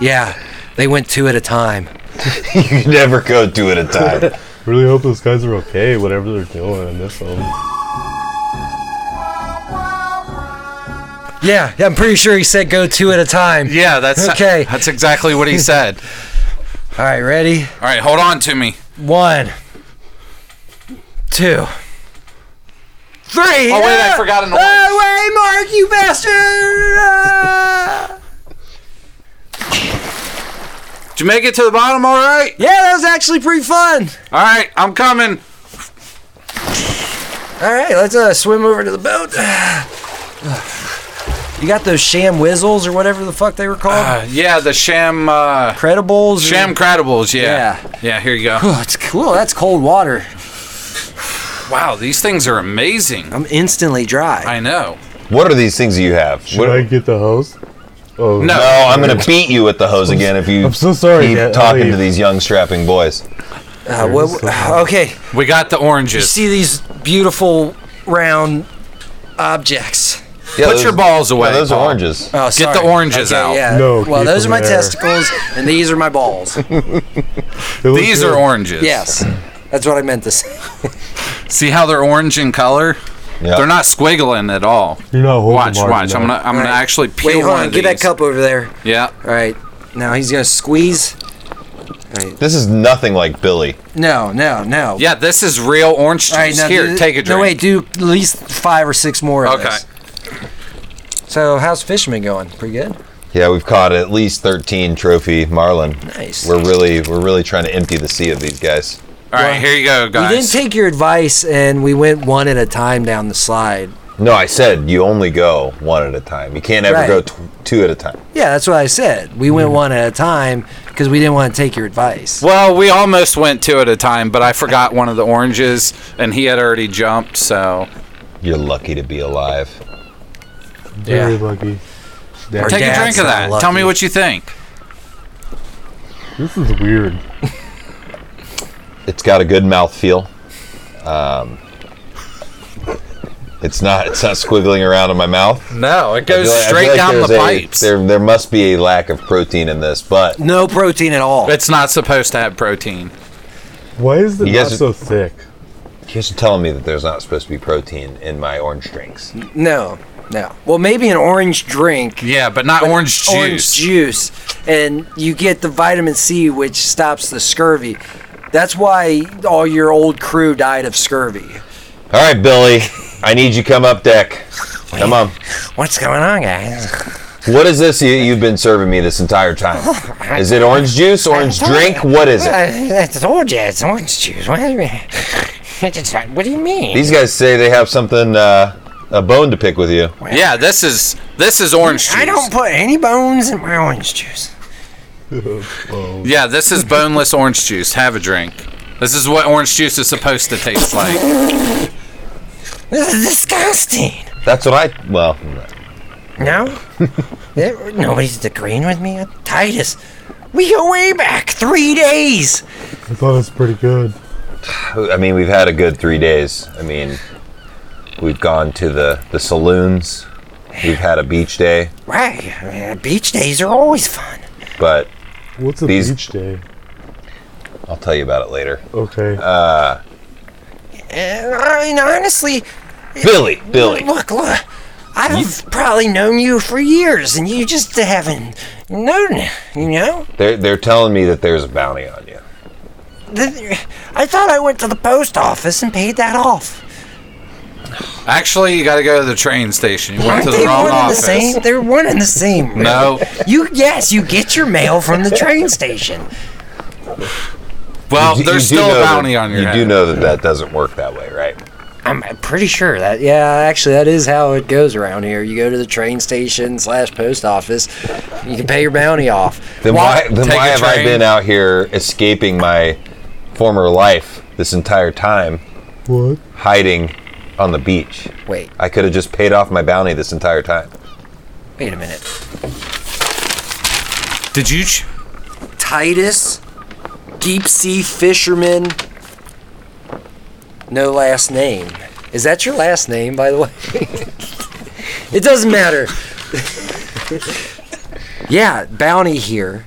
Yeah. They went two at a time.
You never go two at a time.
Really hope those guys are okay, whatever they're doing. I miss them.
Yeah. I'm pretty sure he said go two at a time.
Yeah, that's
Okay.
That's exactly what he said.
All right. Ready?
All right, hold on to me.
One, two, three.
Oh, wait, I forgot an orange.
Oh, wait, Mark, you bastard! Ah!
Did you make it to the bottom all right?
yeah, that was actually pretty fun.
All right, I'm coming.
All right, let's uh, swim over to the boat. You got those sham whizzles or whatever the fuck they were called?
Uh, yeah, the sham, uh,
Oh. Credibles? or-
sham credibles. Yeah. yeah. here you go.
Oh, it's cool. That's cold water.
Wow, these things are amazing.
I'm instantly dry.
I know.
What are these things that you have?
Should
What-
I get the hose? Oh,
No.
No, I'm gonna beat you with the hose again if you
I'm so sorry,
keep
Dad. I'll
talking to
leave.
these young strapping boys.
Uh, what- okay,
We got the
you
oranges.
see these beautiful round objects.
Yeah,
Put
those-
your balls
yeah,
away.
those are
Paul.
oranges.
Oh,
Get the
sorry.
oranges
Okay,
out.
Yeah.
No,
well,
keep
those
them
are my
there.
testicles, and these are my balls.
It was
These
good.
are oranges.
yes, that's what I meant to say.
See how they're orange in color?
Yeah.
They're not squiggling at all.
You're not holding
Watch,
Martin
watch. I'm
up.
gonna, I'm gonna
All right.
actually peel
Wait, hold
one
on.
of
Get that
these.
cup over there.
Yeah.
All right. Now he's gonna squeeze.
This is nothing like Billy.
No, no, no.
Yeah, this is real orange juice.
All right. Now
Here,
do-
take a drink.
No, wait. Do at least five or six more. Of
Okay.
This. So how's fisherman going? Pretty good.
Yeah, we've caught at least 13 trophy marlin.
Nice.
We're really, we're really trying to empty the sea of these guys.
All right, here you go, guys.
We didn't take your advice, and we went one at a time down the slide.
No, I said you only go one at a time. You can't ever
Right.
go t- two at a time.
Yeah, that's what I said. We went one at a time because we didn't want to take your advice.
well, we almost went two at a time, but I forgot one of the oranges, and he had already jumped. So
You're lucky to be alive.
Very lucky.
Our
take a
dad's
drink of
not
that.
lucky.
Tell me what you think.
This is weird.
It's got a good mouthfeel. Um, it's not, it's not squiggling around in my mouth.
No, it
I
goes
feel like- I
straight
feel like
down the
there's a-
pipes.
There, there must be a lack of protein in this, but
No protein at all.
It's not supposed to have protein.
Why is it
You
not
guys-
so thick?
you guys are telling me that there's not supposed to be protein in my orange drinks.
No, no. Well, maybe an orange drink,
Yeah, but not orange juice.
orange juice, and you get the vitamin C, which stops the scurvy. That's why all your old crew died of scurvy.
All right, Billy, I need you come up deck. Come on.
What's going on, guys?
What is this you, you've been serving me this entire time? Is it orange juice, orange drink? What is it?
I, I told you Uh, it's orange juice. What do you mean? It's not- what do you mean?
These guys say they have something, uh, a bone to pick with you.
Yeah, this is this is orange juice.
I don't put any bones in my orange juice.
Yeah, this is boneless orange juice. Have a drink. This is what orange juice is supposed to taste like.
This is disgusting.
That's what I. Well,
No? There- Nobody's agreeing with me? Titus, we go way back. Three days.
I thought it was pretty good.
I mean, we've had a good three days. I mean, we've gone to the the saloons. We've had a beach day,
Right. I mean, beach days are always fun.
but
What's a
These-
beach day?
I'll tell you about it later.
Okay.
Uh, I mean, honestly,
Billy, Billy,
look, look. I've probably known you for years, and you just haven't known, you know?
they're they're telling me that there's a bounty on you.
The- I thought I went to the post office and paid that off.
Actually, you got to go to the train station. You went
Aren't
to
they
the wrong
one and the
office.
same? They're one and the same. really.
No.
You yes, you get your mail from the train station.
Well,
You- you
there's
do
still
know
a
that-
bounty on your
You
head.
do know that that doesn't work that way, right?
I'm pretty sure that yeah, actually that is how it goes around here. You go to the train station slash post office, you can pay your bounty off.
Then why, then
Take
why
a
have I
train.
been out here escaping my former life this entire time,
what?
hiding on the beach?
Wait,
I could have just paid off my bounty this entire time.
wait a minute.
Did you? Ch-
Titus, deep sea fisherman, no last name. Is that your last name, by the way? it doesn't matter. yeah, bounty here.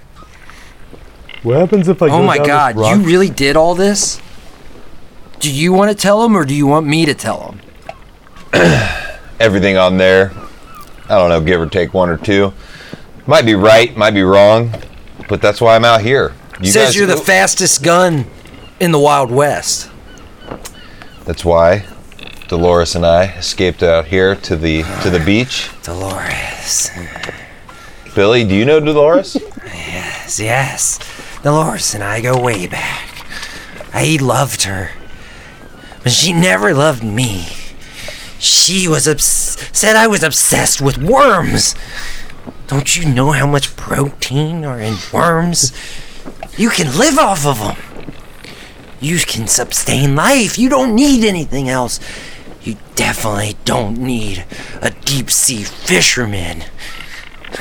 What happens if I
Oh
go
my
down this
god,
rock-
you really did all this? Do you want to tell him or do you want me to tell him?
Everything on there, I don't know, give or take one or two. Might be right, might be wrong, but that's why I'm out here. You
Says you're the fastest gun in the Wild West.
That's why Dolores and I escaped out here to the to the beach.
Dolores.
Billy, do you know Dolores?
Yes, yes. Dolores and I go way back. I loved her, but she never loved me. She was obs- said I was obsessed with worms. Don't you know how much protein are in worms? You can live off of them. You can sustain life. You don't need anything else. You definitely don't need a deep sea fisherman.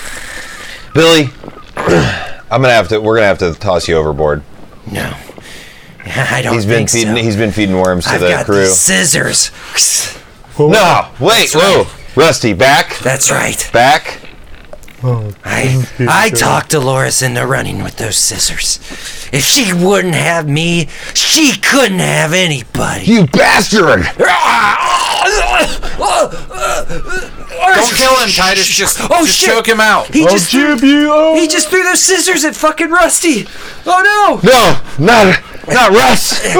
Billy, I'm gonna have to. We're gonna have to toss you overboard.
No. I don't
He's been
think
feeding.
so.
He's been feeding worms to
I've
the
got
crew.
these scissors.
No, wait, whoa, Rusty, back,
That's right.
back.
I I talked Dolores into running with those scissors. If she wouldn't have me, she couldn't have anybody.
You bastard!
Don't kill him, Titus. Just,
Oh,
just
shit.
choke him out.
He just threw, he just threw those scissors at fucking Rusty. Oh no!
No, not not Russ.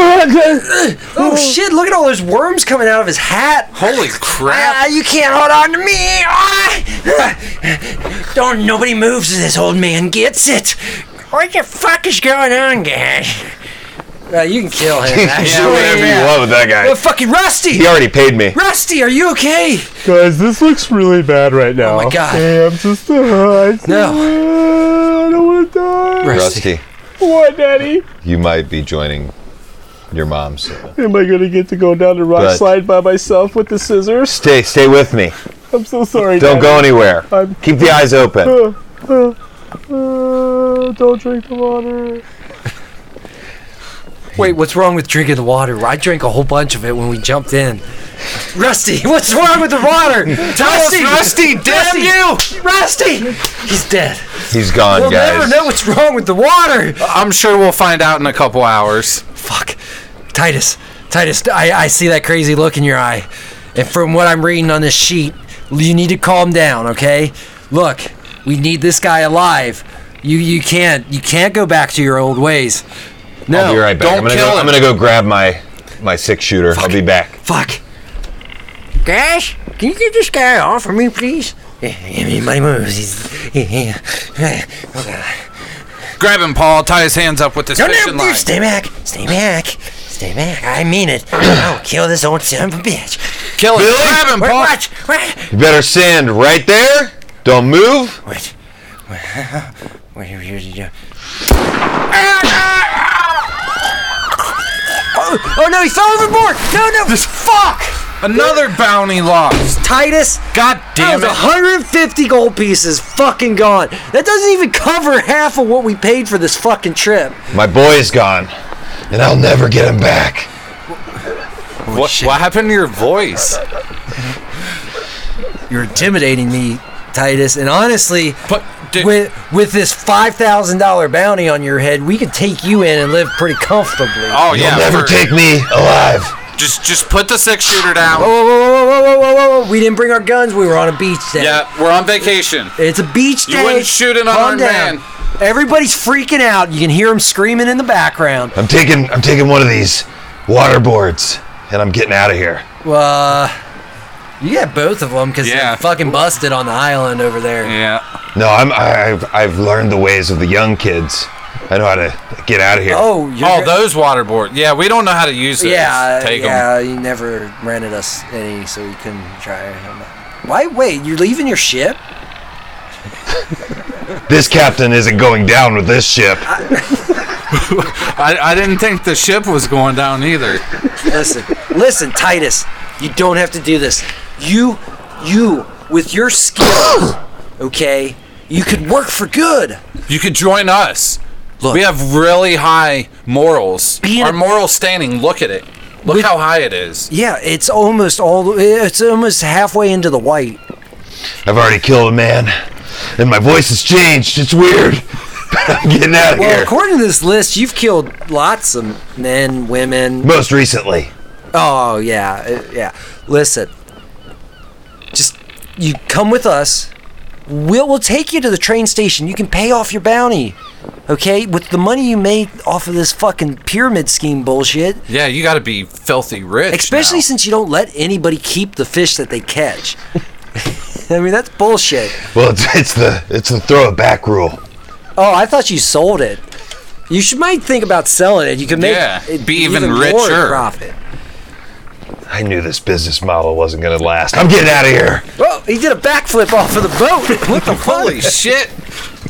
Oh shit! Look at all those worms coming out of his hat.
Holy crap.
Ah, you can't hold on to me. Ah! Don't nobody moves. This old man gets it. What the fuck is going on, guys? Uh, you can kill him.
You
actually.
can do whatever you want with that
Uh,
guy.
fucking Rusty!
He already paid me.
Rusty, are you okay?
Guys, this looks really bad right now.
Oh my God.
Hey, I'm just. Uh, I just-
No.
I don't want to die.
Rusty,
What, Daddy?
you might be joining your mom's.
Am I gonna get to go down to rock
But-
slide by myself with the scissors?
Stay, stay with me.
I'm so sorry.
Don't go
Daddy.
anywhere.
I'm-
Keep the eyes open.
Uh, don't drink the water.
Wait, what's wrong with drinking the water? I drank a whole bunch of it when we jumped in. Rusty, what's wrong with the water? Rusty, Rusty, damn you! Rusty! He's dead.
He's gone,
We'll
guys.
never know what's wrong with the water.
I'm sure we'll find out in a couple hours.
Fuck. Titus, Titus, I, I see that crazy look in your eye. And from what I'm reading on this sheet, you need to calm down, okay? Look, we need this guy alive. You you can't you can't go back to your old ways. No.
I'll be right back.
don't
I'm gonna,
kill
go,
him.
I'm gonna go grab my my six shooter. I'll be back.
Fuck.
Guys, can you get this guy off of me, please? Anybody moves. He's, yeah, yeah. Oh, God.
Grab him, Paul. Tie his hands up with this
No,
fishing
no,
line.
no, stay back. Stay back. Stay back. I mean it.
Oh,
I'll kill this old son of a bitch.
Kill him. Grab him,
What?
Paul.
What? What?
You better stand right there. Don't move.
What? What are you doing?
Oh no, he fell overboard! No no
This fuck. Another bounty lost.
Titus
God damn
that
it.
was 150 gold pieces fucking gone. That doesn't even cover half of what we paid for this fucking trip.
My boy's gone, and I'll never get him back.
What, what happened to your voice?
You're intimidating me, Titus, and honestly,
But dude,
with with this five thousand dollar bounty on your head, we could take you in and live pretty comfortably.
oh yeah,
You'll never
for-
take me alive.
just just put the six shooter down.
Whoa, whoa, whoa, whoa, whoa, whoa, whoa, whoa! We didn't bring our guns. We were on a beach day.
Yeah, we're on vacation.
It's a beach
You
day.
wouldn't shoot an
Calm
unarmed
down.
man.
Everybody's freaking out. You can hear them screaming in the background.
I'm taking I'm taking one of these water boards, and I'm getting out of here.
Uh, you got both of them because
Yeah.
they're fucking busted on the island over there.
Yeah.
No, I'm I, I've I've learned the ways of the young kids. I know how to get out of here.
Oh, you're
oh, those waterboard. Yeah, we don't know how to use those.
Yeah,
Take 'em.
yeah. You never rented us any, so we couldn't try. them. Why? Wait, you're leaving your ship?
This captain isn't going down with this ship.
I, I didn't think the ship was going down either.
Listen, listen, Titus. You don't have to do this. You, you, with your skills, okay, you could work for good.
You could join us.
Look.
we have really high morals.
Being
Our
a-
moral standing. Look at it. Look how high it is.
Yeah, it's almost all. It's almost halfway into the white.
I've already killed a man, and my voice has changed. It's weird. I'm getting out of
Well,
here.
according to this list, you've killed lots of men, women.
Most recently,
Oh yeah, uh, yeah. Listen, just you come with us. We'll we'll take you to the train station. You can pay off your bounty. Okay, with the money you made off of this fucking pyramid scheme bullshit,
Yeah, you got to be filthy rich.
especially
now.
since you don't let anybody keep the fish that they catch. I mean, that's bullshit.
Well, it's, it's the it's the throw it back rule.
Oh, I thought you sold it. You should might think about selling it. You can make
Yeah,
it
be even
more
richer.
profit.
I knew this business model wasn't going to last. I'm getting out of here.
Whoa, he did a backflip off of the boat. What the fuck?
Holy shit!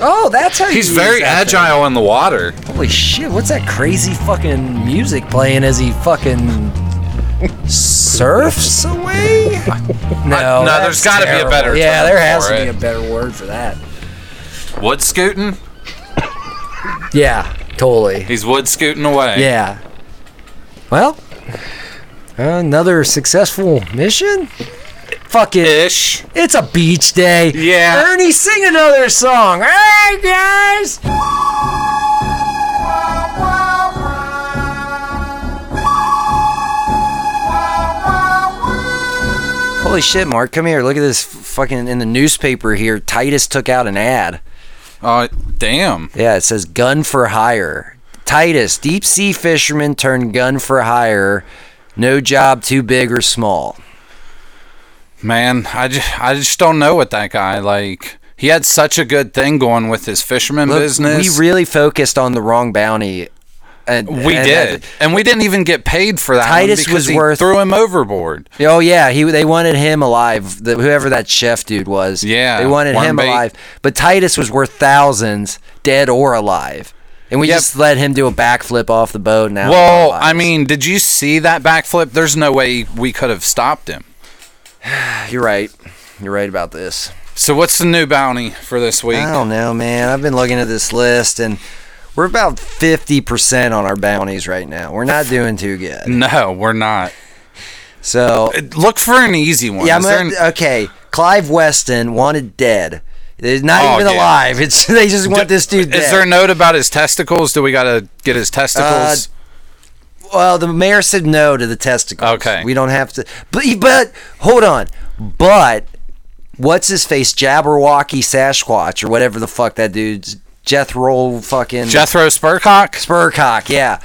Oh, that's how you
He's
use
very
that thing.
agile in the water.
Holy shit, what's that crazy fucking music playing as he fucking surfs away? No,
no,
that's
there's gotta be a
terrible.
better
Yeah,
term
there has
for
to be a
it.
better word for that.
Wood scooting?
Yeah, totally.
He's wood scooting away.
Yeah. Well, another successful mission? Fuck it.
Ish.
It's a beach day.
Yeah.
Ernie, sing another song. All right, guys. Holy shit, Mark. Come here. Look at this f- fucking in the newspaper here. Titus took out an ad.
Oh, damn.
Yeah, it says gun for hire. Titus, deep sea fisherman turned gun for hire. No job too big or small.
Man, I just, I just don't know what that guy like. He had such a good thing going with his fisherman
Look,
business.
We really focused on the wrong bounty. And,
We
and-
did, and we didn't even get paid for that. one
Titus
because
was
he
worth-
threw him overboard.
oh yeah, he they wanted him alive. The, whoever that chef dude was.
Yeah,
they wanted him
wormbait.
alive. But Titus was worth thousands, dead or alive. And we
Yep.
just let him do a backflip off the boat. Now,
Well, I mean, did you see that backflip? There's no way we could have stopped him.
you're right. You're right about this.
So what's the new bounty for this week?
I don't know, man. I've been looking at this list, and we're about fifty percent on our bounties right now. We're not doing too good.
No, we're not.
So
Uh, Look for an easy one.
Yeah,
Is
I'm
there
gonna- uh,
an-
okay. Clive Weston wanted dead. They're not
Oh,
even
yeah.
alive. It's they just want this dude dead. Uh,
Is there a note about his testicles? Do we gotta get his testicles?
well, the mayor said no to the testicles.
Okay.
we don't have to. But but hold on. But what's his face? Jabberwocky Sasquatch or whatever the fuck that dude's Jethro fucking
Jethro Spurcock?
Spurcock. Yeah.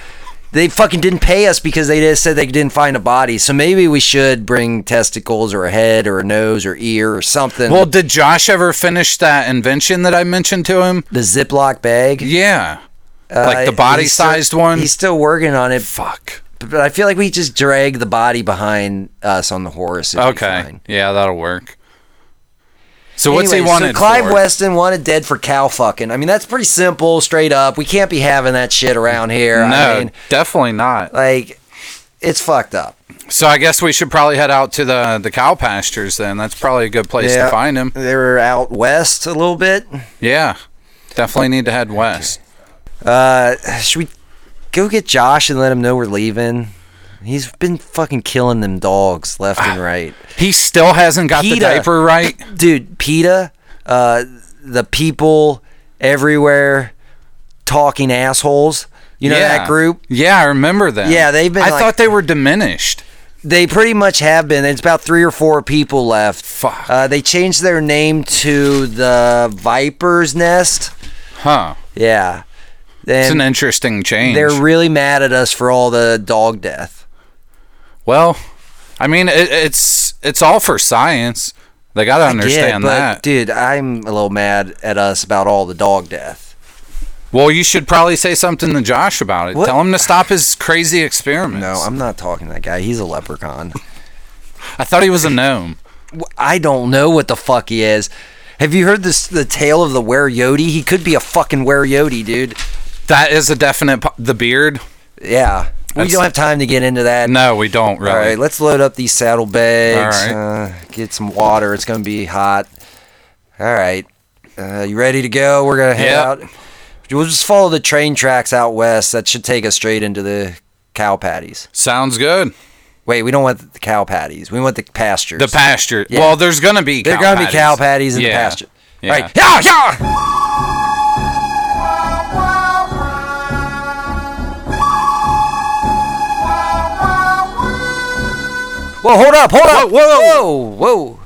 They fucking didn't pay us because they just said they didn't find a body. So maybe we should bring testicles or a head or a nose or ear or something.
Well, did Josh ever finish that invention that I mentioned to him?
the Ziploc bag.
Yeah. like the
Uh,
body
he's still-
sized one?
He's still working on it,
Fuck.
but I feel like we just drag the body behind us on the horse. it'd be
Okay.
fine.
Yeah, that'll work. So what's
Anyway,
he wanted
So Clive
for?
Weston wanted dead for cow fucking. I mean, that's pretty simple, straight up. We can't be having that shit around here.
No,
I mean,
definitely not.
like, it's fucked up.
So I guess we should probably head out to the the cow pastures then. That's probably a good place to find him.
They were out west a little bit.
Yeah. Definitely need to head west.
Uh, should we go get Josh and let him know we're leaving? He's been fucking killing them dogs left and right.
Ah, He still hasn't got the
PETA.
diaper right.
dude peta uh the people everywhere talking assholes you know that group
Yeah, I remember them.
Yeah, they've been
I
like-
thought they were diminished.
they pretty much have been it's about three or four people left
Fuck.
uh, they changed their name to the viper's nest
Huh.
yeah
It's an
and
interesting change.
they're really mad at us for all the dog death
well, I mean, it, it's it's all for science. They got to
yeah,
understand
but,
that.
dude i'm a little mad at us about all the dog death
well, you should probably say something to Josh about it.
What?
Tell him to stop his crazy experiments.
no i'm not talking to that guy he's a leprechaun
I thought he was a gnome.
I don't know what the fuck he is. Have you heard this the tale of the were yodi? He could be a fucking were yodi, dude.
That is a definite. Po- the beard?
Yeah. We
That's-
don't have time to get into that.
No, we don't really.
All right, let's load up these saddlebags.
All
Uh, get some water. It's going to be hot. All right. Uh, you ready to go? We're going to head
Yep.
out. We'll just follow the train tracks out west. That should take us straight into the cow patties.
Sounds good.
Wait, we don't want the cow patties. We want the pastures.
The pasture.
Yeah.
Well, there's gonna be.
They're
cow
going to be
patties.
cow patties in the
Yeah.
pasture.
Yeah.
All right. Yeah, yeah. Whoa, hold up, hold up. Whoa, whoa, whoa.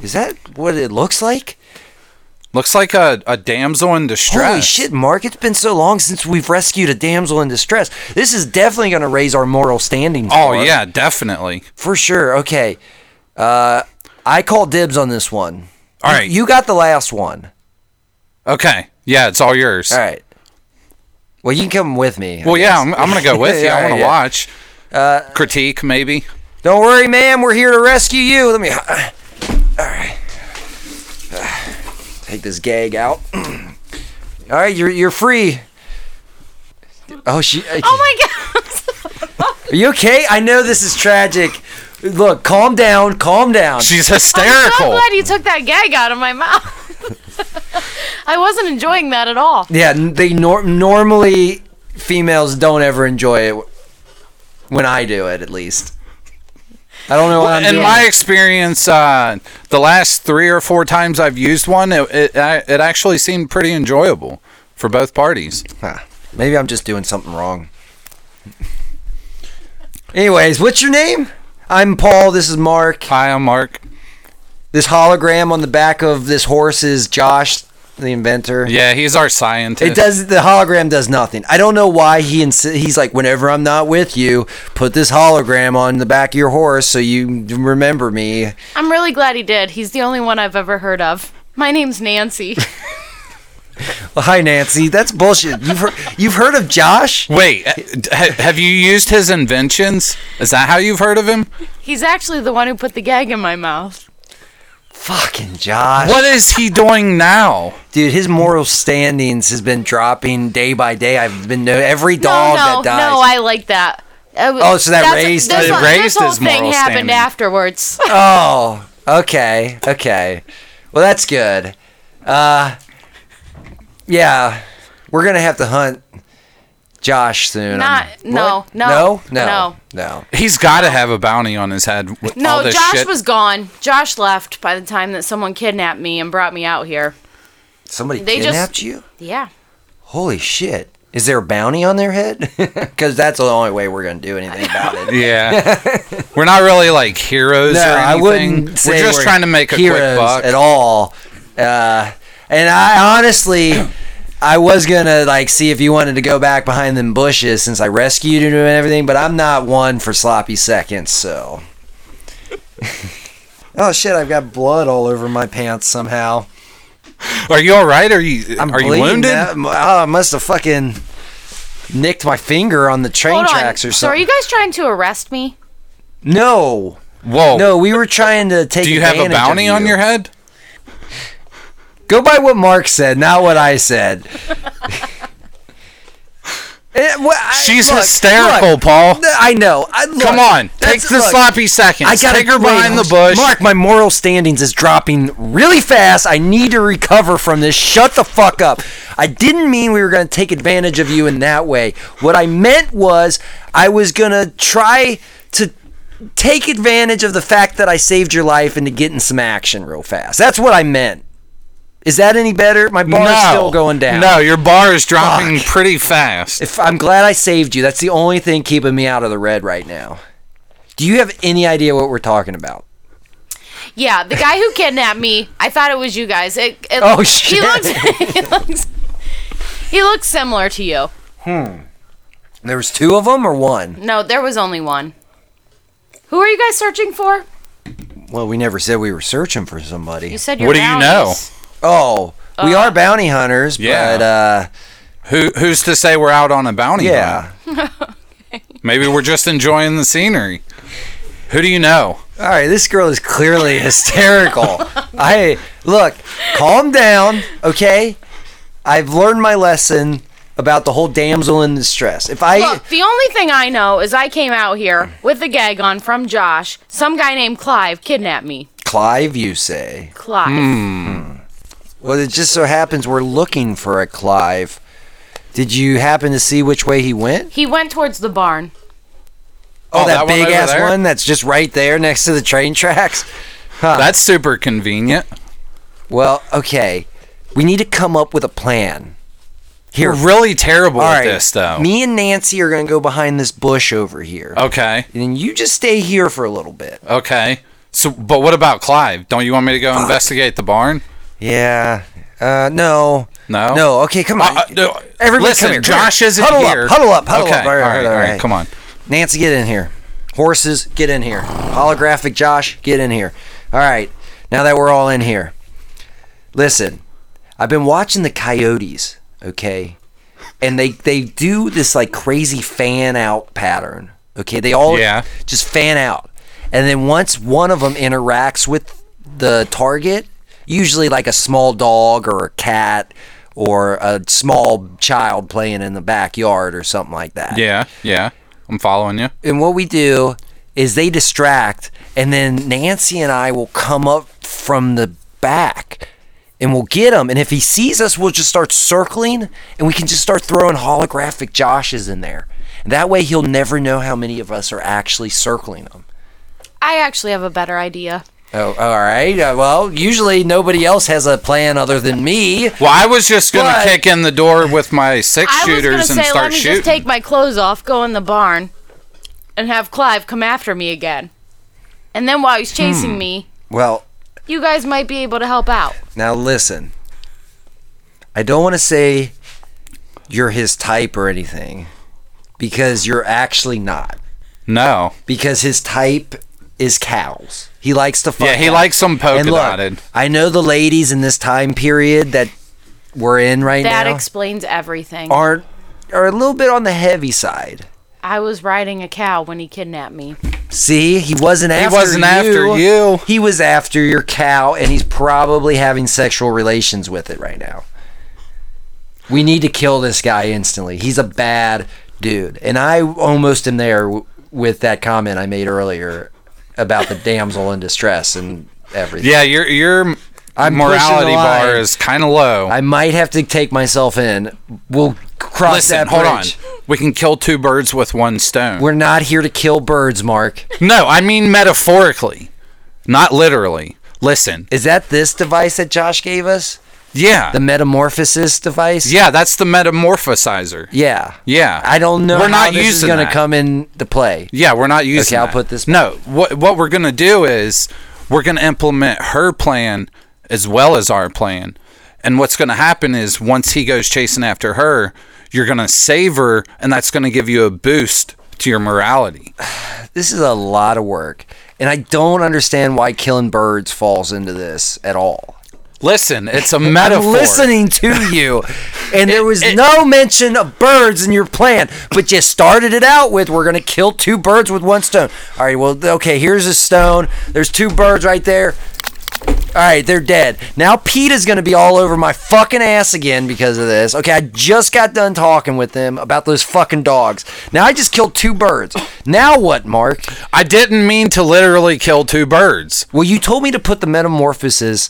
Is that what it looks like?
Looks like a, a damsel in distress.
Holy shit, Mark! It's been so long since we've rescued a damsel in distress. This is definitely going to raise our moral standing.
Oh,
for us.
yeah, definitely.
for sure. Okay, uh, I call dibs on this one.
All right.
you got the last one.
Okay. Yeah, it's all yours.
All right. Well, you can come with me. I
Well, yeah, I'm,
guess.
I'm going to go with you.
Yeah,
I want to
yeah. Uh,
watch. Critique, maybe.
Don't worry, ma'am. We're here to rescue you. Let me. All right. Take this gag out. All right, you're you're free. Oh she.
Oh my god.
Are you okay? I know this is tragic. Look, calm down. Calm down.
She's
I'm so
hysterical.
glad you took that gag out of my mouth. I wasn't enjoying that at all.
Yeah, n- they nor- normally females don't ever enjoy it w- when I do it, at least. I don't know what I'm
In
doing.
my experience, uh, the last three or four times I've used one, it, it, I- it actually seemed pretty enjoyable for both parties.
Huh. Maybe I'm just doing something wrong. Anyways, what's your name? I'm Paul. This is Mark.
Hi, I'm Mark.
This hologram on the back of this horse is Josh, the inventor.
Yeah, he's our scientist.
It does. The hologram does nothing. I don't know why he insi- he's like, whenever I'm not with you, put this hologram on the back of your horse so you remember me.
I'm really glad he did. He's the only one I've ever heard of. My name's Nancy.
Well, hi, Nancy. That's bullshit. You've heard, you've heard of Josh?
Wait, uh, d- ha- have you used his inventions? Is that how you've heard of him?
He's actually the one who put the gag in my mouth.
Fucking Josh,
What is he doing now?
dude. His moral standings has been dropping day by day. I've been no every dog
no, no,
that dies.
no, I like that. Uh,
Oh, so that raised-
this,
it
whole- this
raised
whole
his
thing
moral
happened
standing.
afterwards.
Oh, okay, okay. Well, that's good. Uh, yeah, we're gonna have to hunt Josh soon.
Not-
I'm-
no,
what?
no,
no, no,
no.
no.
He's got to have a bounty on his head with all
No,
this
Josh
shit.
was gone. Josh left by the time that someone kidnapped me and brought me out here.
Somebody
They just-
kidnapped you.
Yeah.
Holy shit! Is there a bounty on their head? Because that's the only way we're gonna do anything about it.
yeah, we're not really like heroes
no,
or anything.
I wouldn't say
we're just trying to make a quick
heroes
buck.
at all. Uh, and I honestly, I was gonna like see if you wanted to go back behind them bushes since I rescued you and everything, but I'm not one for sloppy seconds, so. oh shit! I've got blood all over my pants somehow.
Are you all right? Are you
I'm
are you
bleeding
wounded?
out. Oh, I must have fucking nicked my finger on the train
Hold on.
tracks
So
or
are
something.
you guys trying to arrest me?
no,
Whoa!
no, we were trying to take.
Do you have a
advantage of
bounty on
you.
your head?
Go by what Mark said, not what I said. Eh, well, I-
She's
look,
hysterical,
look,
Paul.
th- I know. I, look,
Come on, take
that's-
the
look,
sloppy seconds.
I got
take her behind the bush.
Mark, my moral standings is dropping really fast. I need to recover from this. Shut the fuck up. I didn't mean we were going to take advantage of you in that way. What I meant was I was going to try to take advantage of the fact that I saved your life and to get in some action real fast. That's what I meant. Is that any better? My bar is
No.
still going down.
No, your bar is dropping pretty fast.
If I'm glad I saved you. That's the only thing keeping me out of the red right now. Do you have any idea what we're talking about?
Yeah, the guy who kidnapped me. I thought it was you guys. It, it,
Oh,
He
shit.
looks, he looks. He looks similar to you. Hmm.
There was two of them or one?
No, there was only one. Who are you guys searching for?
Well, we never said we were searching for
You
somebody.
said your
What do you know?
bounties. Uh.
Oh, we are bounty hunters,
Yeah.
but uh,
Who who's to say we're out on a bounty? hunt?
yeah.
Maybe we're just enjoying the scenery. Who do you know?
All right, this girl is clearly hysterical. I look, calm down, okay? I've learned my lesson about the whole damsel in distress. If I
Look, the only thing I know is I came out here with the gag on from Josh. Some guy named Clive kidnapped me.
Clive, you say. Hmm.
Clive.
Hmm.
Well, it just so happens we're looking for a Clive. Did you happen to see which way he went?
He went towards the barn.
Oh,
Oh,
that,
that one
big
over
ass
there?
one that's just right there next to the train tracks?
That's super convenient.
Well, okay. We need to come up with a plan. Here.
You're really terrible
All
at
right.
this, though.
Me and Nancy are going to go behind this bush over here.
okay,
And then you just stay here for a little bit.
okay. So, but what about Clive? Don't you want me to go investigate the barn?
Yeah. Uh, no.
No. Uh,
No. Okay, come on. Everybody,
Listen,
come here. come
Josh
here.
isn't
huddle
here.
Up, huddle up. Huddle
Okay,
up. All right, all right, all right.
Come on.
Nancy, get in here. Horses, get in here. Holographic Josh, get in here. All right. Now that we're all in here, listen. I've been watching the Coyotes. Okay. And they they do this like crazy fan out pattern. Okay. They all
Yeah.
just fan out. And then once one of them interacts with the target, usually like a small dog or a cat or a small child playing in the backyard or something like that.
Yeah, yeah. I'm following you.
And what we do is they distract, and then Nancy and I will come up from the back and we'll get him. And if he sees us, we'll just start circling and we can just start throwing holographic Joshes in there. And that way he'll never know how many of us are actually circling him.
I actually have a better idea.
Oh, all right. Uh, well, usually nobody else has a plan other than me.
Well, I was just gonna
But-
kick in the door with my six
I was gonna
shooters and
say, let
start
me
shooting.
just take my clothes off, go in the barn, and have Clive come after me again. And then while he's chasing
Hmm.
me,
Well,
you guys might be able to help out.
Now listen. I don't want to say you're his type or anything because you're actually not.
No.
Because his type is cows. He likes to fuck
Yeah, he
cows.
likes them polka
And look,
dotted.
I know the ladies in this time period that we're in right
that
now
explains everything.
aren't are a little bit on the heavy side.
I was riding a cow when he kidnapped me.
See, he wasn't
He
after
wasn't after
you. He was after your cow, and he's probably having sexual relations with it right now. We need to kill this guy instantly. He's a bad dude, and I almost am there w- with that comment I made earlier about the damsel in distress and everything.
Yeah, your your
I'm pushing the
morality bar
line.
is kind of low.
I might have to take myself in. We'll cross
Listen,
that
hold on.
bridge.
We can kill two birds with one stone.
We're not here to kill birds, Mark.
No, I mean metaphorically, not literally. Listen,
is that this device that Josh gave us?
Yeah,
the metamorphosis device.
Yeah, that's the metamorphosizer.
Yeah.
Yeah,
I don't know.
We're
how
not
this is
using
going to
that.
come in to play.
Yeah, we're not using.
Okay, I'll
that.
put this.
No, what what we're gonna do is we're gonna implement her plan as well as our plan, and what's gonna happen is once he goes chasing after her, you're gonna save her, and that's gonna give you a boost to your morality.
This is a lot of work, and I don't understand why killing birds falls into this at all.
Listen, it's a
I'm
metaphor.
listening to you, and there was no mention of birds in your plan, but you started it out with we're going to kill two birds with one stone. All right, well, okay, here's a stone. There's two birds right there. All right, they're dead. Now PETA's going to be all over my fucking ass again because of this. Okay, I just got done talking with them about those fucking dogs. Now I just killed two birds. Now what, Mark?
I didn't mean to literally kill two birds.
Well, you told me to put the metamorphosis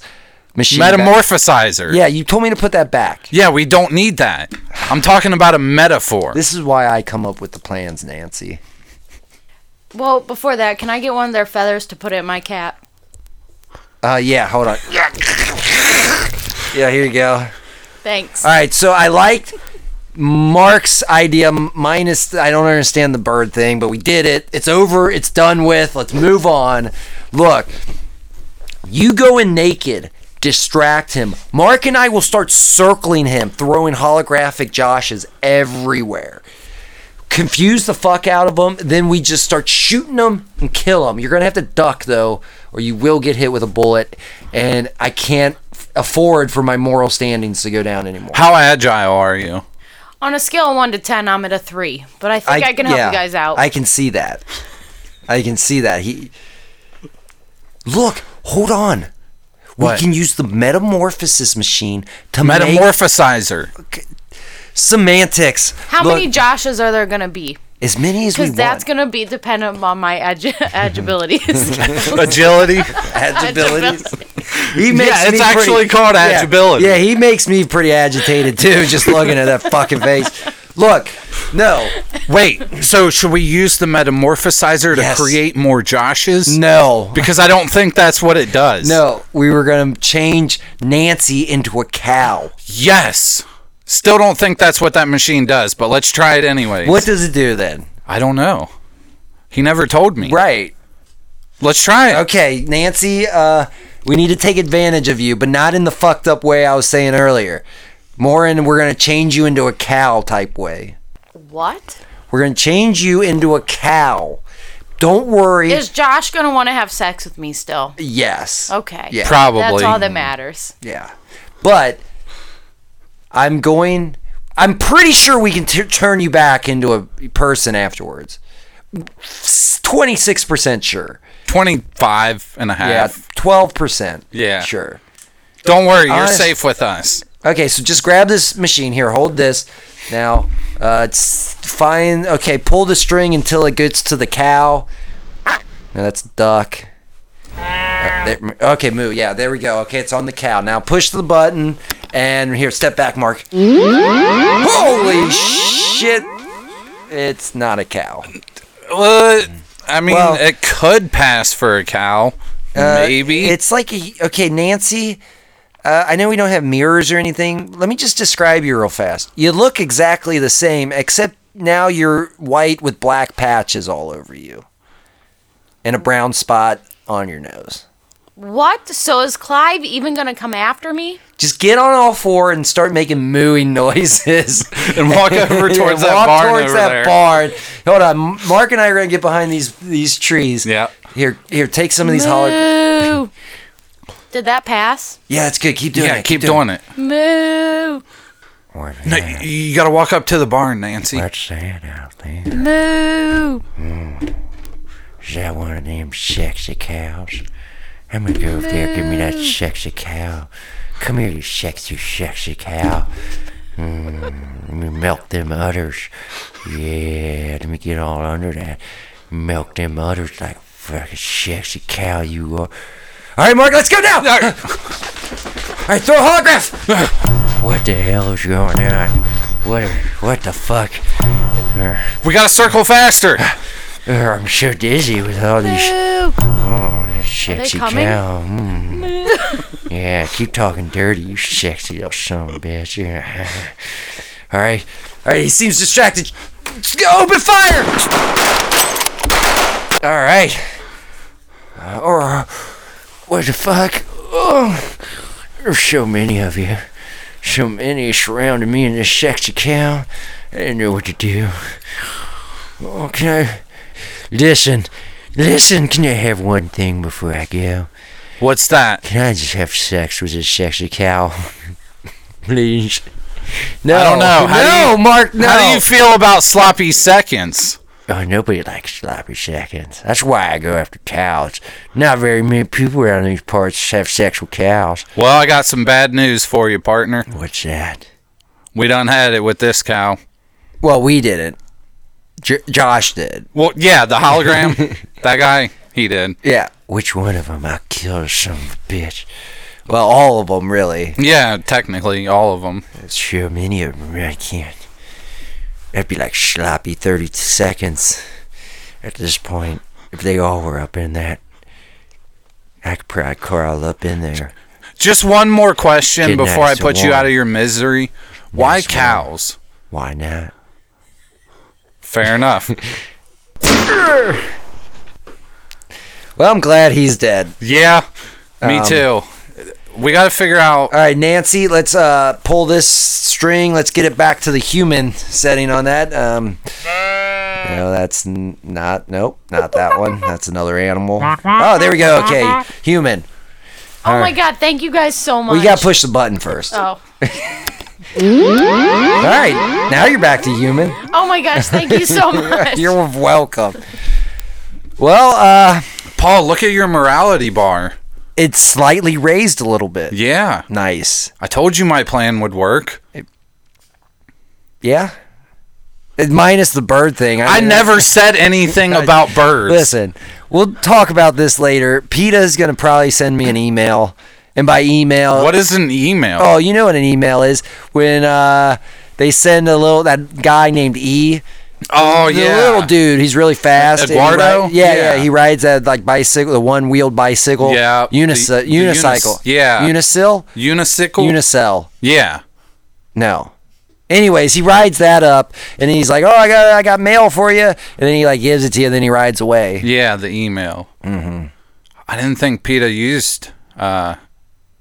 machine back.
Metamorphosizer.
Yeah, you told me to put that back.
Yeah, we don't need that. I'm talking about a metaphor.
This is why I come up with the plans, Nancy.
Well, before that, can I get one of their feathers to put in my cap?
Uh, yeah, hold on. Yeah, here you go.
Thanks.
All right, so I liked Mark's idea, m- minus I don't understand the bird thing, but we did it. It's over. It's done with. Let's move on. Look, you go in naked, distract him. Mark and I will start circling him, throwing holographic Joshes everywhere. Confuse the fuck out of them, then we just start shooting them and kill them. You're gonna have to duck though, or you will get hit with a bullet, and I can't f- afford for my moral standings to go down anymore.
How agile are you?
On a scale of 1 to 10, I'm at a 3, but I think I, can help
yeah,
you guys out.
I can see that. I can see that. He Look, hold on.
What?
We can use the metamorphosis machine to make-
Metamorphosizer.
semantics.
How
Look,
many Joshes are there going to be?
As many as we
Because that's
want.
going to be dependent on my edge, edge abilities.
Agility.
Agility. He
Yeah,
makes
it's
me
actually
pretty-
called
yeah,
agility.
Yeah, he makes me pretty agitated too, just looking at that fucking face. Look, no.
Wait, so should we use the metamorphosizer to create more Joshes?
No.
Because I don't think that's what it does.
No, we were gonna change Nancy into a cow.
Yes. Still don't think that's what that machine does, but let's try it anyway.
What does it do then?
I don't know. He never told me.
Right.
Let's try it.
Okay, Nancy, uh, We need to take advantage of you, but not in the fucked up way I was saying earlier. More in we're gonna change you into a cow type way.
What?
We're gonna change you into a cow. Don't worry.
Is Josh gonna want to have sex with me still?
yes.
Okay.
Yeah.
That's all that matters.
Yeah. But I'm going. I'm pretty sure we can t- turn you back into a person afterwards. 26% sure.
25 and a half.
Yeah, 12%.
Yeah.
Sure.
Don't worry, you're
Honest-
safe with us.
Okay, so just grab this machine here. Hold this. Now, uh, it's fine. Okay, pull the string until it gets to the cow. Now that's duck. Uh, there- okay, moo. Yeah, there we go. Okay, it's on the cow. Now push the button and here, step back, Mark. Holy shit! It's not a cow.
Uh, I mean,
Well-
it could pass for a cow.
Uh,
Maybe.
It's like, a, okay, Nancy, uh, I know we don't have mirrors or anything. Let me just describe you real fast. You look exactly the same, except now you're white with black patches all over you and a brown spot on your nose.
What? So is Clive even gonna come after me?
Just get on all four and start making mooing noises,
And walk over towards that
walk
barn
towards
over
that
there.
barn. Hold on, Mark and I are gonna get behind these these trees.
Yeah.
Here, here, take some of these holler.
Moo. Did that pass?
Yeah, it's good. Keep doing
yeah,
it.
keep doing it.
Moo.
No, y- you got to walk up to the barn, Nancy.
What's that uh, out there?
Moo.
Is that one of them sexy cows? I'm gonna go over there. Give me that sexy cow. Come here, you sexy, sexy cow. Mm, let me milk them udders. Yeah, let me get all under that. Milk them udders like fucking sexy cow you are.
All right, Mark, let's go now. All right, throw a holograph.
What the hell is going on? What? What the fuck? Uh,
We got to circle faster.
uh, I'm so dizzy with all these.
Moo.
Oh, that sexy
coming?
cow. Mm. Yeah, keep talking dirty, you sexy little son of a bitch. Yeah. All right.
All right, he seems distracted. Let's go, open fire. All right.
Uh, or uh, what the fuck? Oh, there's so many of you. So many surrounding me and this sexy cow. I didn't know what to do. Oh, can I? Listen, listen. Can I have one thing before I go?
What's that?
Can I just have sex with this sexy cow? Please.
No,
I don't know. How do
no,
you-
Mark, no.
How do you feel about sloppy seconds?
Oh, nobody likes sloppy seconds. That's why I go after cows. Not very many people around these parts have sex with cows.
Well, I got some bad news for you, partner.
What's that?
We done had it with this cow.
well, we didn't. J- Josh did.
Well, yeah, the hologram, that guy, he did.
Yeah.
Which one of them? I killed some bitch.
Well, all of them, really.
Yeah, technically, all of them.
There's so many of them. I can't. That'd be like sloppy 30 seconds at this point. If they all were up in that, I could probably crawl up in there.
Just one more question
Kidnaps
before I
the
put you
woman.
out of your misery. Why
Yes, ma'am.
cows?
Why not?
Fair enough.
Well, I'm glad he's dead.
yeah, me
Um,
too. We got to figure out.
All right, Nancy, let's uh, pull this string. Let's get it back to the human setting on that. Um, no, that's n- not. Nope, not that one. That's another animal. Oh, there we go. Okay, human.
Oh my god, thank you guys so much.
We got to push the button first. All
Oh.
right, now you're back to human.
Oh my gosh, thank you so much.
You're welcome. Well, uh,
Paul, look at your morality bar.
it's slightly raised a little bit.
Yeah,
Nice.
I told you my plan would work.
Yeah. It- Minus the bird thing.
I
mean,
never said anything about birds.
Listen, we'll talk about this later. PETA's going to probably send me an email. And by email,
What is an email?
Oh, you know what an email is when uh, they send a little that guy named E.
oh
The
yeah,
little dude, he's really fast. and he
Eduardo?
ri- yeah, yeah,
Yeah.
he rides that like bicycle, the one wheeled bicycle.
Yeah, the-
unicy-
the unis-
unicycle.
yeah.
unicycle.
Unicycle.
Unicell.
yeah,
No. Anyways, he rides that up, and then he's like, "Oh, I got, I got mail for you," and then he like gives it to you, and then he rides away.
yeah, the email. Mm-hmm. I didn't think Peter used uh,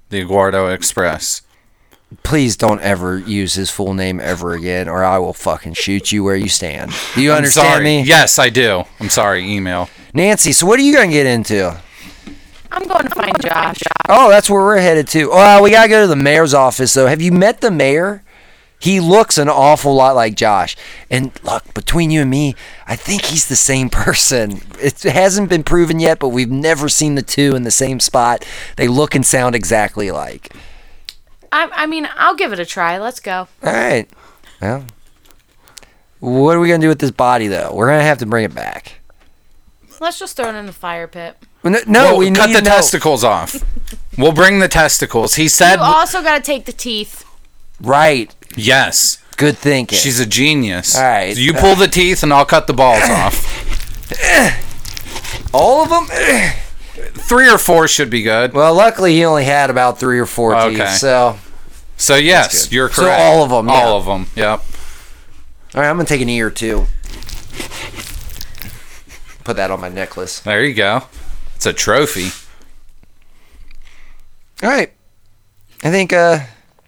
the Aguardo Express.
Please don't ever use his full name ever again, or I will fucking shoot you where you stand. Do you
I'm
understand
sorry.
me?
Yes, I do. I'm sorry. Email.
Nancy, so what are you going to get into?
I'm going to find Josh.
Oh, that's where we're headed to. Oh, we got to go to the mayor's office, though. Have you met the mayor? He looks an awful lot like Josh. And look, between you and me, I think he's the same person. It hasn't been proven yet, but we've never seen the two in the same spot. They look and sound exactly like.
I, I mean, I'll give it a try. Let's go.
All right. Well, what are we going to do with this body, though? We're going to have to bring it back.
Let's just throw it in the fire pit.
No, no,
Well,
we
cut
need
the
to know-
testicles off. we'll bring the testicles. He said
you also got to take the teeth.
Right.
Yes.
Good thinking.
She's a genius. All
right.
you pull the teeth and I'll cut the balls off.
All of them?
Three or four should be good.
Well, luckily, he only had about three or four
Okay.
teeth, so.
So yes, you're
So
correct.
all of 'em, yeah.
All of them. Yep.
All right, I'm gonna take an E ear too. Put that on my necklace.
There you go. It's a trophy.
All right, I think uh,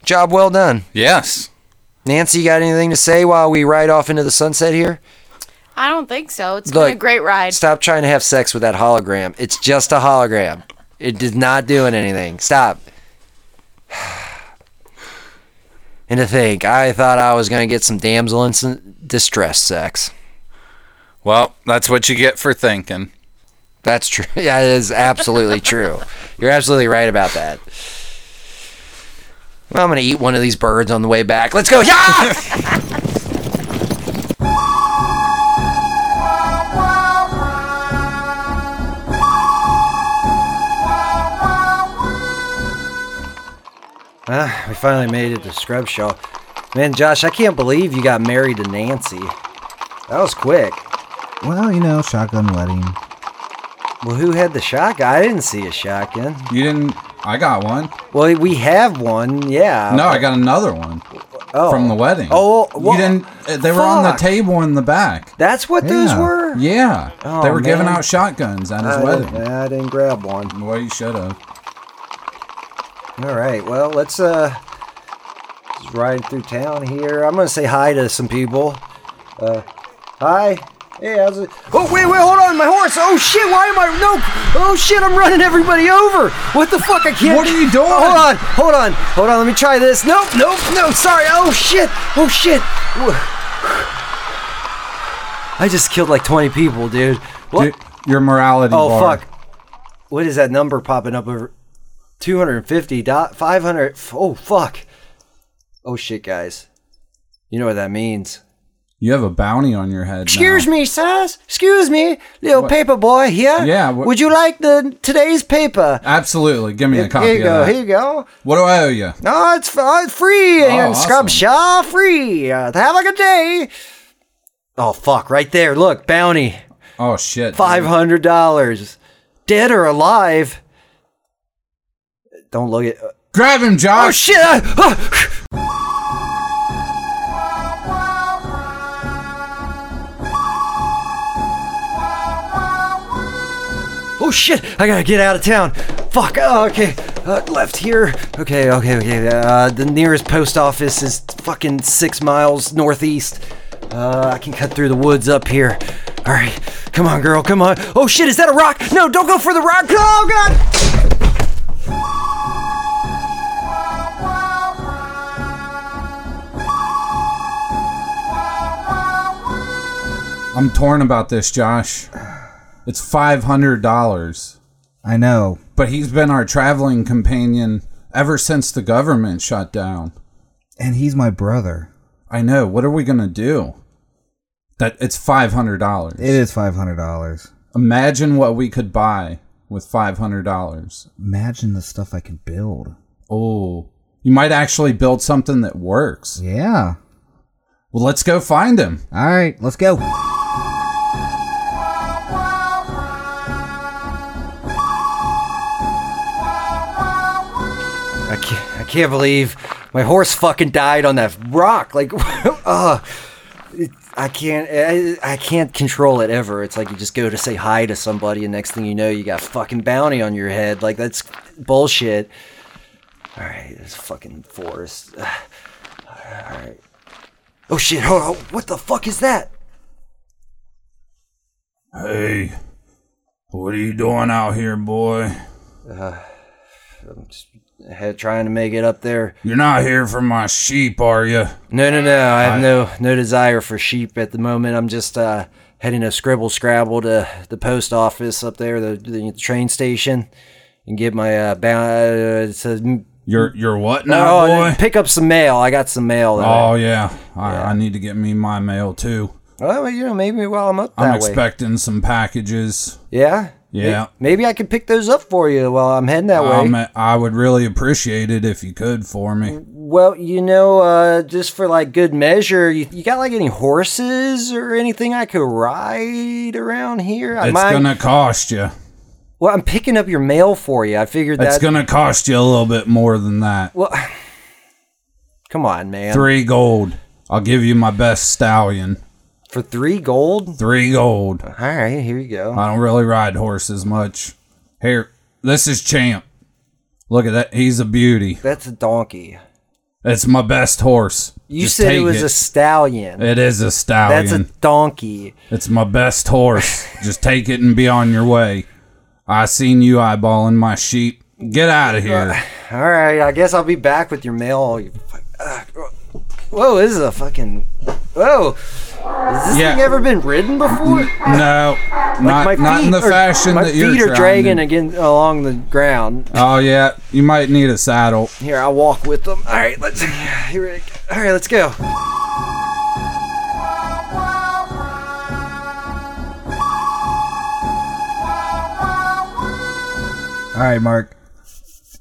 job well done,
Yes.
Nancy. You got anything to say while we ride off into the sunset here?
I don't think so. It's
Look,
been a great ride.
Stop trying to have sex with that hologram. It's just a hologram. It is not doing anything. Stop. And to think, I thought I was gonna get some damsel in some distress sex.
Well, that's what you get for thinking.
That's true. Yeah, it is absolutely true. You're absolutely right about that. Well, I'm gonna eat one of these birds on the way back. Let's go. Yeah. Ah, we finally made it to Scrubshaw. Man, Josh, I can't believe you got married to Nancy. That was quick.
Well, you know, shotgun wedding.
Well, who had the shotgun? I didn't see a shotgun.
You didn't. I got one.
Well, we have one, yeah.
No, I got another one
oh.
from the wedding.
Oh, well,
you didn't. uh, They were on the
fuck.
table in the back.
That's what those
Yeah.
were?
Yeah,
Oh,
they were giving
man. Uh,
out shotguns at his
I
wedding.
Didn't, I didn't grab one.
Well, you should have.
All right, well, let's uh, just ride through town here. I'm gonna say hi to some people. Uh, hi. Hey, how's it? Oh, wait, wait, hold on, my horse. Oh shit, why am I? No. Oh shit, I'm running everybody over. What the fuck? I can't.
What are you doing?
Oh, hold on, hold on, hold on. Let me try this. Nope, nope, no. Sorry. Oh shit. Oh shit. I just killed like 20 people, dude. What?
Dude, your morality.
Oh
bar.
fuck! What is that number popping up over? 250 dot 500 f- oh fuck oh shit guys you know what that means
You have a bounty on your head.
excuse me sirs excuse me little paper boy here
Yeah, what-
would you like the today's paper
now. Absolutely, give me a copy
here you go
of that.
here you go
What do I owe you?
no it's, f- uh, it's free here in
awesome.
scrubshaw free uh, have a good day oh fuck right there look bounty
Oh shit. dude.
Five hundred dollars, dead or alive. Don't look at.
Grab him,
Oh
Josh.
shit! I- ah! Oh shit! I gotta get out of town. Fuck. Oh, okay. Uh, left here. Okay. Okay. Okay. Uh, the nearest post office is fucking six miles northeast. Uh, I can cut through the woods up here. All right. Come on, girl. Come on. Oh shit! Is that a rock? No! Don't go for the rock. Oh god!
I'm torn about this, Josh. It's five hundred dollars,
I know.
but he's been our traveling companion ever since the government shut down.
And he's my brother.
I know. What are we gonna do? That it's five hundred dollars.
It is $500.
Imagine what we could buy with five hundred dollars.
Imagine the stuff I can build.
Oh, you might actually build something that works.
Yeah.
Well, let's go find him.
All right, let's go.
I can't, I can't believe my horse fucking died on that rock. Like, uh, it- I can't. I, I can't control it ever. It's like you just go to say hi to somebody, and next thing you know, you got fucking bounty on your head. Like that's bullshit. All right, this fucking forest. All right. Oh shit! Hold on. What the fuck is that?
Hey, what are you doing out here, boy?
Uh, I'm just had, trying to make it up there.
You're not here for my sheep, are you?
No, no, no. I have no no desire for sheep at the moment. I'm just uh, heading to Scribble Scrabble to the post office up there, the, the train station, and get my uh, bound. Uh, to, Oh,
You're you're what now, boy?
Pick up some mail. I got some mail. that I-
Oh yeah, I, I need to get me my mail too.
Well, you know, maybe while I'm up that
I'm
way.
expecting some packages.
yeah.
Yeah.
May- Maybe I could pick those up for you while I'm heading that way.
Um, I would really appreciate it if you could for me.
Well, you know, uh, just for like good measure, you, you got like any horses or anything I could ride around here? I
It's
might-
gonna cost you.
Well, I'm picking up your mail for you. I figured
It's
that.
gonna cost you a little bit more than that.
Well, come on, man.
Three gold. I'll give you my best stallion.
For three gold?
Three gold. All
right, here you go.
I don't really ride horses much. Here, this is Champ. Look at that. He's a beauty.
That's a donkey.
It's my best horse.
You
Just
said it
take
was a stallion.
It is a stallion.
That's a donkey.
It's my best horse. Just take it and be on your way. I seen you eyeballing my sheep. Get out of here.
All right, I guess I'll be back with your mail. You fuck- ah, Whoa, this is a fucking. Whoa. Has this
Yeah.
thing ever been ridden before?
No, not, not in the
are-
fashion
my
that you're
feet are
trying
dragging
to-
again along the ground.
Oh yeah, you might need a saddle.
Here, I'll walk with them. All right, let's. Here, we go. all right, let's go.
All right, Mark.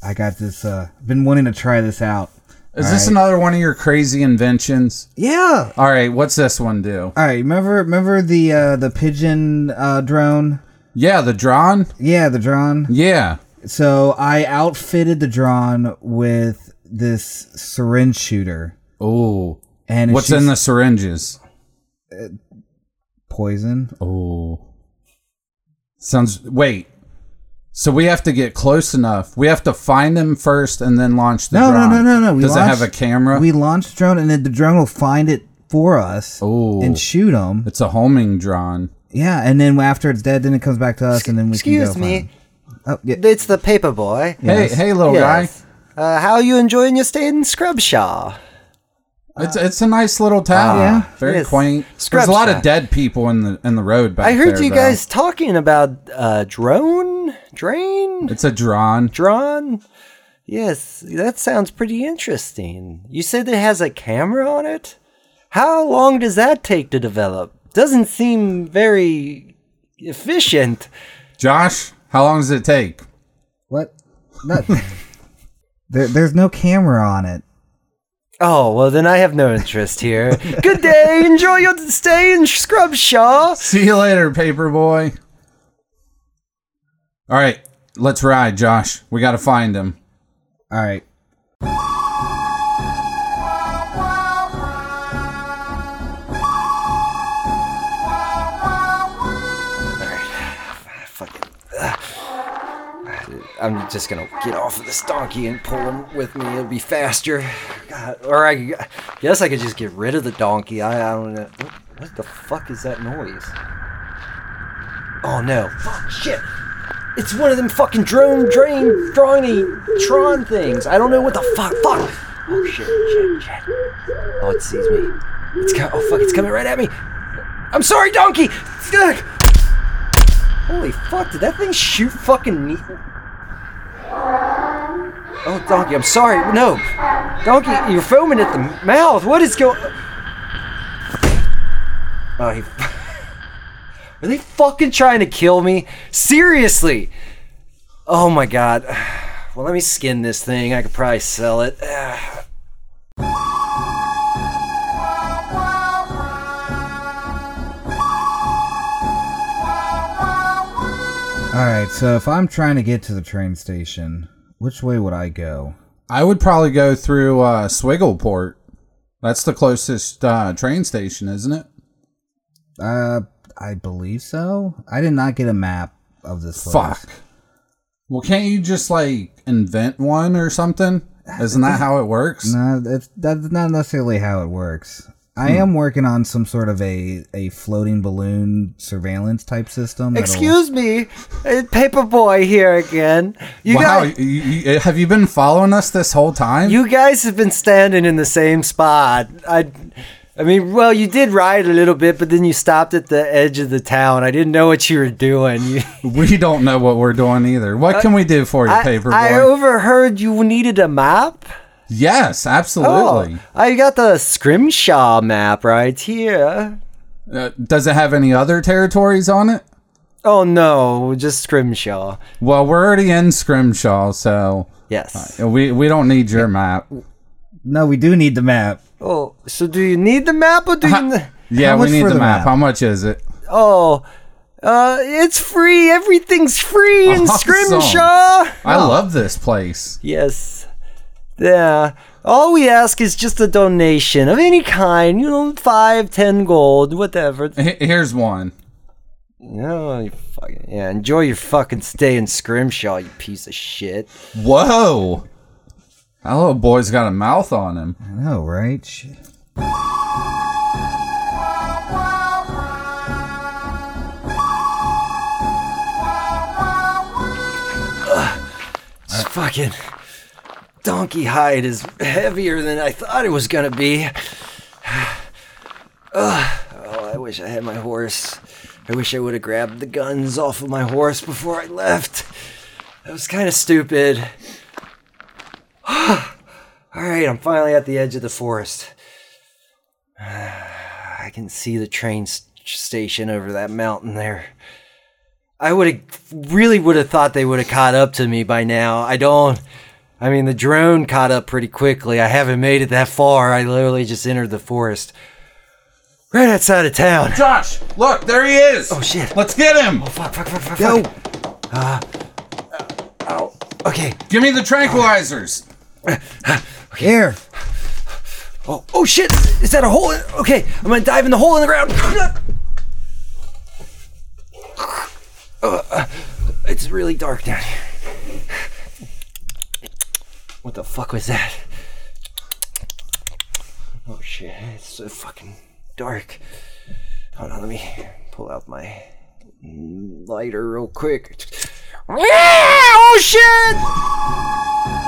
I got this. Uh, been wanting to try this out.
Is this another one of your crazy inventions?
Yeah.
All right, what's this one do?
All right. Remember, remember the uh, the pigeon uh, drone.
Yeah, the drone.
Yeah, the drone.
Yeah.
So I outfitted the drone with this syringe shooter.
Oh.
And
what's in the syringes?
poison?
Oh. Sounds wait. So we have to get close enough. We have to find him first and then launch the
No, no,
drone.
no, no, no. We
Does
launched-
it have a camera?
We launched drone, and then the drone will find it for us
Ooh.
and shoot him.
It's a homing drone.
Yeah, and then after it's dead, then it comes back to us, and then we
Excuse
can go
me.
Oh, yeah.
It's the paper boy.
Yes. hey, little
guy. Uh, how you enjoying your stay in Scrubshaw?
It's it's a nice little town.
Ah, yeah.
Very
Yes.
quaint.
Scrub
There's a lot of
shot.
dead people in the in the road back
I heard
there,
you
though.
guys talking about uh, drone drain
It's a drone.
drawn. Yes, that sounds pretty interesting. You said it has a camera on it. How long does that take to develop? Doesn't seem very efficient.
Josh, how long does it take?
What? No. there, there's no camera on it.
Oh well, then I have no interest here. Good day. Enjoy your stay in Scrubshaw.
See you later, paperboy. All right, let's ride, Josh. We got to find him.
All right.
Ah, I'm just gonna get off of this donkey and pull him with me. It'll be faster. God, or I could- guess I could just get rid of the donkey. I, I don't know. What, what the fuck is that noise? Oh no! Fuck shit! It's one of them fucking drone drain drony Tron things. I don't know what the fuck. Fuck! Oh shit! Shit! Shit! Oh, it sees me. It's co- oh fuck! It's coming right at me. I'm sorry, donkey. Ugh. Holy fuck! Did that thing shoot fucking me? Oh, donkey! I'm sorry. No, donkey, you're foaming at the mouth. What is going? Oh, he. Are they fucking trying to kill me? Seriously? Oh my god. Well, let me skin this thing. I could probably sell it. Ah.
All right, so if I'm trying to get to the train station, which way would I go?
I would probably go through uh, Swiggleport. That's the closest uh, train station, isn't it?
Uh, I believe so. I did not get a map of this. Place.
Fuck. Well, can't you just like invent one or something? Isn't that how it works?
No, that's that's not necessarily how it works. I
Hmm.
am working on some sort of a, a floating balloon surveillance type system. that'll-
Excuse me, uh, Paperboy here again. You
wow,
guys,
you- you- have you been following us this whole time?
you guys have been standing in the same spot. I, I mean, well, you did ride a little bit, but then you stopped at the edge of the town. I didn't know what you were doing. You, Uh,
we don't know what we're doing either. What can we do for you,
I,
Paperboy?
I overheard you needed a map.
yes, absolutely.
Oh, I got the Scrimshaw map right here.
Uh, does it have any other territories on it?
Oh no, just Scrimshaw.
Well, we're already in Scrimshaw, so Uh,
yes,
we we don't need your map.
No, we do need the map.
Oh, so do you need the map or do you? n-
Yeah, we need the, map. How much is it?
Oh, uh, it's free. Everything's free in
Awesome.
Scrimshaw. Oh,
I love this place.
Yes. Yeah. All we ask is just a donation of any kind. You know, five, ten gold, whatever.
Here's one.
No, you fucking yeah. Enjoy your fucking stay in Scrimshaw, you piece of shit.
Whoa. That little boy's got a mouth on him. I
know, right? Shit.
This fucking donkey hide is heavier than I thought it was gonna be. Ugh. oh, I wish I had my horse. I wish I would have grabbed the guns off of my horse before I left. That was kind of stupid. All right, I'm finally at the edge of the forest. I can see the train s- station over that mountain there. I would have really would have thought they would have caught up to me by now. I don't. I mean, the drone caught up pretty quickly. I haven't made it that far. I literally just entered the forest. Right outside of town.
Josh, look, there he is. Oh
shit.
Let's get him. Oh
fuck, fuck, fuck, fuck.
Yo.
Uh, ow. Okay.
Give me the tranquilizers.
Here.
Oh, oh shit! Is that a hole? in- Okay, I'm gonna dive in the hole in the ground. Uh, uh, it's really dark down here. What the fuck was that? Oh shit, it's so fucking dark. Hold on, let me pull out my lighter real quick. Yeah! Oh shit!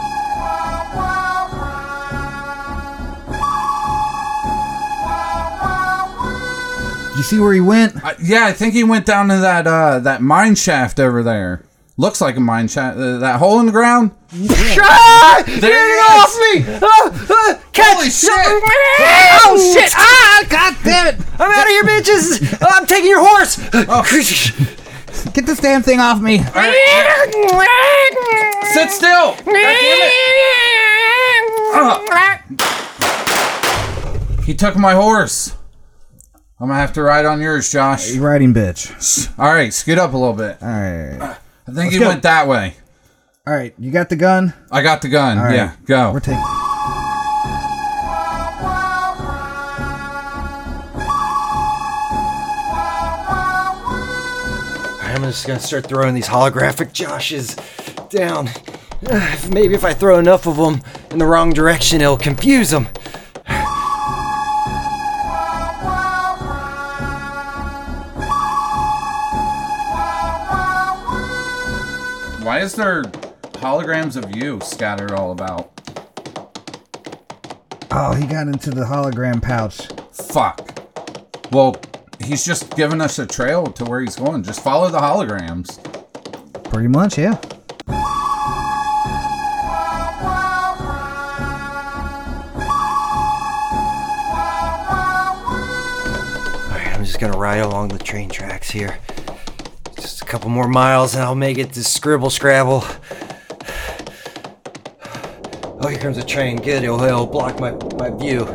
You see where he went?
Uh, yeah, I think he went down to that uh that mine shaft over there. Looks like a mine shaft. Uh, that hole in the ground.
Ah!
There
Get it
he
off
is.
me! Ah, ah, catch!
Holy
shit!
Oh,
Oh shit! Ah! God
damn it!
I'm out of here, bitches! Ah, I'm taking your horse!
Oh.
Get this damn thing off me.
Sit still. God damn it. He took my horse. I'm gonna have to ride on yours, Josh.
You riding bitch.
All right, scoot up a little bit.
All right.
I think
Let's
he
go.
went that way.
All right. You got the gun?
I got the gun.
All right.
Yeah, go. We're
taking.
I'm just gonna start throwing these holographic Joshes down. Ah, if- Maybe if I throw enough of them in the wrong direction, it'll confuse them.
Why is there holograms of you scattered all about?
Oh, he got into the hologram pouch.
Fuck. Well, he's just giving us a trail to where he's going. Just follow the holograms.
Pretty much, yeah.
Alright, I'm just gonna ride along the train tracks here. Just a couple more miles and I'll make it to Scribble Scrabble. Oh, here comes a train. Good, it'll, it'll block my, my view.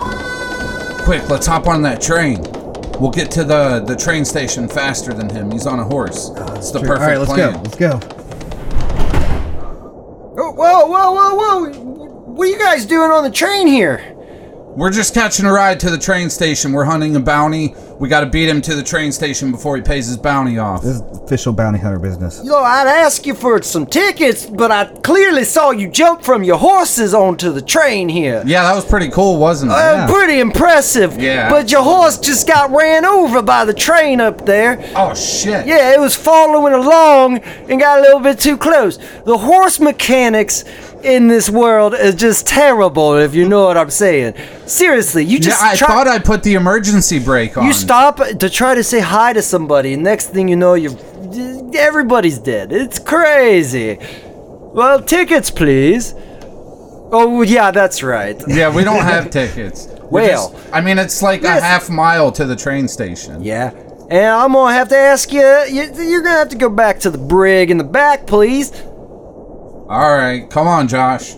Quick, let's hop on that train. We'll get to the, the train station faster than him. He's on a horse. It's the
Uh, Sure.
perfect
All right, let's
plan.
go. Let's go.
Oh, whoa, Whoa, whoa, whoa, whoa! What are you guys doing on the train here?
We're just catching a ride to the train station. We're hunting a bounty. We got to beat him to the train station before he pays his bounty off.
This is official bounty hunter business.
You know, I'd ask you for some tickets, but I clearly saw you jump from your horses onto the train here.
Yeah, that was pretty cool, wasn't it?
Uh, Pretty impressive.
Yeah.
But your horse just got ran over by the train up there.
Oh, shit.
Yeah, it was following along and got a little bit too close. The horse mechanics in this world is just terrible, if you know what I'm saying. Seriously, you just
yeah, I
try-
thought I put the emergency brake on.
you stop to try to say hi to somebody, and next thing you know, you everybody's dead. It's crazy. Well, tickets, please. Oh, yeah, that's right.
yeah, we don't have tickets. We're
Well,
just- I mean, it's like a half mile to the train station.
Yeah. And I'm gonna have to ask you, you. You're gonna have to go back to the brig in the back, please.
All right, come on, Josh.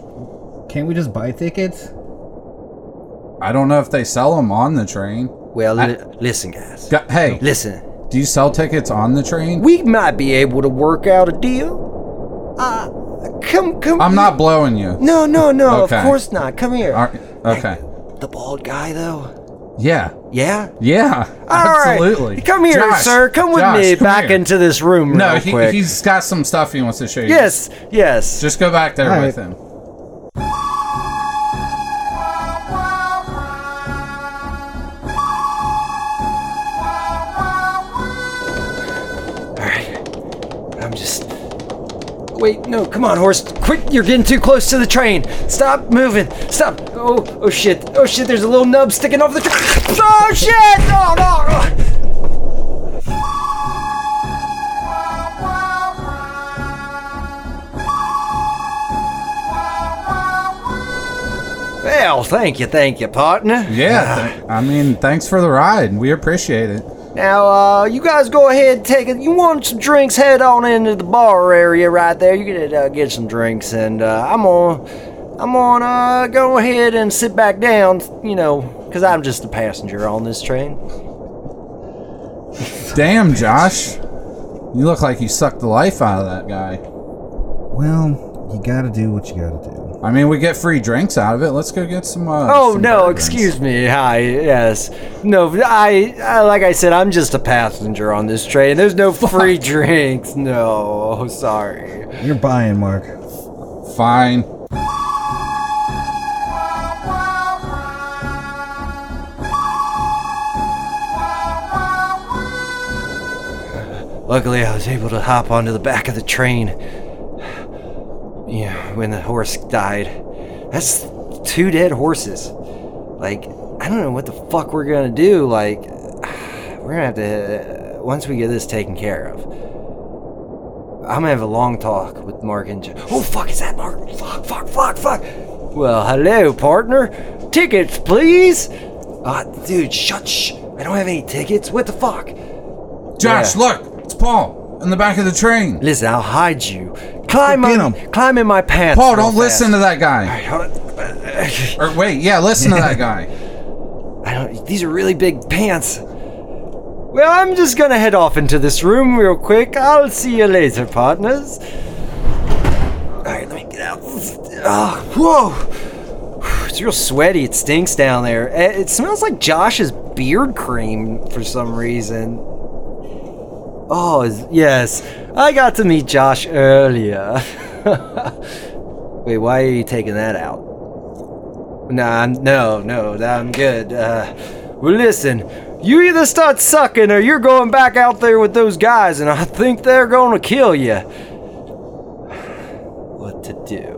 Can't we just buy tickets?
I don't know if they sell them on the train.
Well, li- listen, guys.
hey,
listen.
Do you sell tickets on the train?
We might be able to work out a deal. Uh, come, come.
I'm not blowing you.
No, no, no.
Okay.
Of course not. Come here.
All right, Okay.
The bald guy, though.
Yeah.
Yeah.
Yeah.
All right.
absolutely.
Come here,
Josh,
sir. Come with
Josh,
me
come
back
here.
into this room.
No,
real
he,
quick.
he's got some stuff he wants to show you.
Yes, yes.
Just go back there
All
with
right.
him.
I'm just. Wait, no, come on, horse. Quick, you're getting too close to the train. Stop moving. Stop. Oh, oh shit. Oh shit, there's a little nub sticking off the train. Oh shit! No, no! Well, thank you, thank you, partner.
Yeah. th- I mean, thanks for the ride. We appreciate it.
Now, uh, you guys go ahead and take it. You want some drinks? Head on into the bar area right there. You can uh, get some drinks, and uh, I'm gonna, I'm gonna uh, go ahead and sit back down. You know, because I'm just a passenger on this train.
Damn, Josh. You look like you sucked the life out of that guy.
Well, you gotta do what you gotta do.
I mean, we get free drinks out of it. Let's go get some. Uh,
oh
some
no,
burgers.
excuse me. Hi, yes, no, I, I, like I said, I'm just a passenger on this train. There's no free drinks. No, oh, sorry.
You're buying, Mark.
Fine.
Luckily, I was able to hop onto the back of the train. Yeah, when the horse died. That's two dead horses. Like, I don't know what the fuck we're gonna do. Like, we're gonna have to. uh, once we get this taken care of, I'm gonna have a long talk with Mark and. Jo- oh, fuck, is that Mark? Fuck, fuck, fuck, fuck! Well, hello, partner. Tickets, please! Ah, dude, shut, shh. I don't have any tickets. What the fuck?
Josh,
Yeah.
look, it's Paul in the back of the train.
Listen, I'll hide you. Climb on, climb in my pants.
Paul,
real
don't
fast.
listen to that guy. or wait, yeah, listen to that guy.
I don't. These are really big pants. Well, I'm just gonna head off into this room real quick. I'll see you later, partners. All right, let me get out. Ah, whoa! It's real sweaty. It stinks down there. Eh, It smells like Josh's beard cream for some reason. Oh is- yes, I got to meet Josh earlier. Wait, why are you taking that out? Nah, I'm- no, no, I'm good. Uh, well, listen, you either start sucking or you're going back out there with those guys, and I think they're going to kill you. What to do?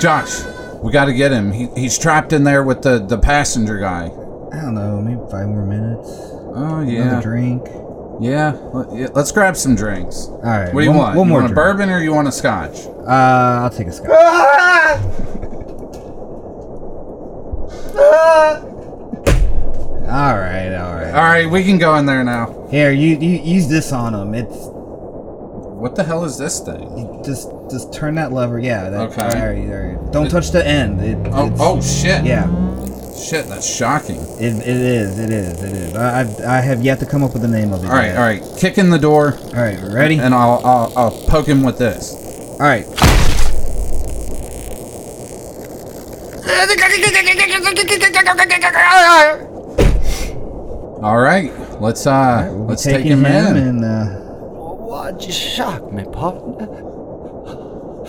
Josh, we got to get him. He, he's trapped in there with the, the passenger guy.
I don't know, maybe five more minutes.
Oh yeah.
Another drink.
Yeah. let- yeah, Let's grab some drinks. All
right,
What do you
one-
want?
one
you
more
want a
drink.
bourbon or you want a scotch?
Uh, I'll take a scotch.
Ah.
All right, all right. All
right, we can go in there now.
Here, you, you use this on him. It's
What the hell is this thing?
just just turn that lever. Yeah. That,
Okay.
All right, all right. Don't touch the end. It,
Oh,
it's-
oh shit.
Yeah.
Shit, that's shocking.
It, it is, it is, it is. I, I've, I have yet to come up with the name of it.
All right,
yet.
all right. Kick in the door. All
right, ready?
And I'll, I'll, I'll poke him with this. All
right.
All right. Let's uh, let's take
taking
him, in.
and uh,
What you shock me, partner?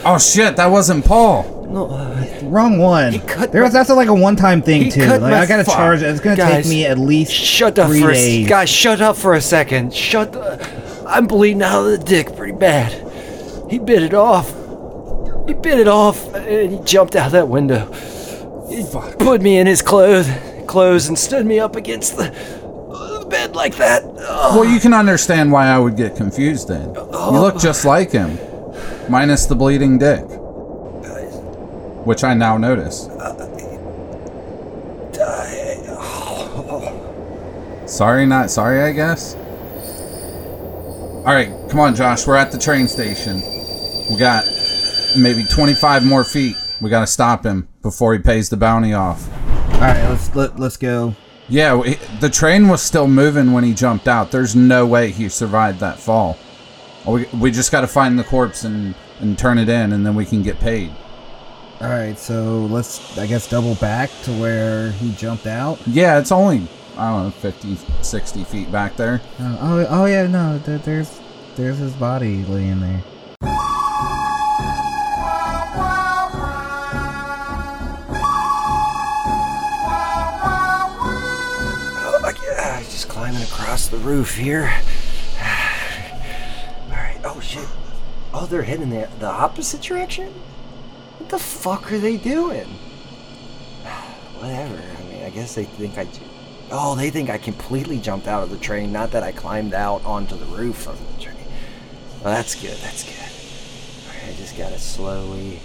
Oh shit, that wasn't Paul.
No, uh,
wrong one. There was that's like a one-time thing too. Like I gotta charge. It's gonna
Guys,
take me at least
shut up
three
for A,
days.
s- guys, shut up for a second. Shut the, I'm bleeding out of the dick pretty bad. He bit it off. He bit it off and he jumped out that window. He put me in his clothes, clothes and stood me up against the, the bed like that.
Well, you can understand why I would get confused then. You look just like him, minus the bleeding dick, which I now notice.
Oh.
Sorry, not sorry, I guess. All right, come on, Josh. We're at the train station. We got maybe 25 more feet. We got to stop him before he pays the bounty off.
All right, let's let, let's go.
Yeah, w- the train was still moving when he jumped out. There's no way he survived that fall. We, we just got to find the corpse and, and turn it in, and then we can get paid.
All right, so let's I guess double back to where he jumped out.
Yeah, it's only, I don't know, 50, 60 feet back there.
Uh, oh, oh yeah, no, there, there's there's his body laying there.
Oh, I- yeah, just climbing across the roof here. All right. Oh shit. Oh, they're heading the the opposite direction. What the fuck are they doing? Whatever. I mean, I guess they think I. ju- Oh, they think I completely jumped out of the train. Not that I climbed out onto the roof of the train. Well, that's good. That's good. All right, I just gotta slowly.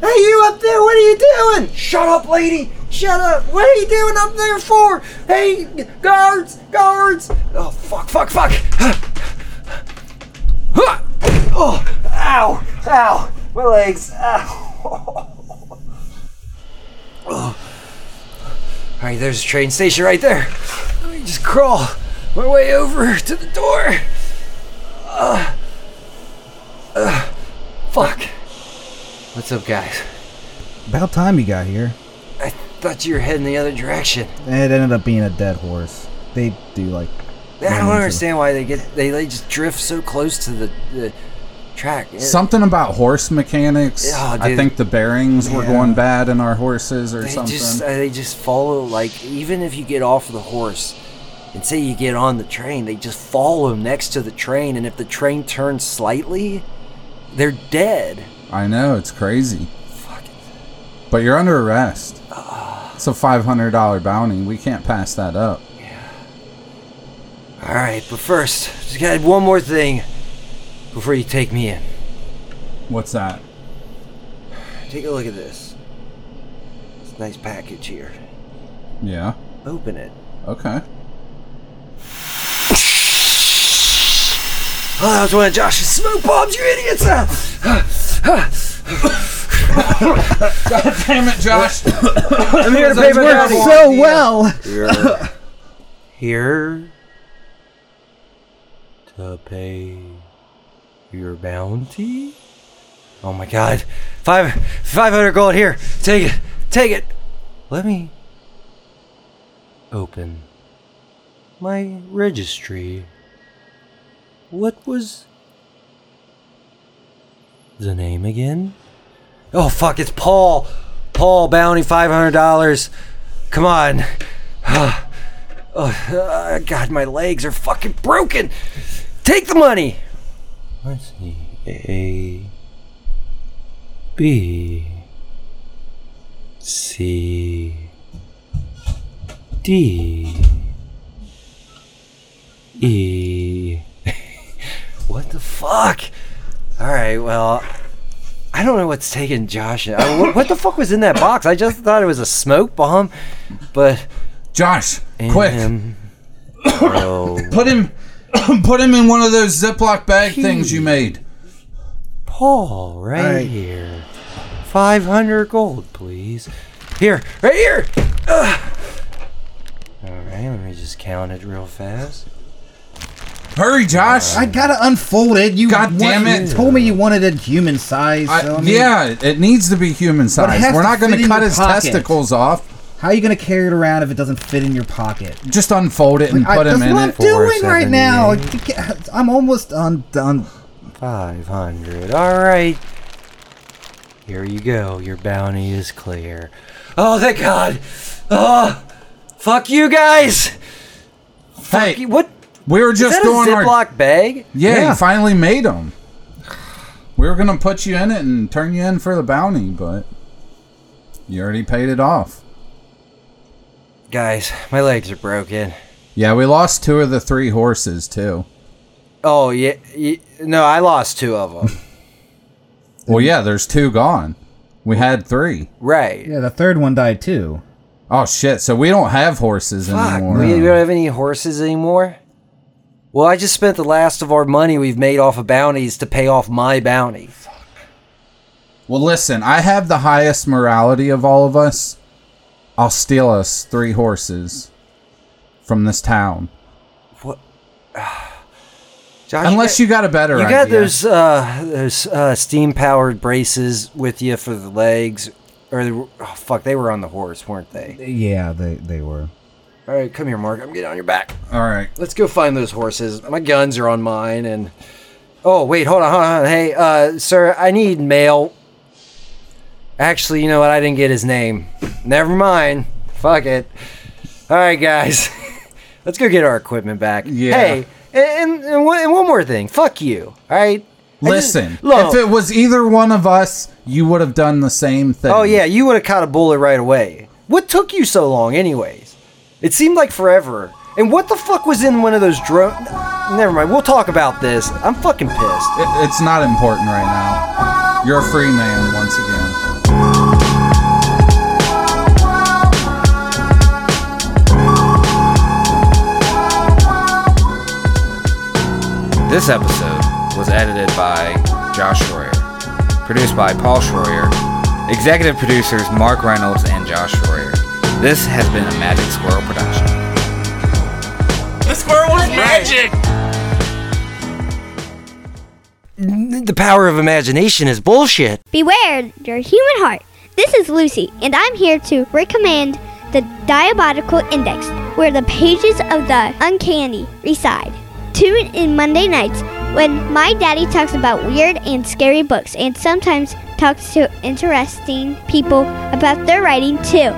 Hey, you up there? What are you doing? Shut up, lady! Shut up! What are you doing up there for? Hey, g- guards! Guards! Oh, fuck, fuck, fuck! Huh. Oh, ow! Ow! My legs! Ow! Oh. Alright, there's a train station right there. Let me just crawl my way over to the door. Uh, uh, fuck. What's up, guys?
About time he got here.
I thought you were heading the other direction.
It ended up being a dead horse. They do like.
I
run
don't
Mm-hmm.
into-
understand why they get they, they just drift so close to the, the track. It-
Something about horse mechanics.
Yeah,
I
dude.
think the bearings were
Yeah.
going bad in our horses or
they
something.
just uh, they just follow like even if you get off the horse and say you get on the train, they just follow next to the train, and if the train turns slightly, they're dead.
I know, it's crazy. But you're under arrest.
Uh,
It's a $500 bounty. We can't pass that up.
All right, but first, just got one more thing before you take me in.
What's that?
Take a look at this. It's a nice package here.
Yeah.
Open it.
Okay.
Oh, that was one of Josh's smoke bombs, you idiots! God
damn it, Josh!
I'm here to pay
It
my
worked
bounty.
so well.
You're here to pay your bounty? Oh my god. Five, 500 gold here. Take it. Take it. Let me open my registry. What was the name again? Oh fuck, it's Paul. Paul Bounty, five hundred dollars. Come on. oh, uh, God, my legs are fucking broken. Take the money. Let's see. A B C D E. what the fuck? All right, well, I don't know what's taking Josh. I- what, what the fuck was in that box? I just thought it was a smoke bomb, but um,
Josh, quick.
bro,
Put him put him in one of those Ziploc bag things you made.
Paul, right,
Right.
here. 500 gold, please. Here, right here.
All right, let me just count it real fast.
Hurry, Josh.
I gotta unfold it. You
God
want-
damn it.
You told me you wanted it human size. so, I mean,
yeah, it needs to be human
But it
sized.
has
We're
to
not going
fit
to
in
cut
your
his
pocket.
testicles off.
How are you gonna carry it around if it doesn't fit in your pocket?
Just unfold it and
I,
put him
that's
in
what I'm
it.
doing right now. Like, you can't- I'm almost on done.
Five hundred.
All right.
Here you go. Your bounty is clear.
Oh, thank God. Oh, fuck you guys.
Hey,
what?
We were
Is
just
that a
doing our
Ziploc bag.
Yeah, you finally made him. We were gonna put you in it and turn you in for the bounty, but you already paid it off.
Guys, my legs are broken.
Yeah, we lost two of the three horses too.
Oh yeah, yeah. No, I lost two of them.
Well, yeah, there's two gone. We had three.
Right.
Yeah, the third one died too.
Oh shit! So we don't have horses anymore.
We, we don't have any horses anymore. Well, I just spent the last of our money we've made off of bounties to pay off my bounty.
Well, listen, I have the highest morality of all of us. I'll steal us three horses from this town.
What?
Unless you got a better
You got
idea.
those uh, those uh, steam powered braces with you for the legs, or they were, oh, fuck, they were on the horse, weren't they?
Yeah, they they were.
All right, come here, Mark. I'm getting on your back.
All right.
Let's go find those horses. My guns are on mine, and oh wait, hold on, hold on. Hey, uh, sir, I need mail. Actually, you know what? I didn't get his name. Never mind. Fuck it. All right, guys, let's go get our equipment back.
Yeah.
Hey, and and, and, one, and one more thing. Fuck you. All right. I just-
Listen,
look.
if it was either one of us, you would have done the same thing.
Oh yeah, you would have caught a bullet right away. What took you so long, anyways? It seemed like forever. And what the fuck was in one of those drone? Never mind. We'll talk about this. I'm fucking pissed.
It- it's not important right now. You're a free man once again.
This episode was edited by Josh Schroyer, produced by Paul Schroyer, executive producers Mark Reynolds and Josh Schroyer. This has been a Magic Squirrel production.
The squirrel was magic.
The power of imagination is bullshit.
Beware your human heart. This is Lucy, and I'm here to recommend the Diabolical Index, where the pages of the uncanny reside. Tune in Monday nights when my daddy talks about weird and scary books and sometimes talks to interesting people about their writing too.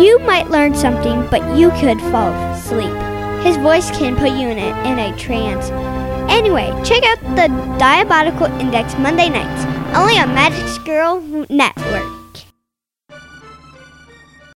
You might learn something, but you could fall asleep. His voice can put you in a, in a trance. Anyway, check out the Diabolical Index Monday nights, only on Magic Girl Net.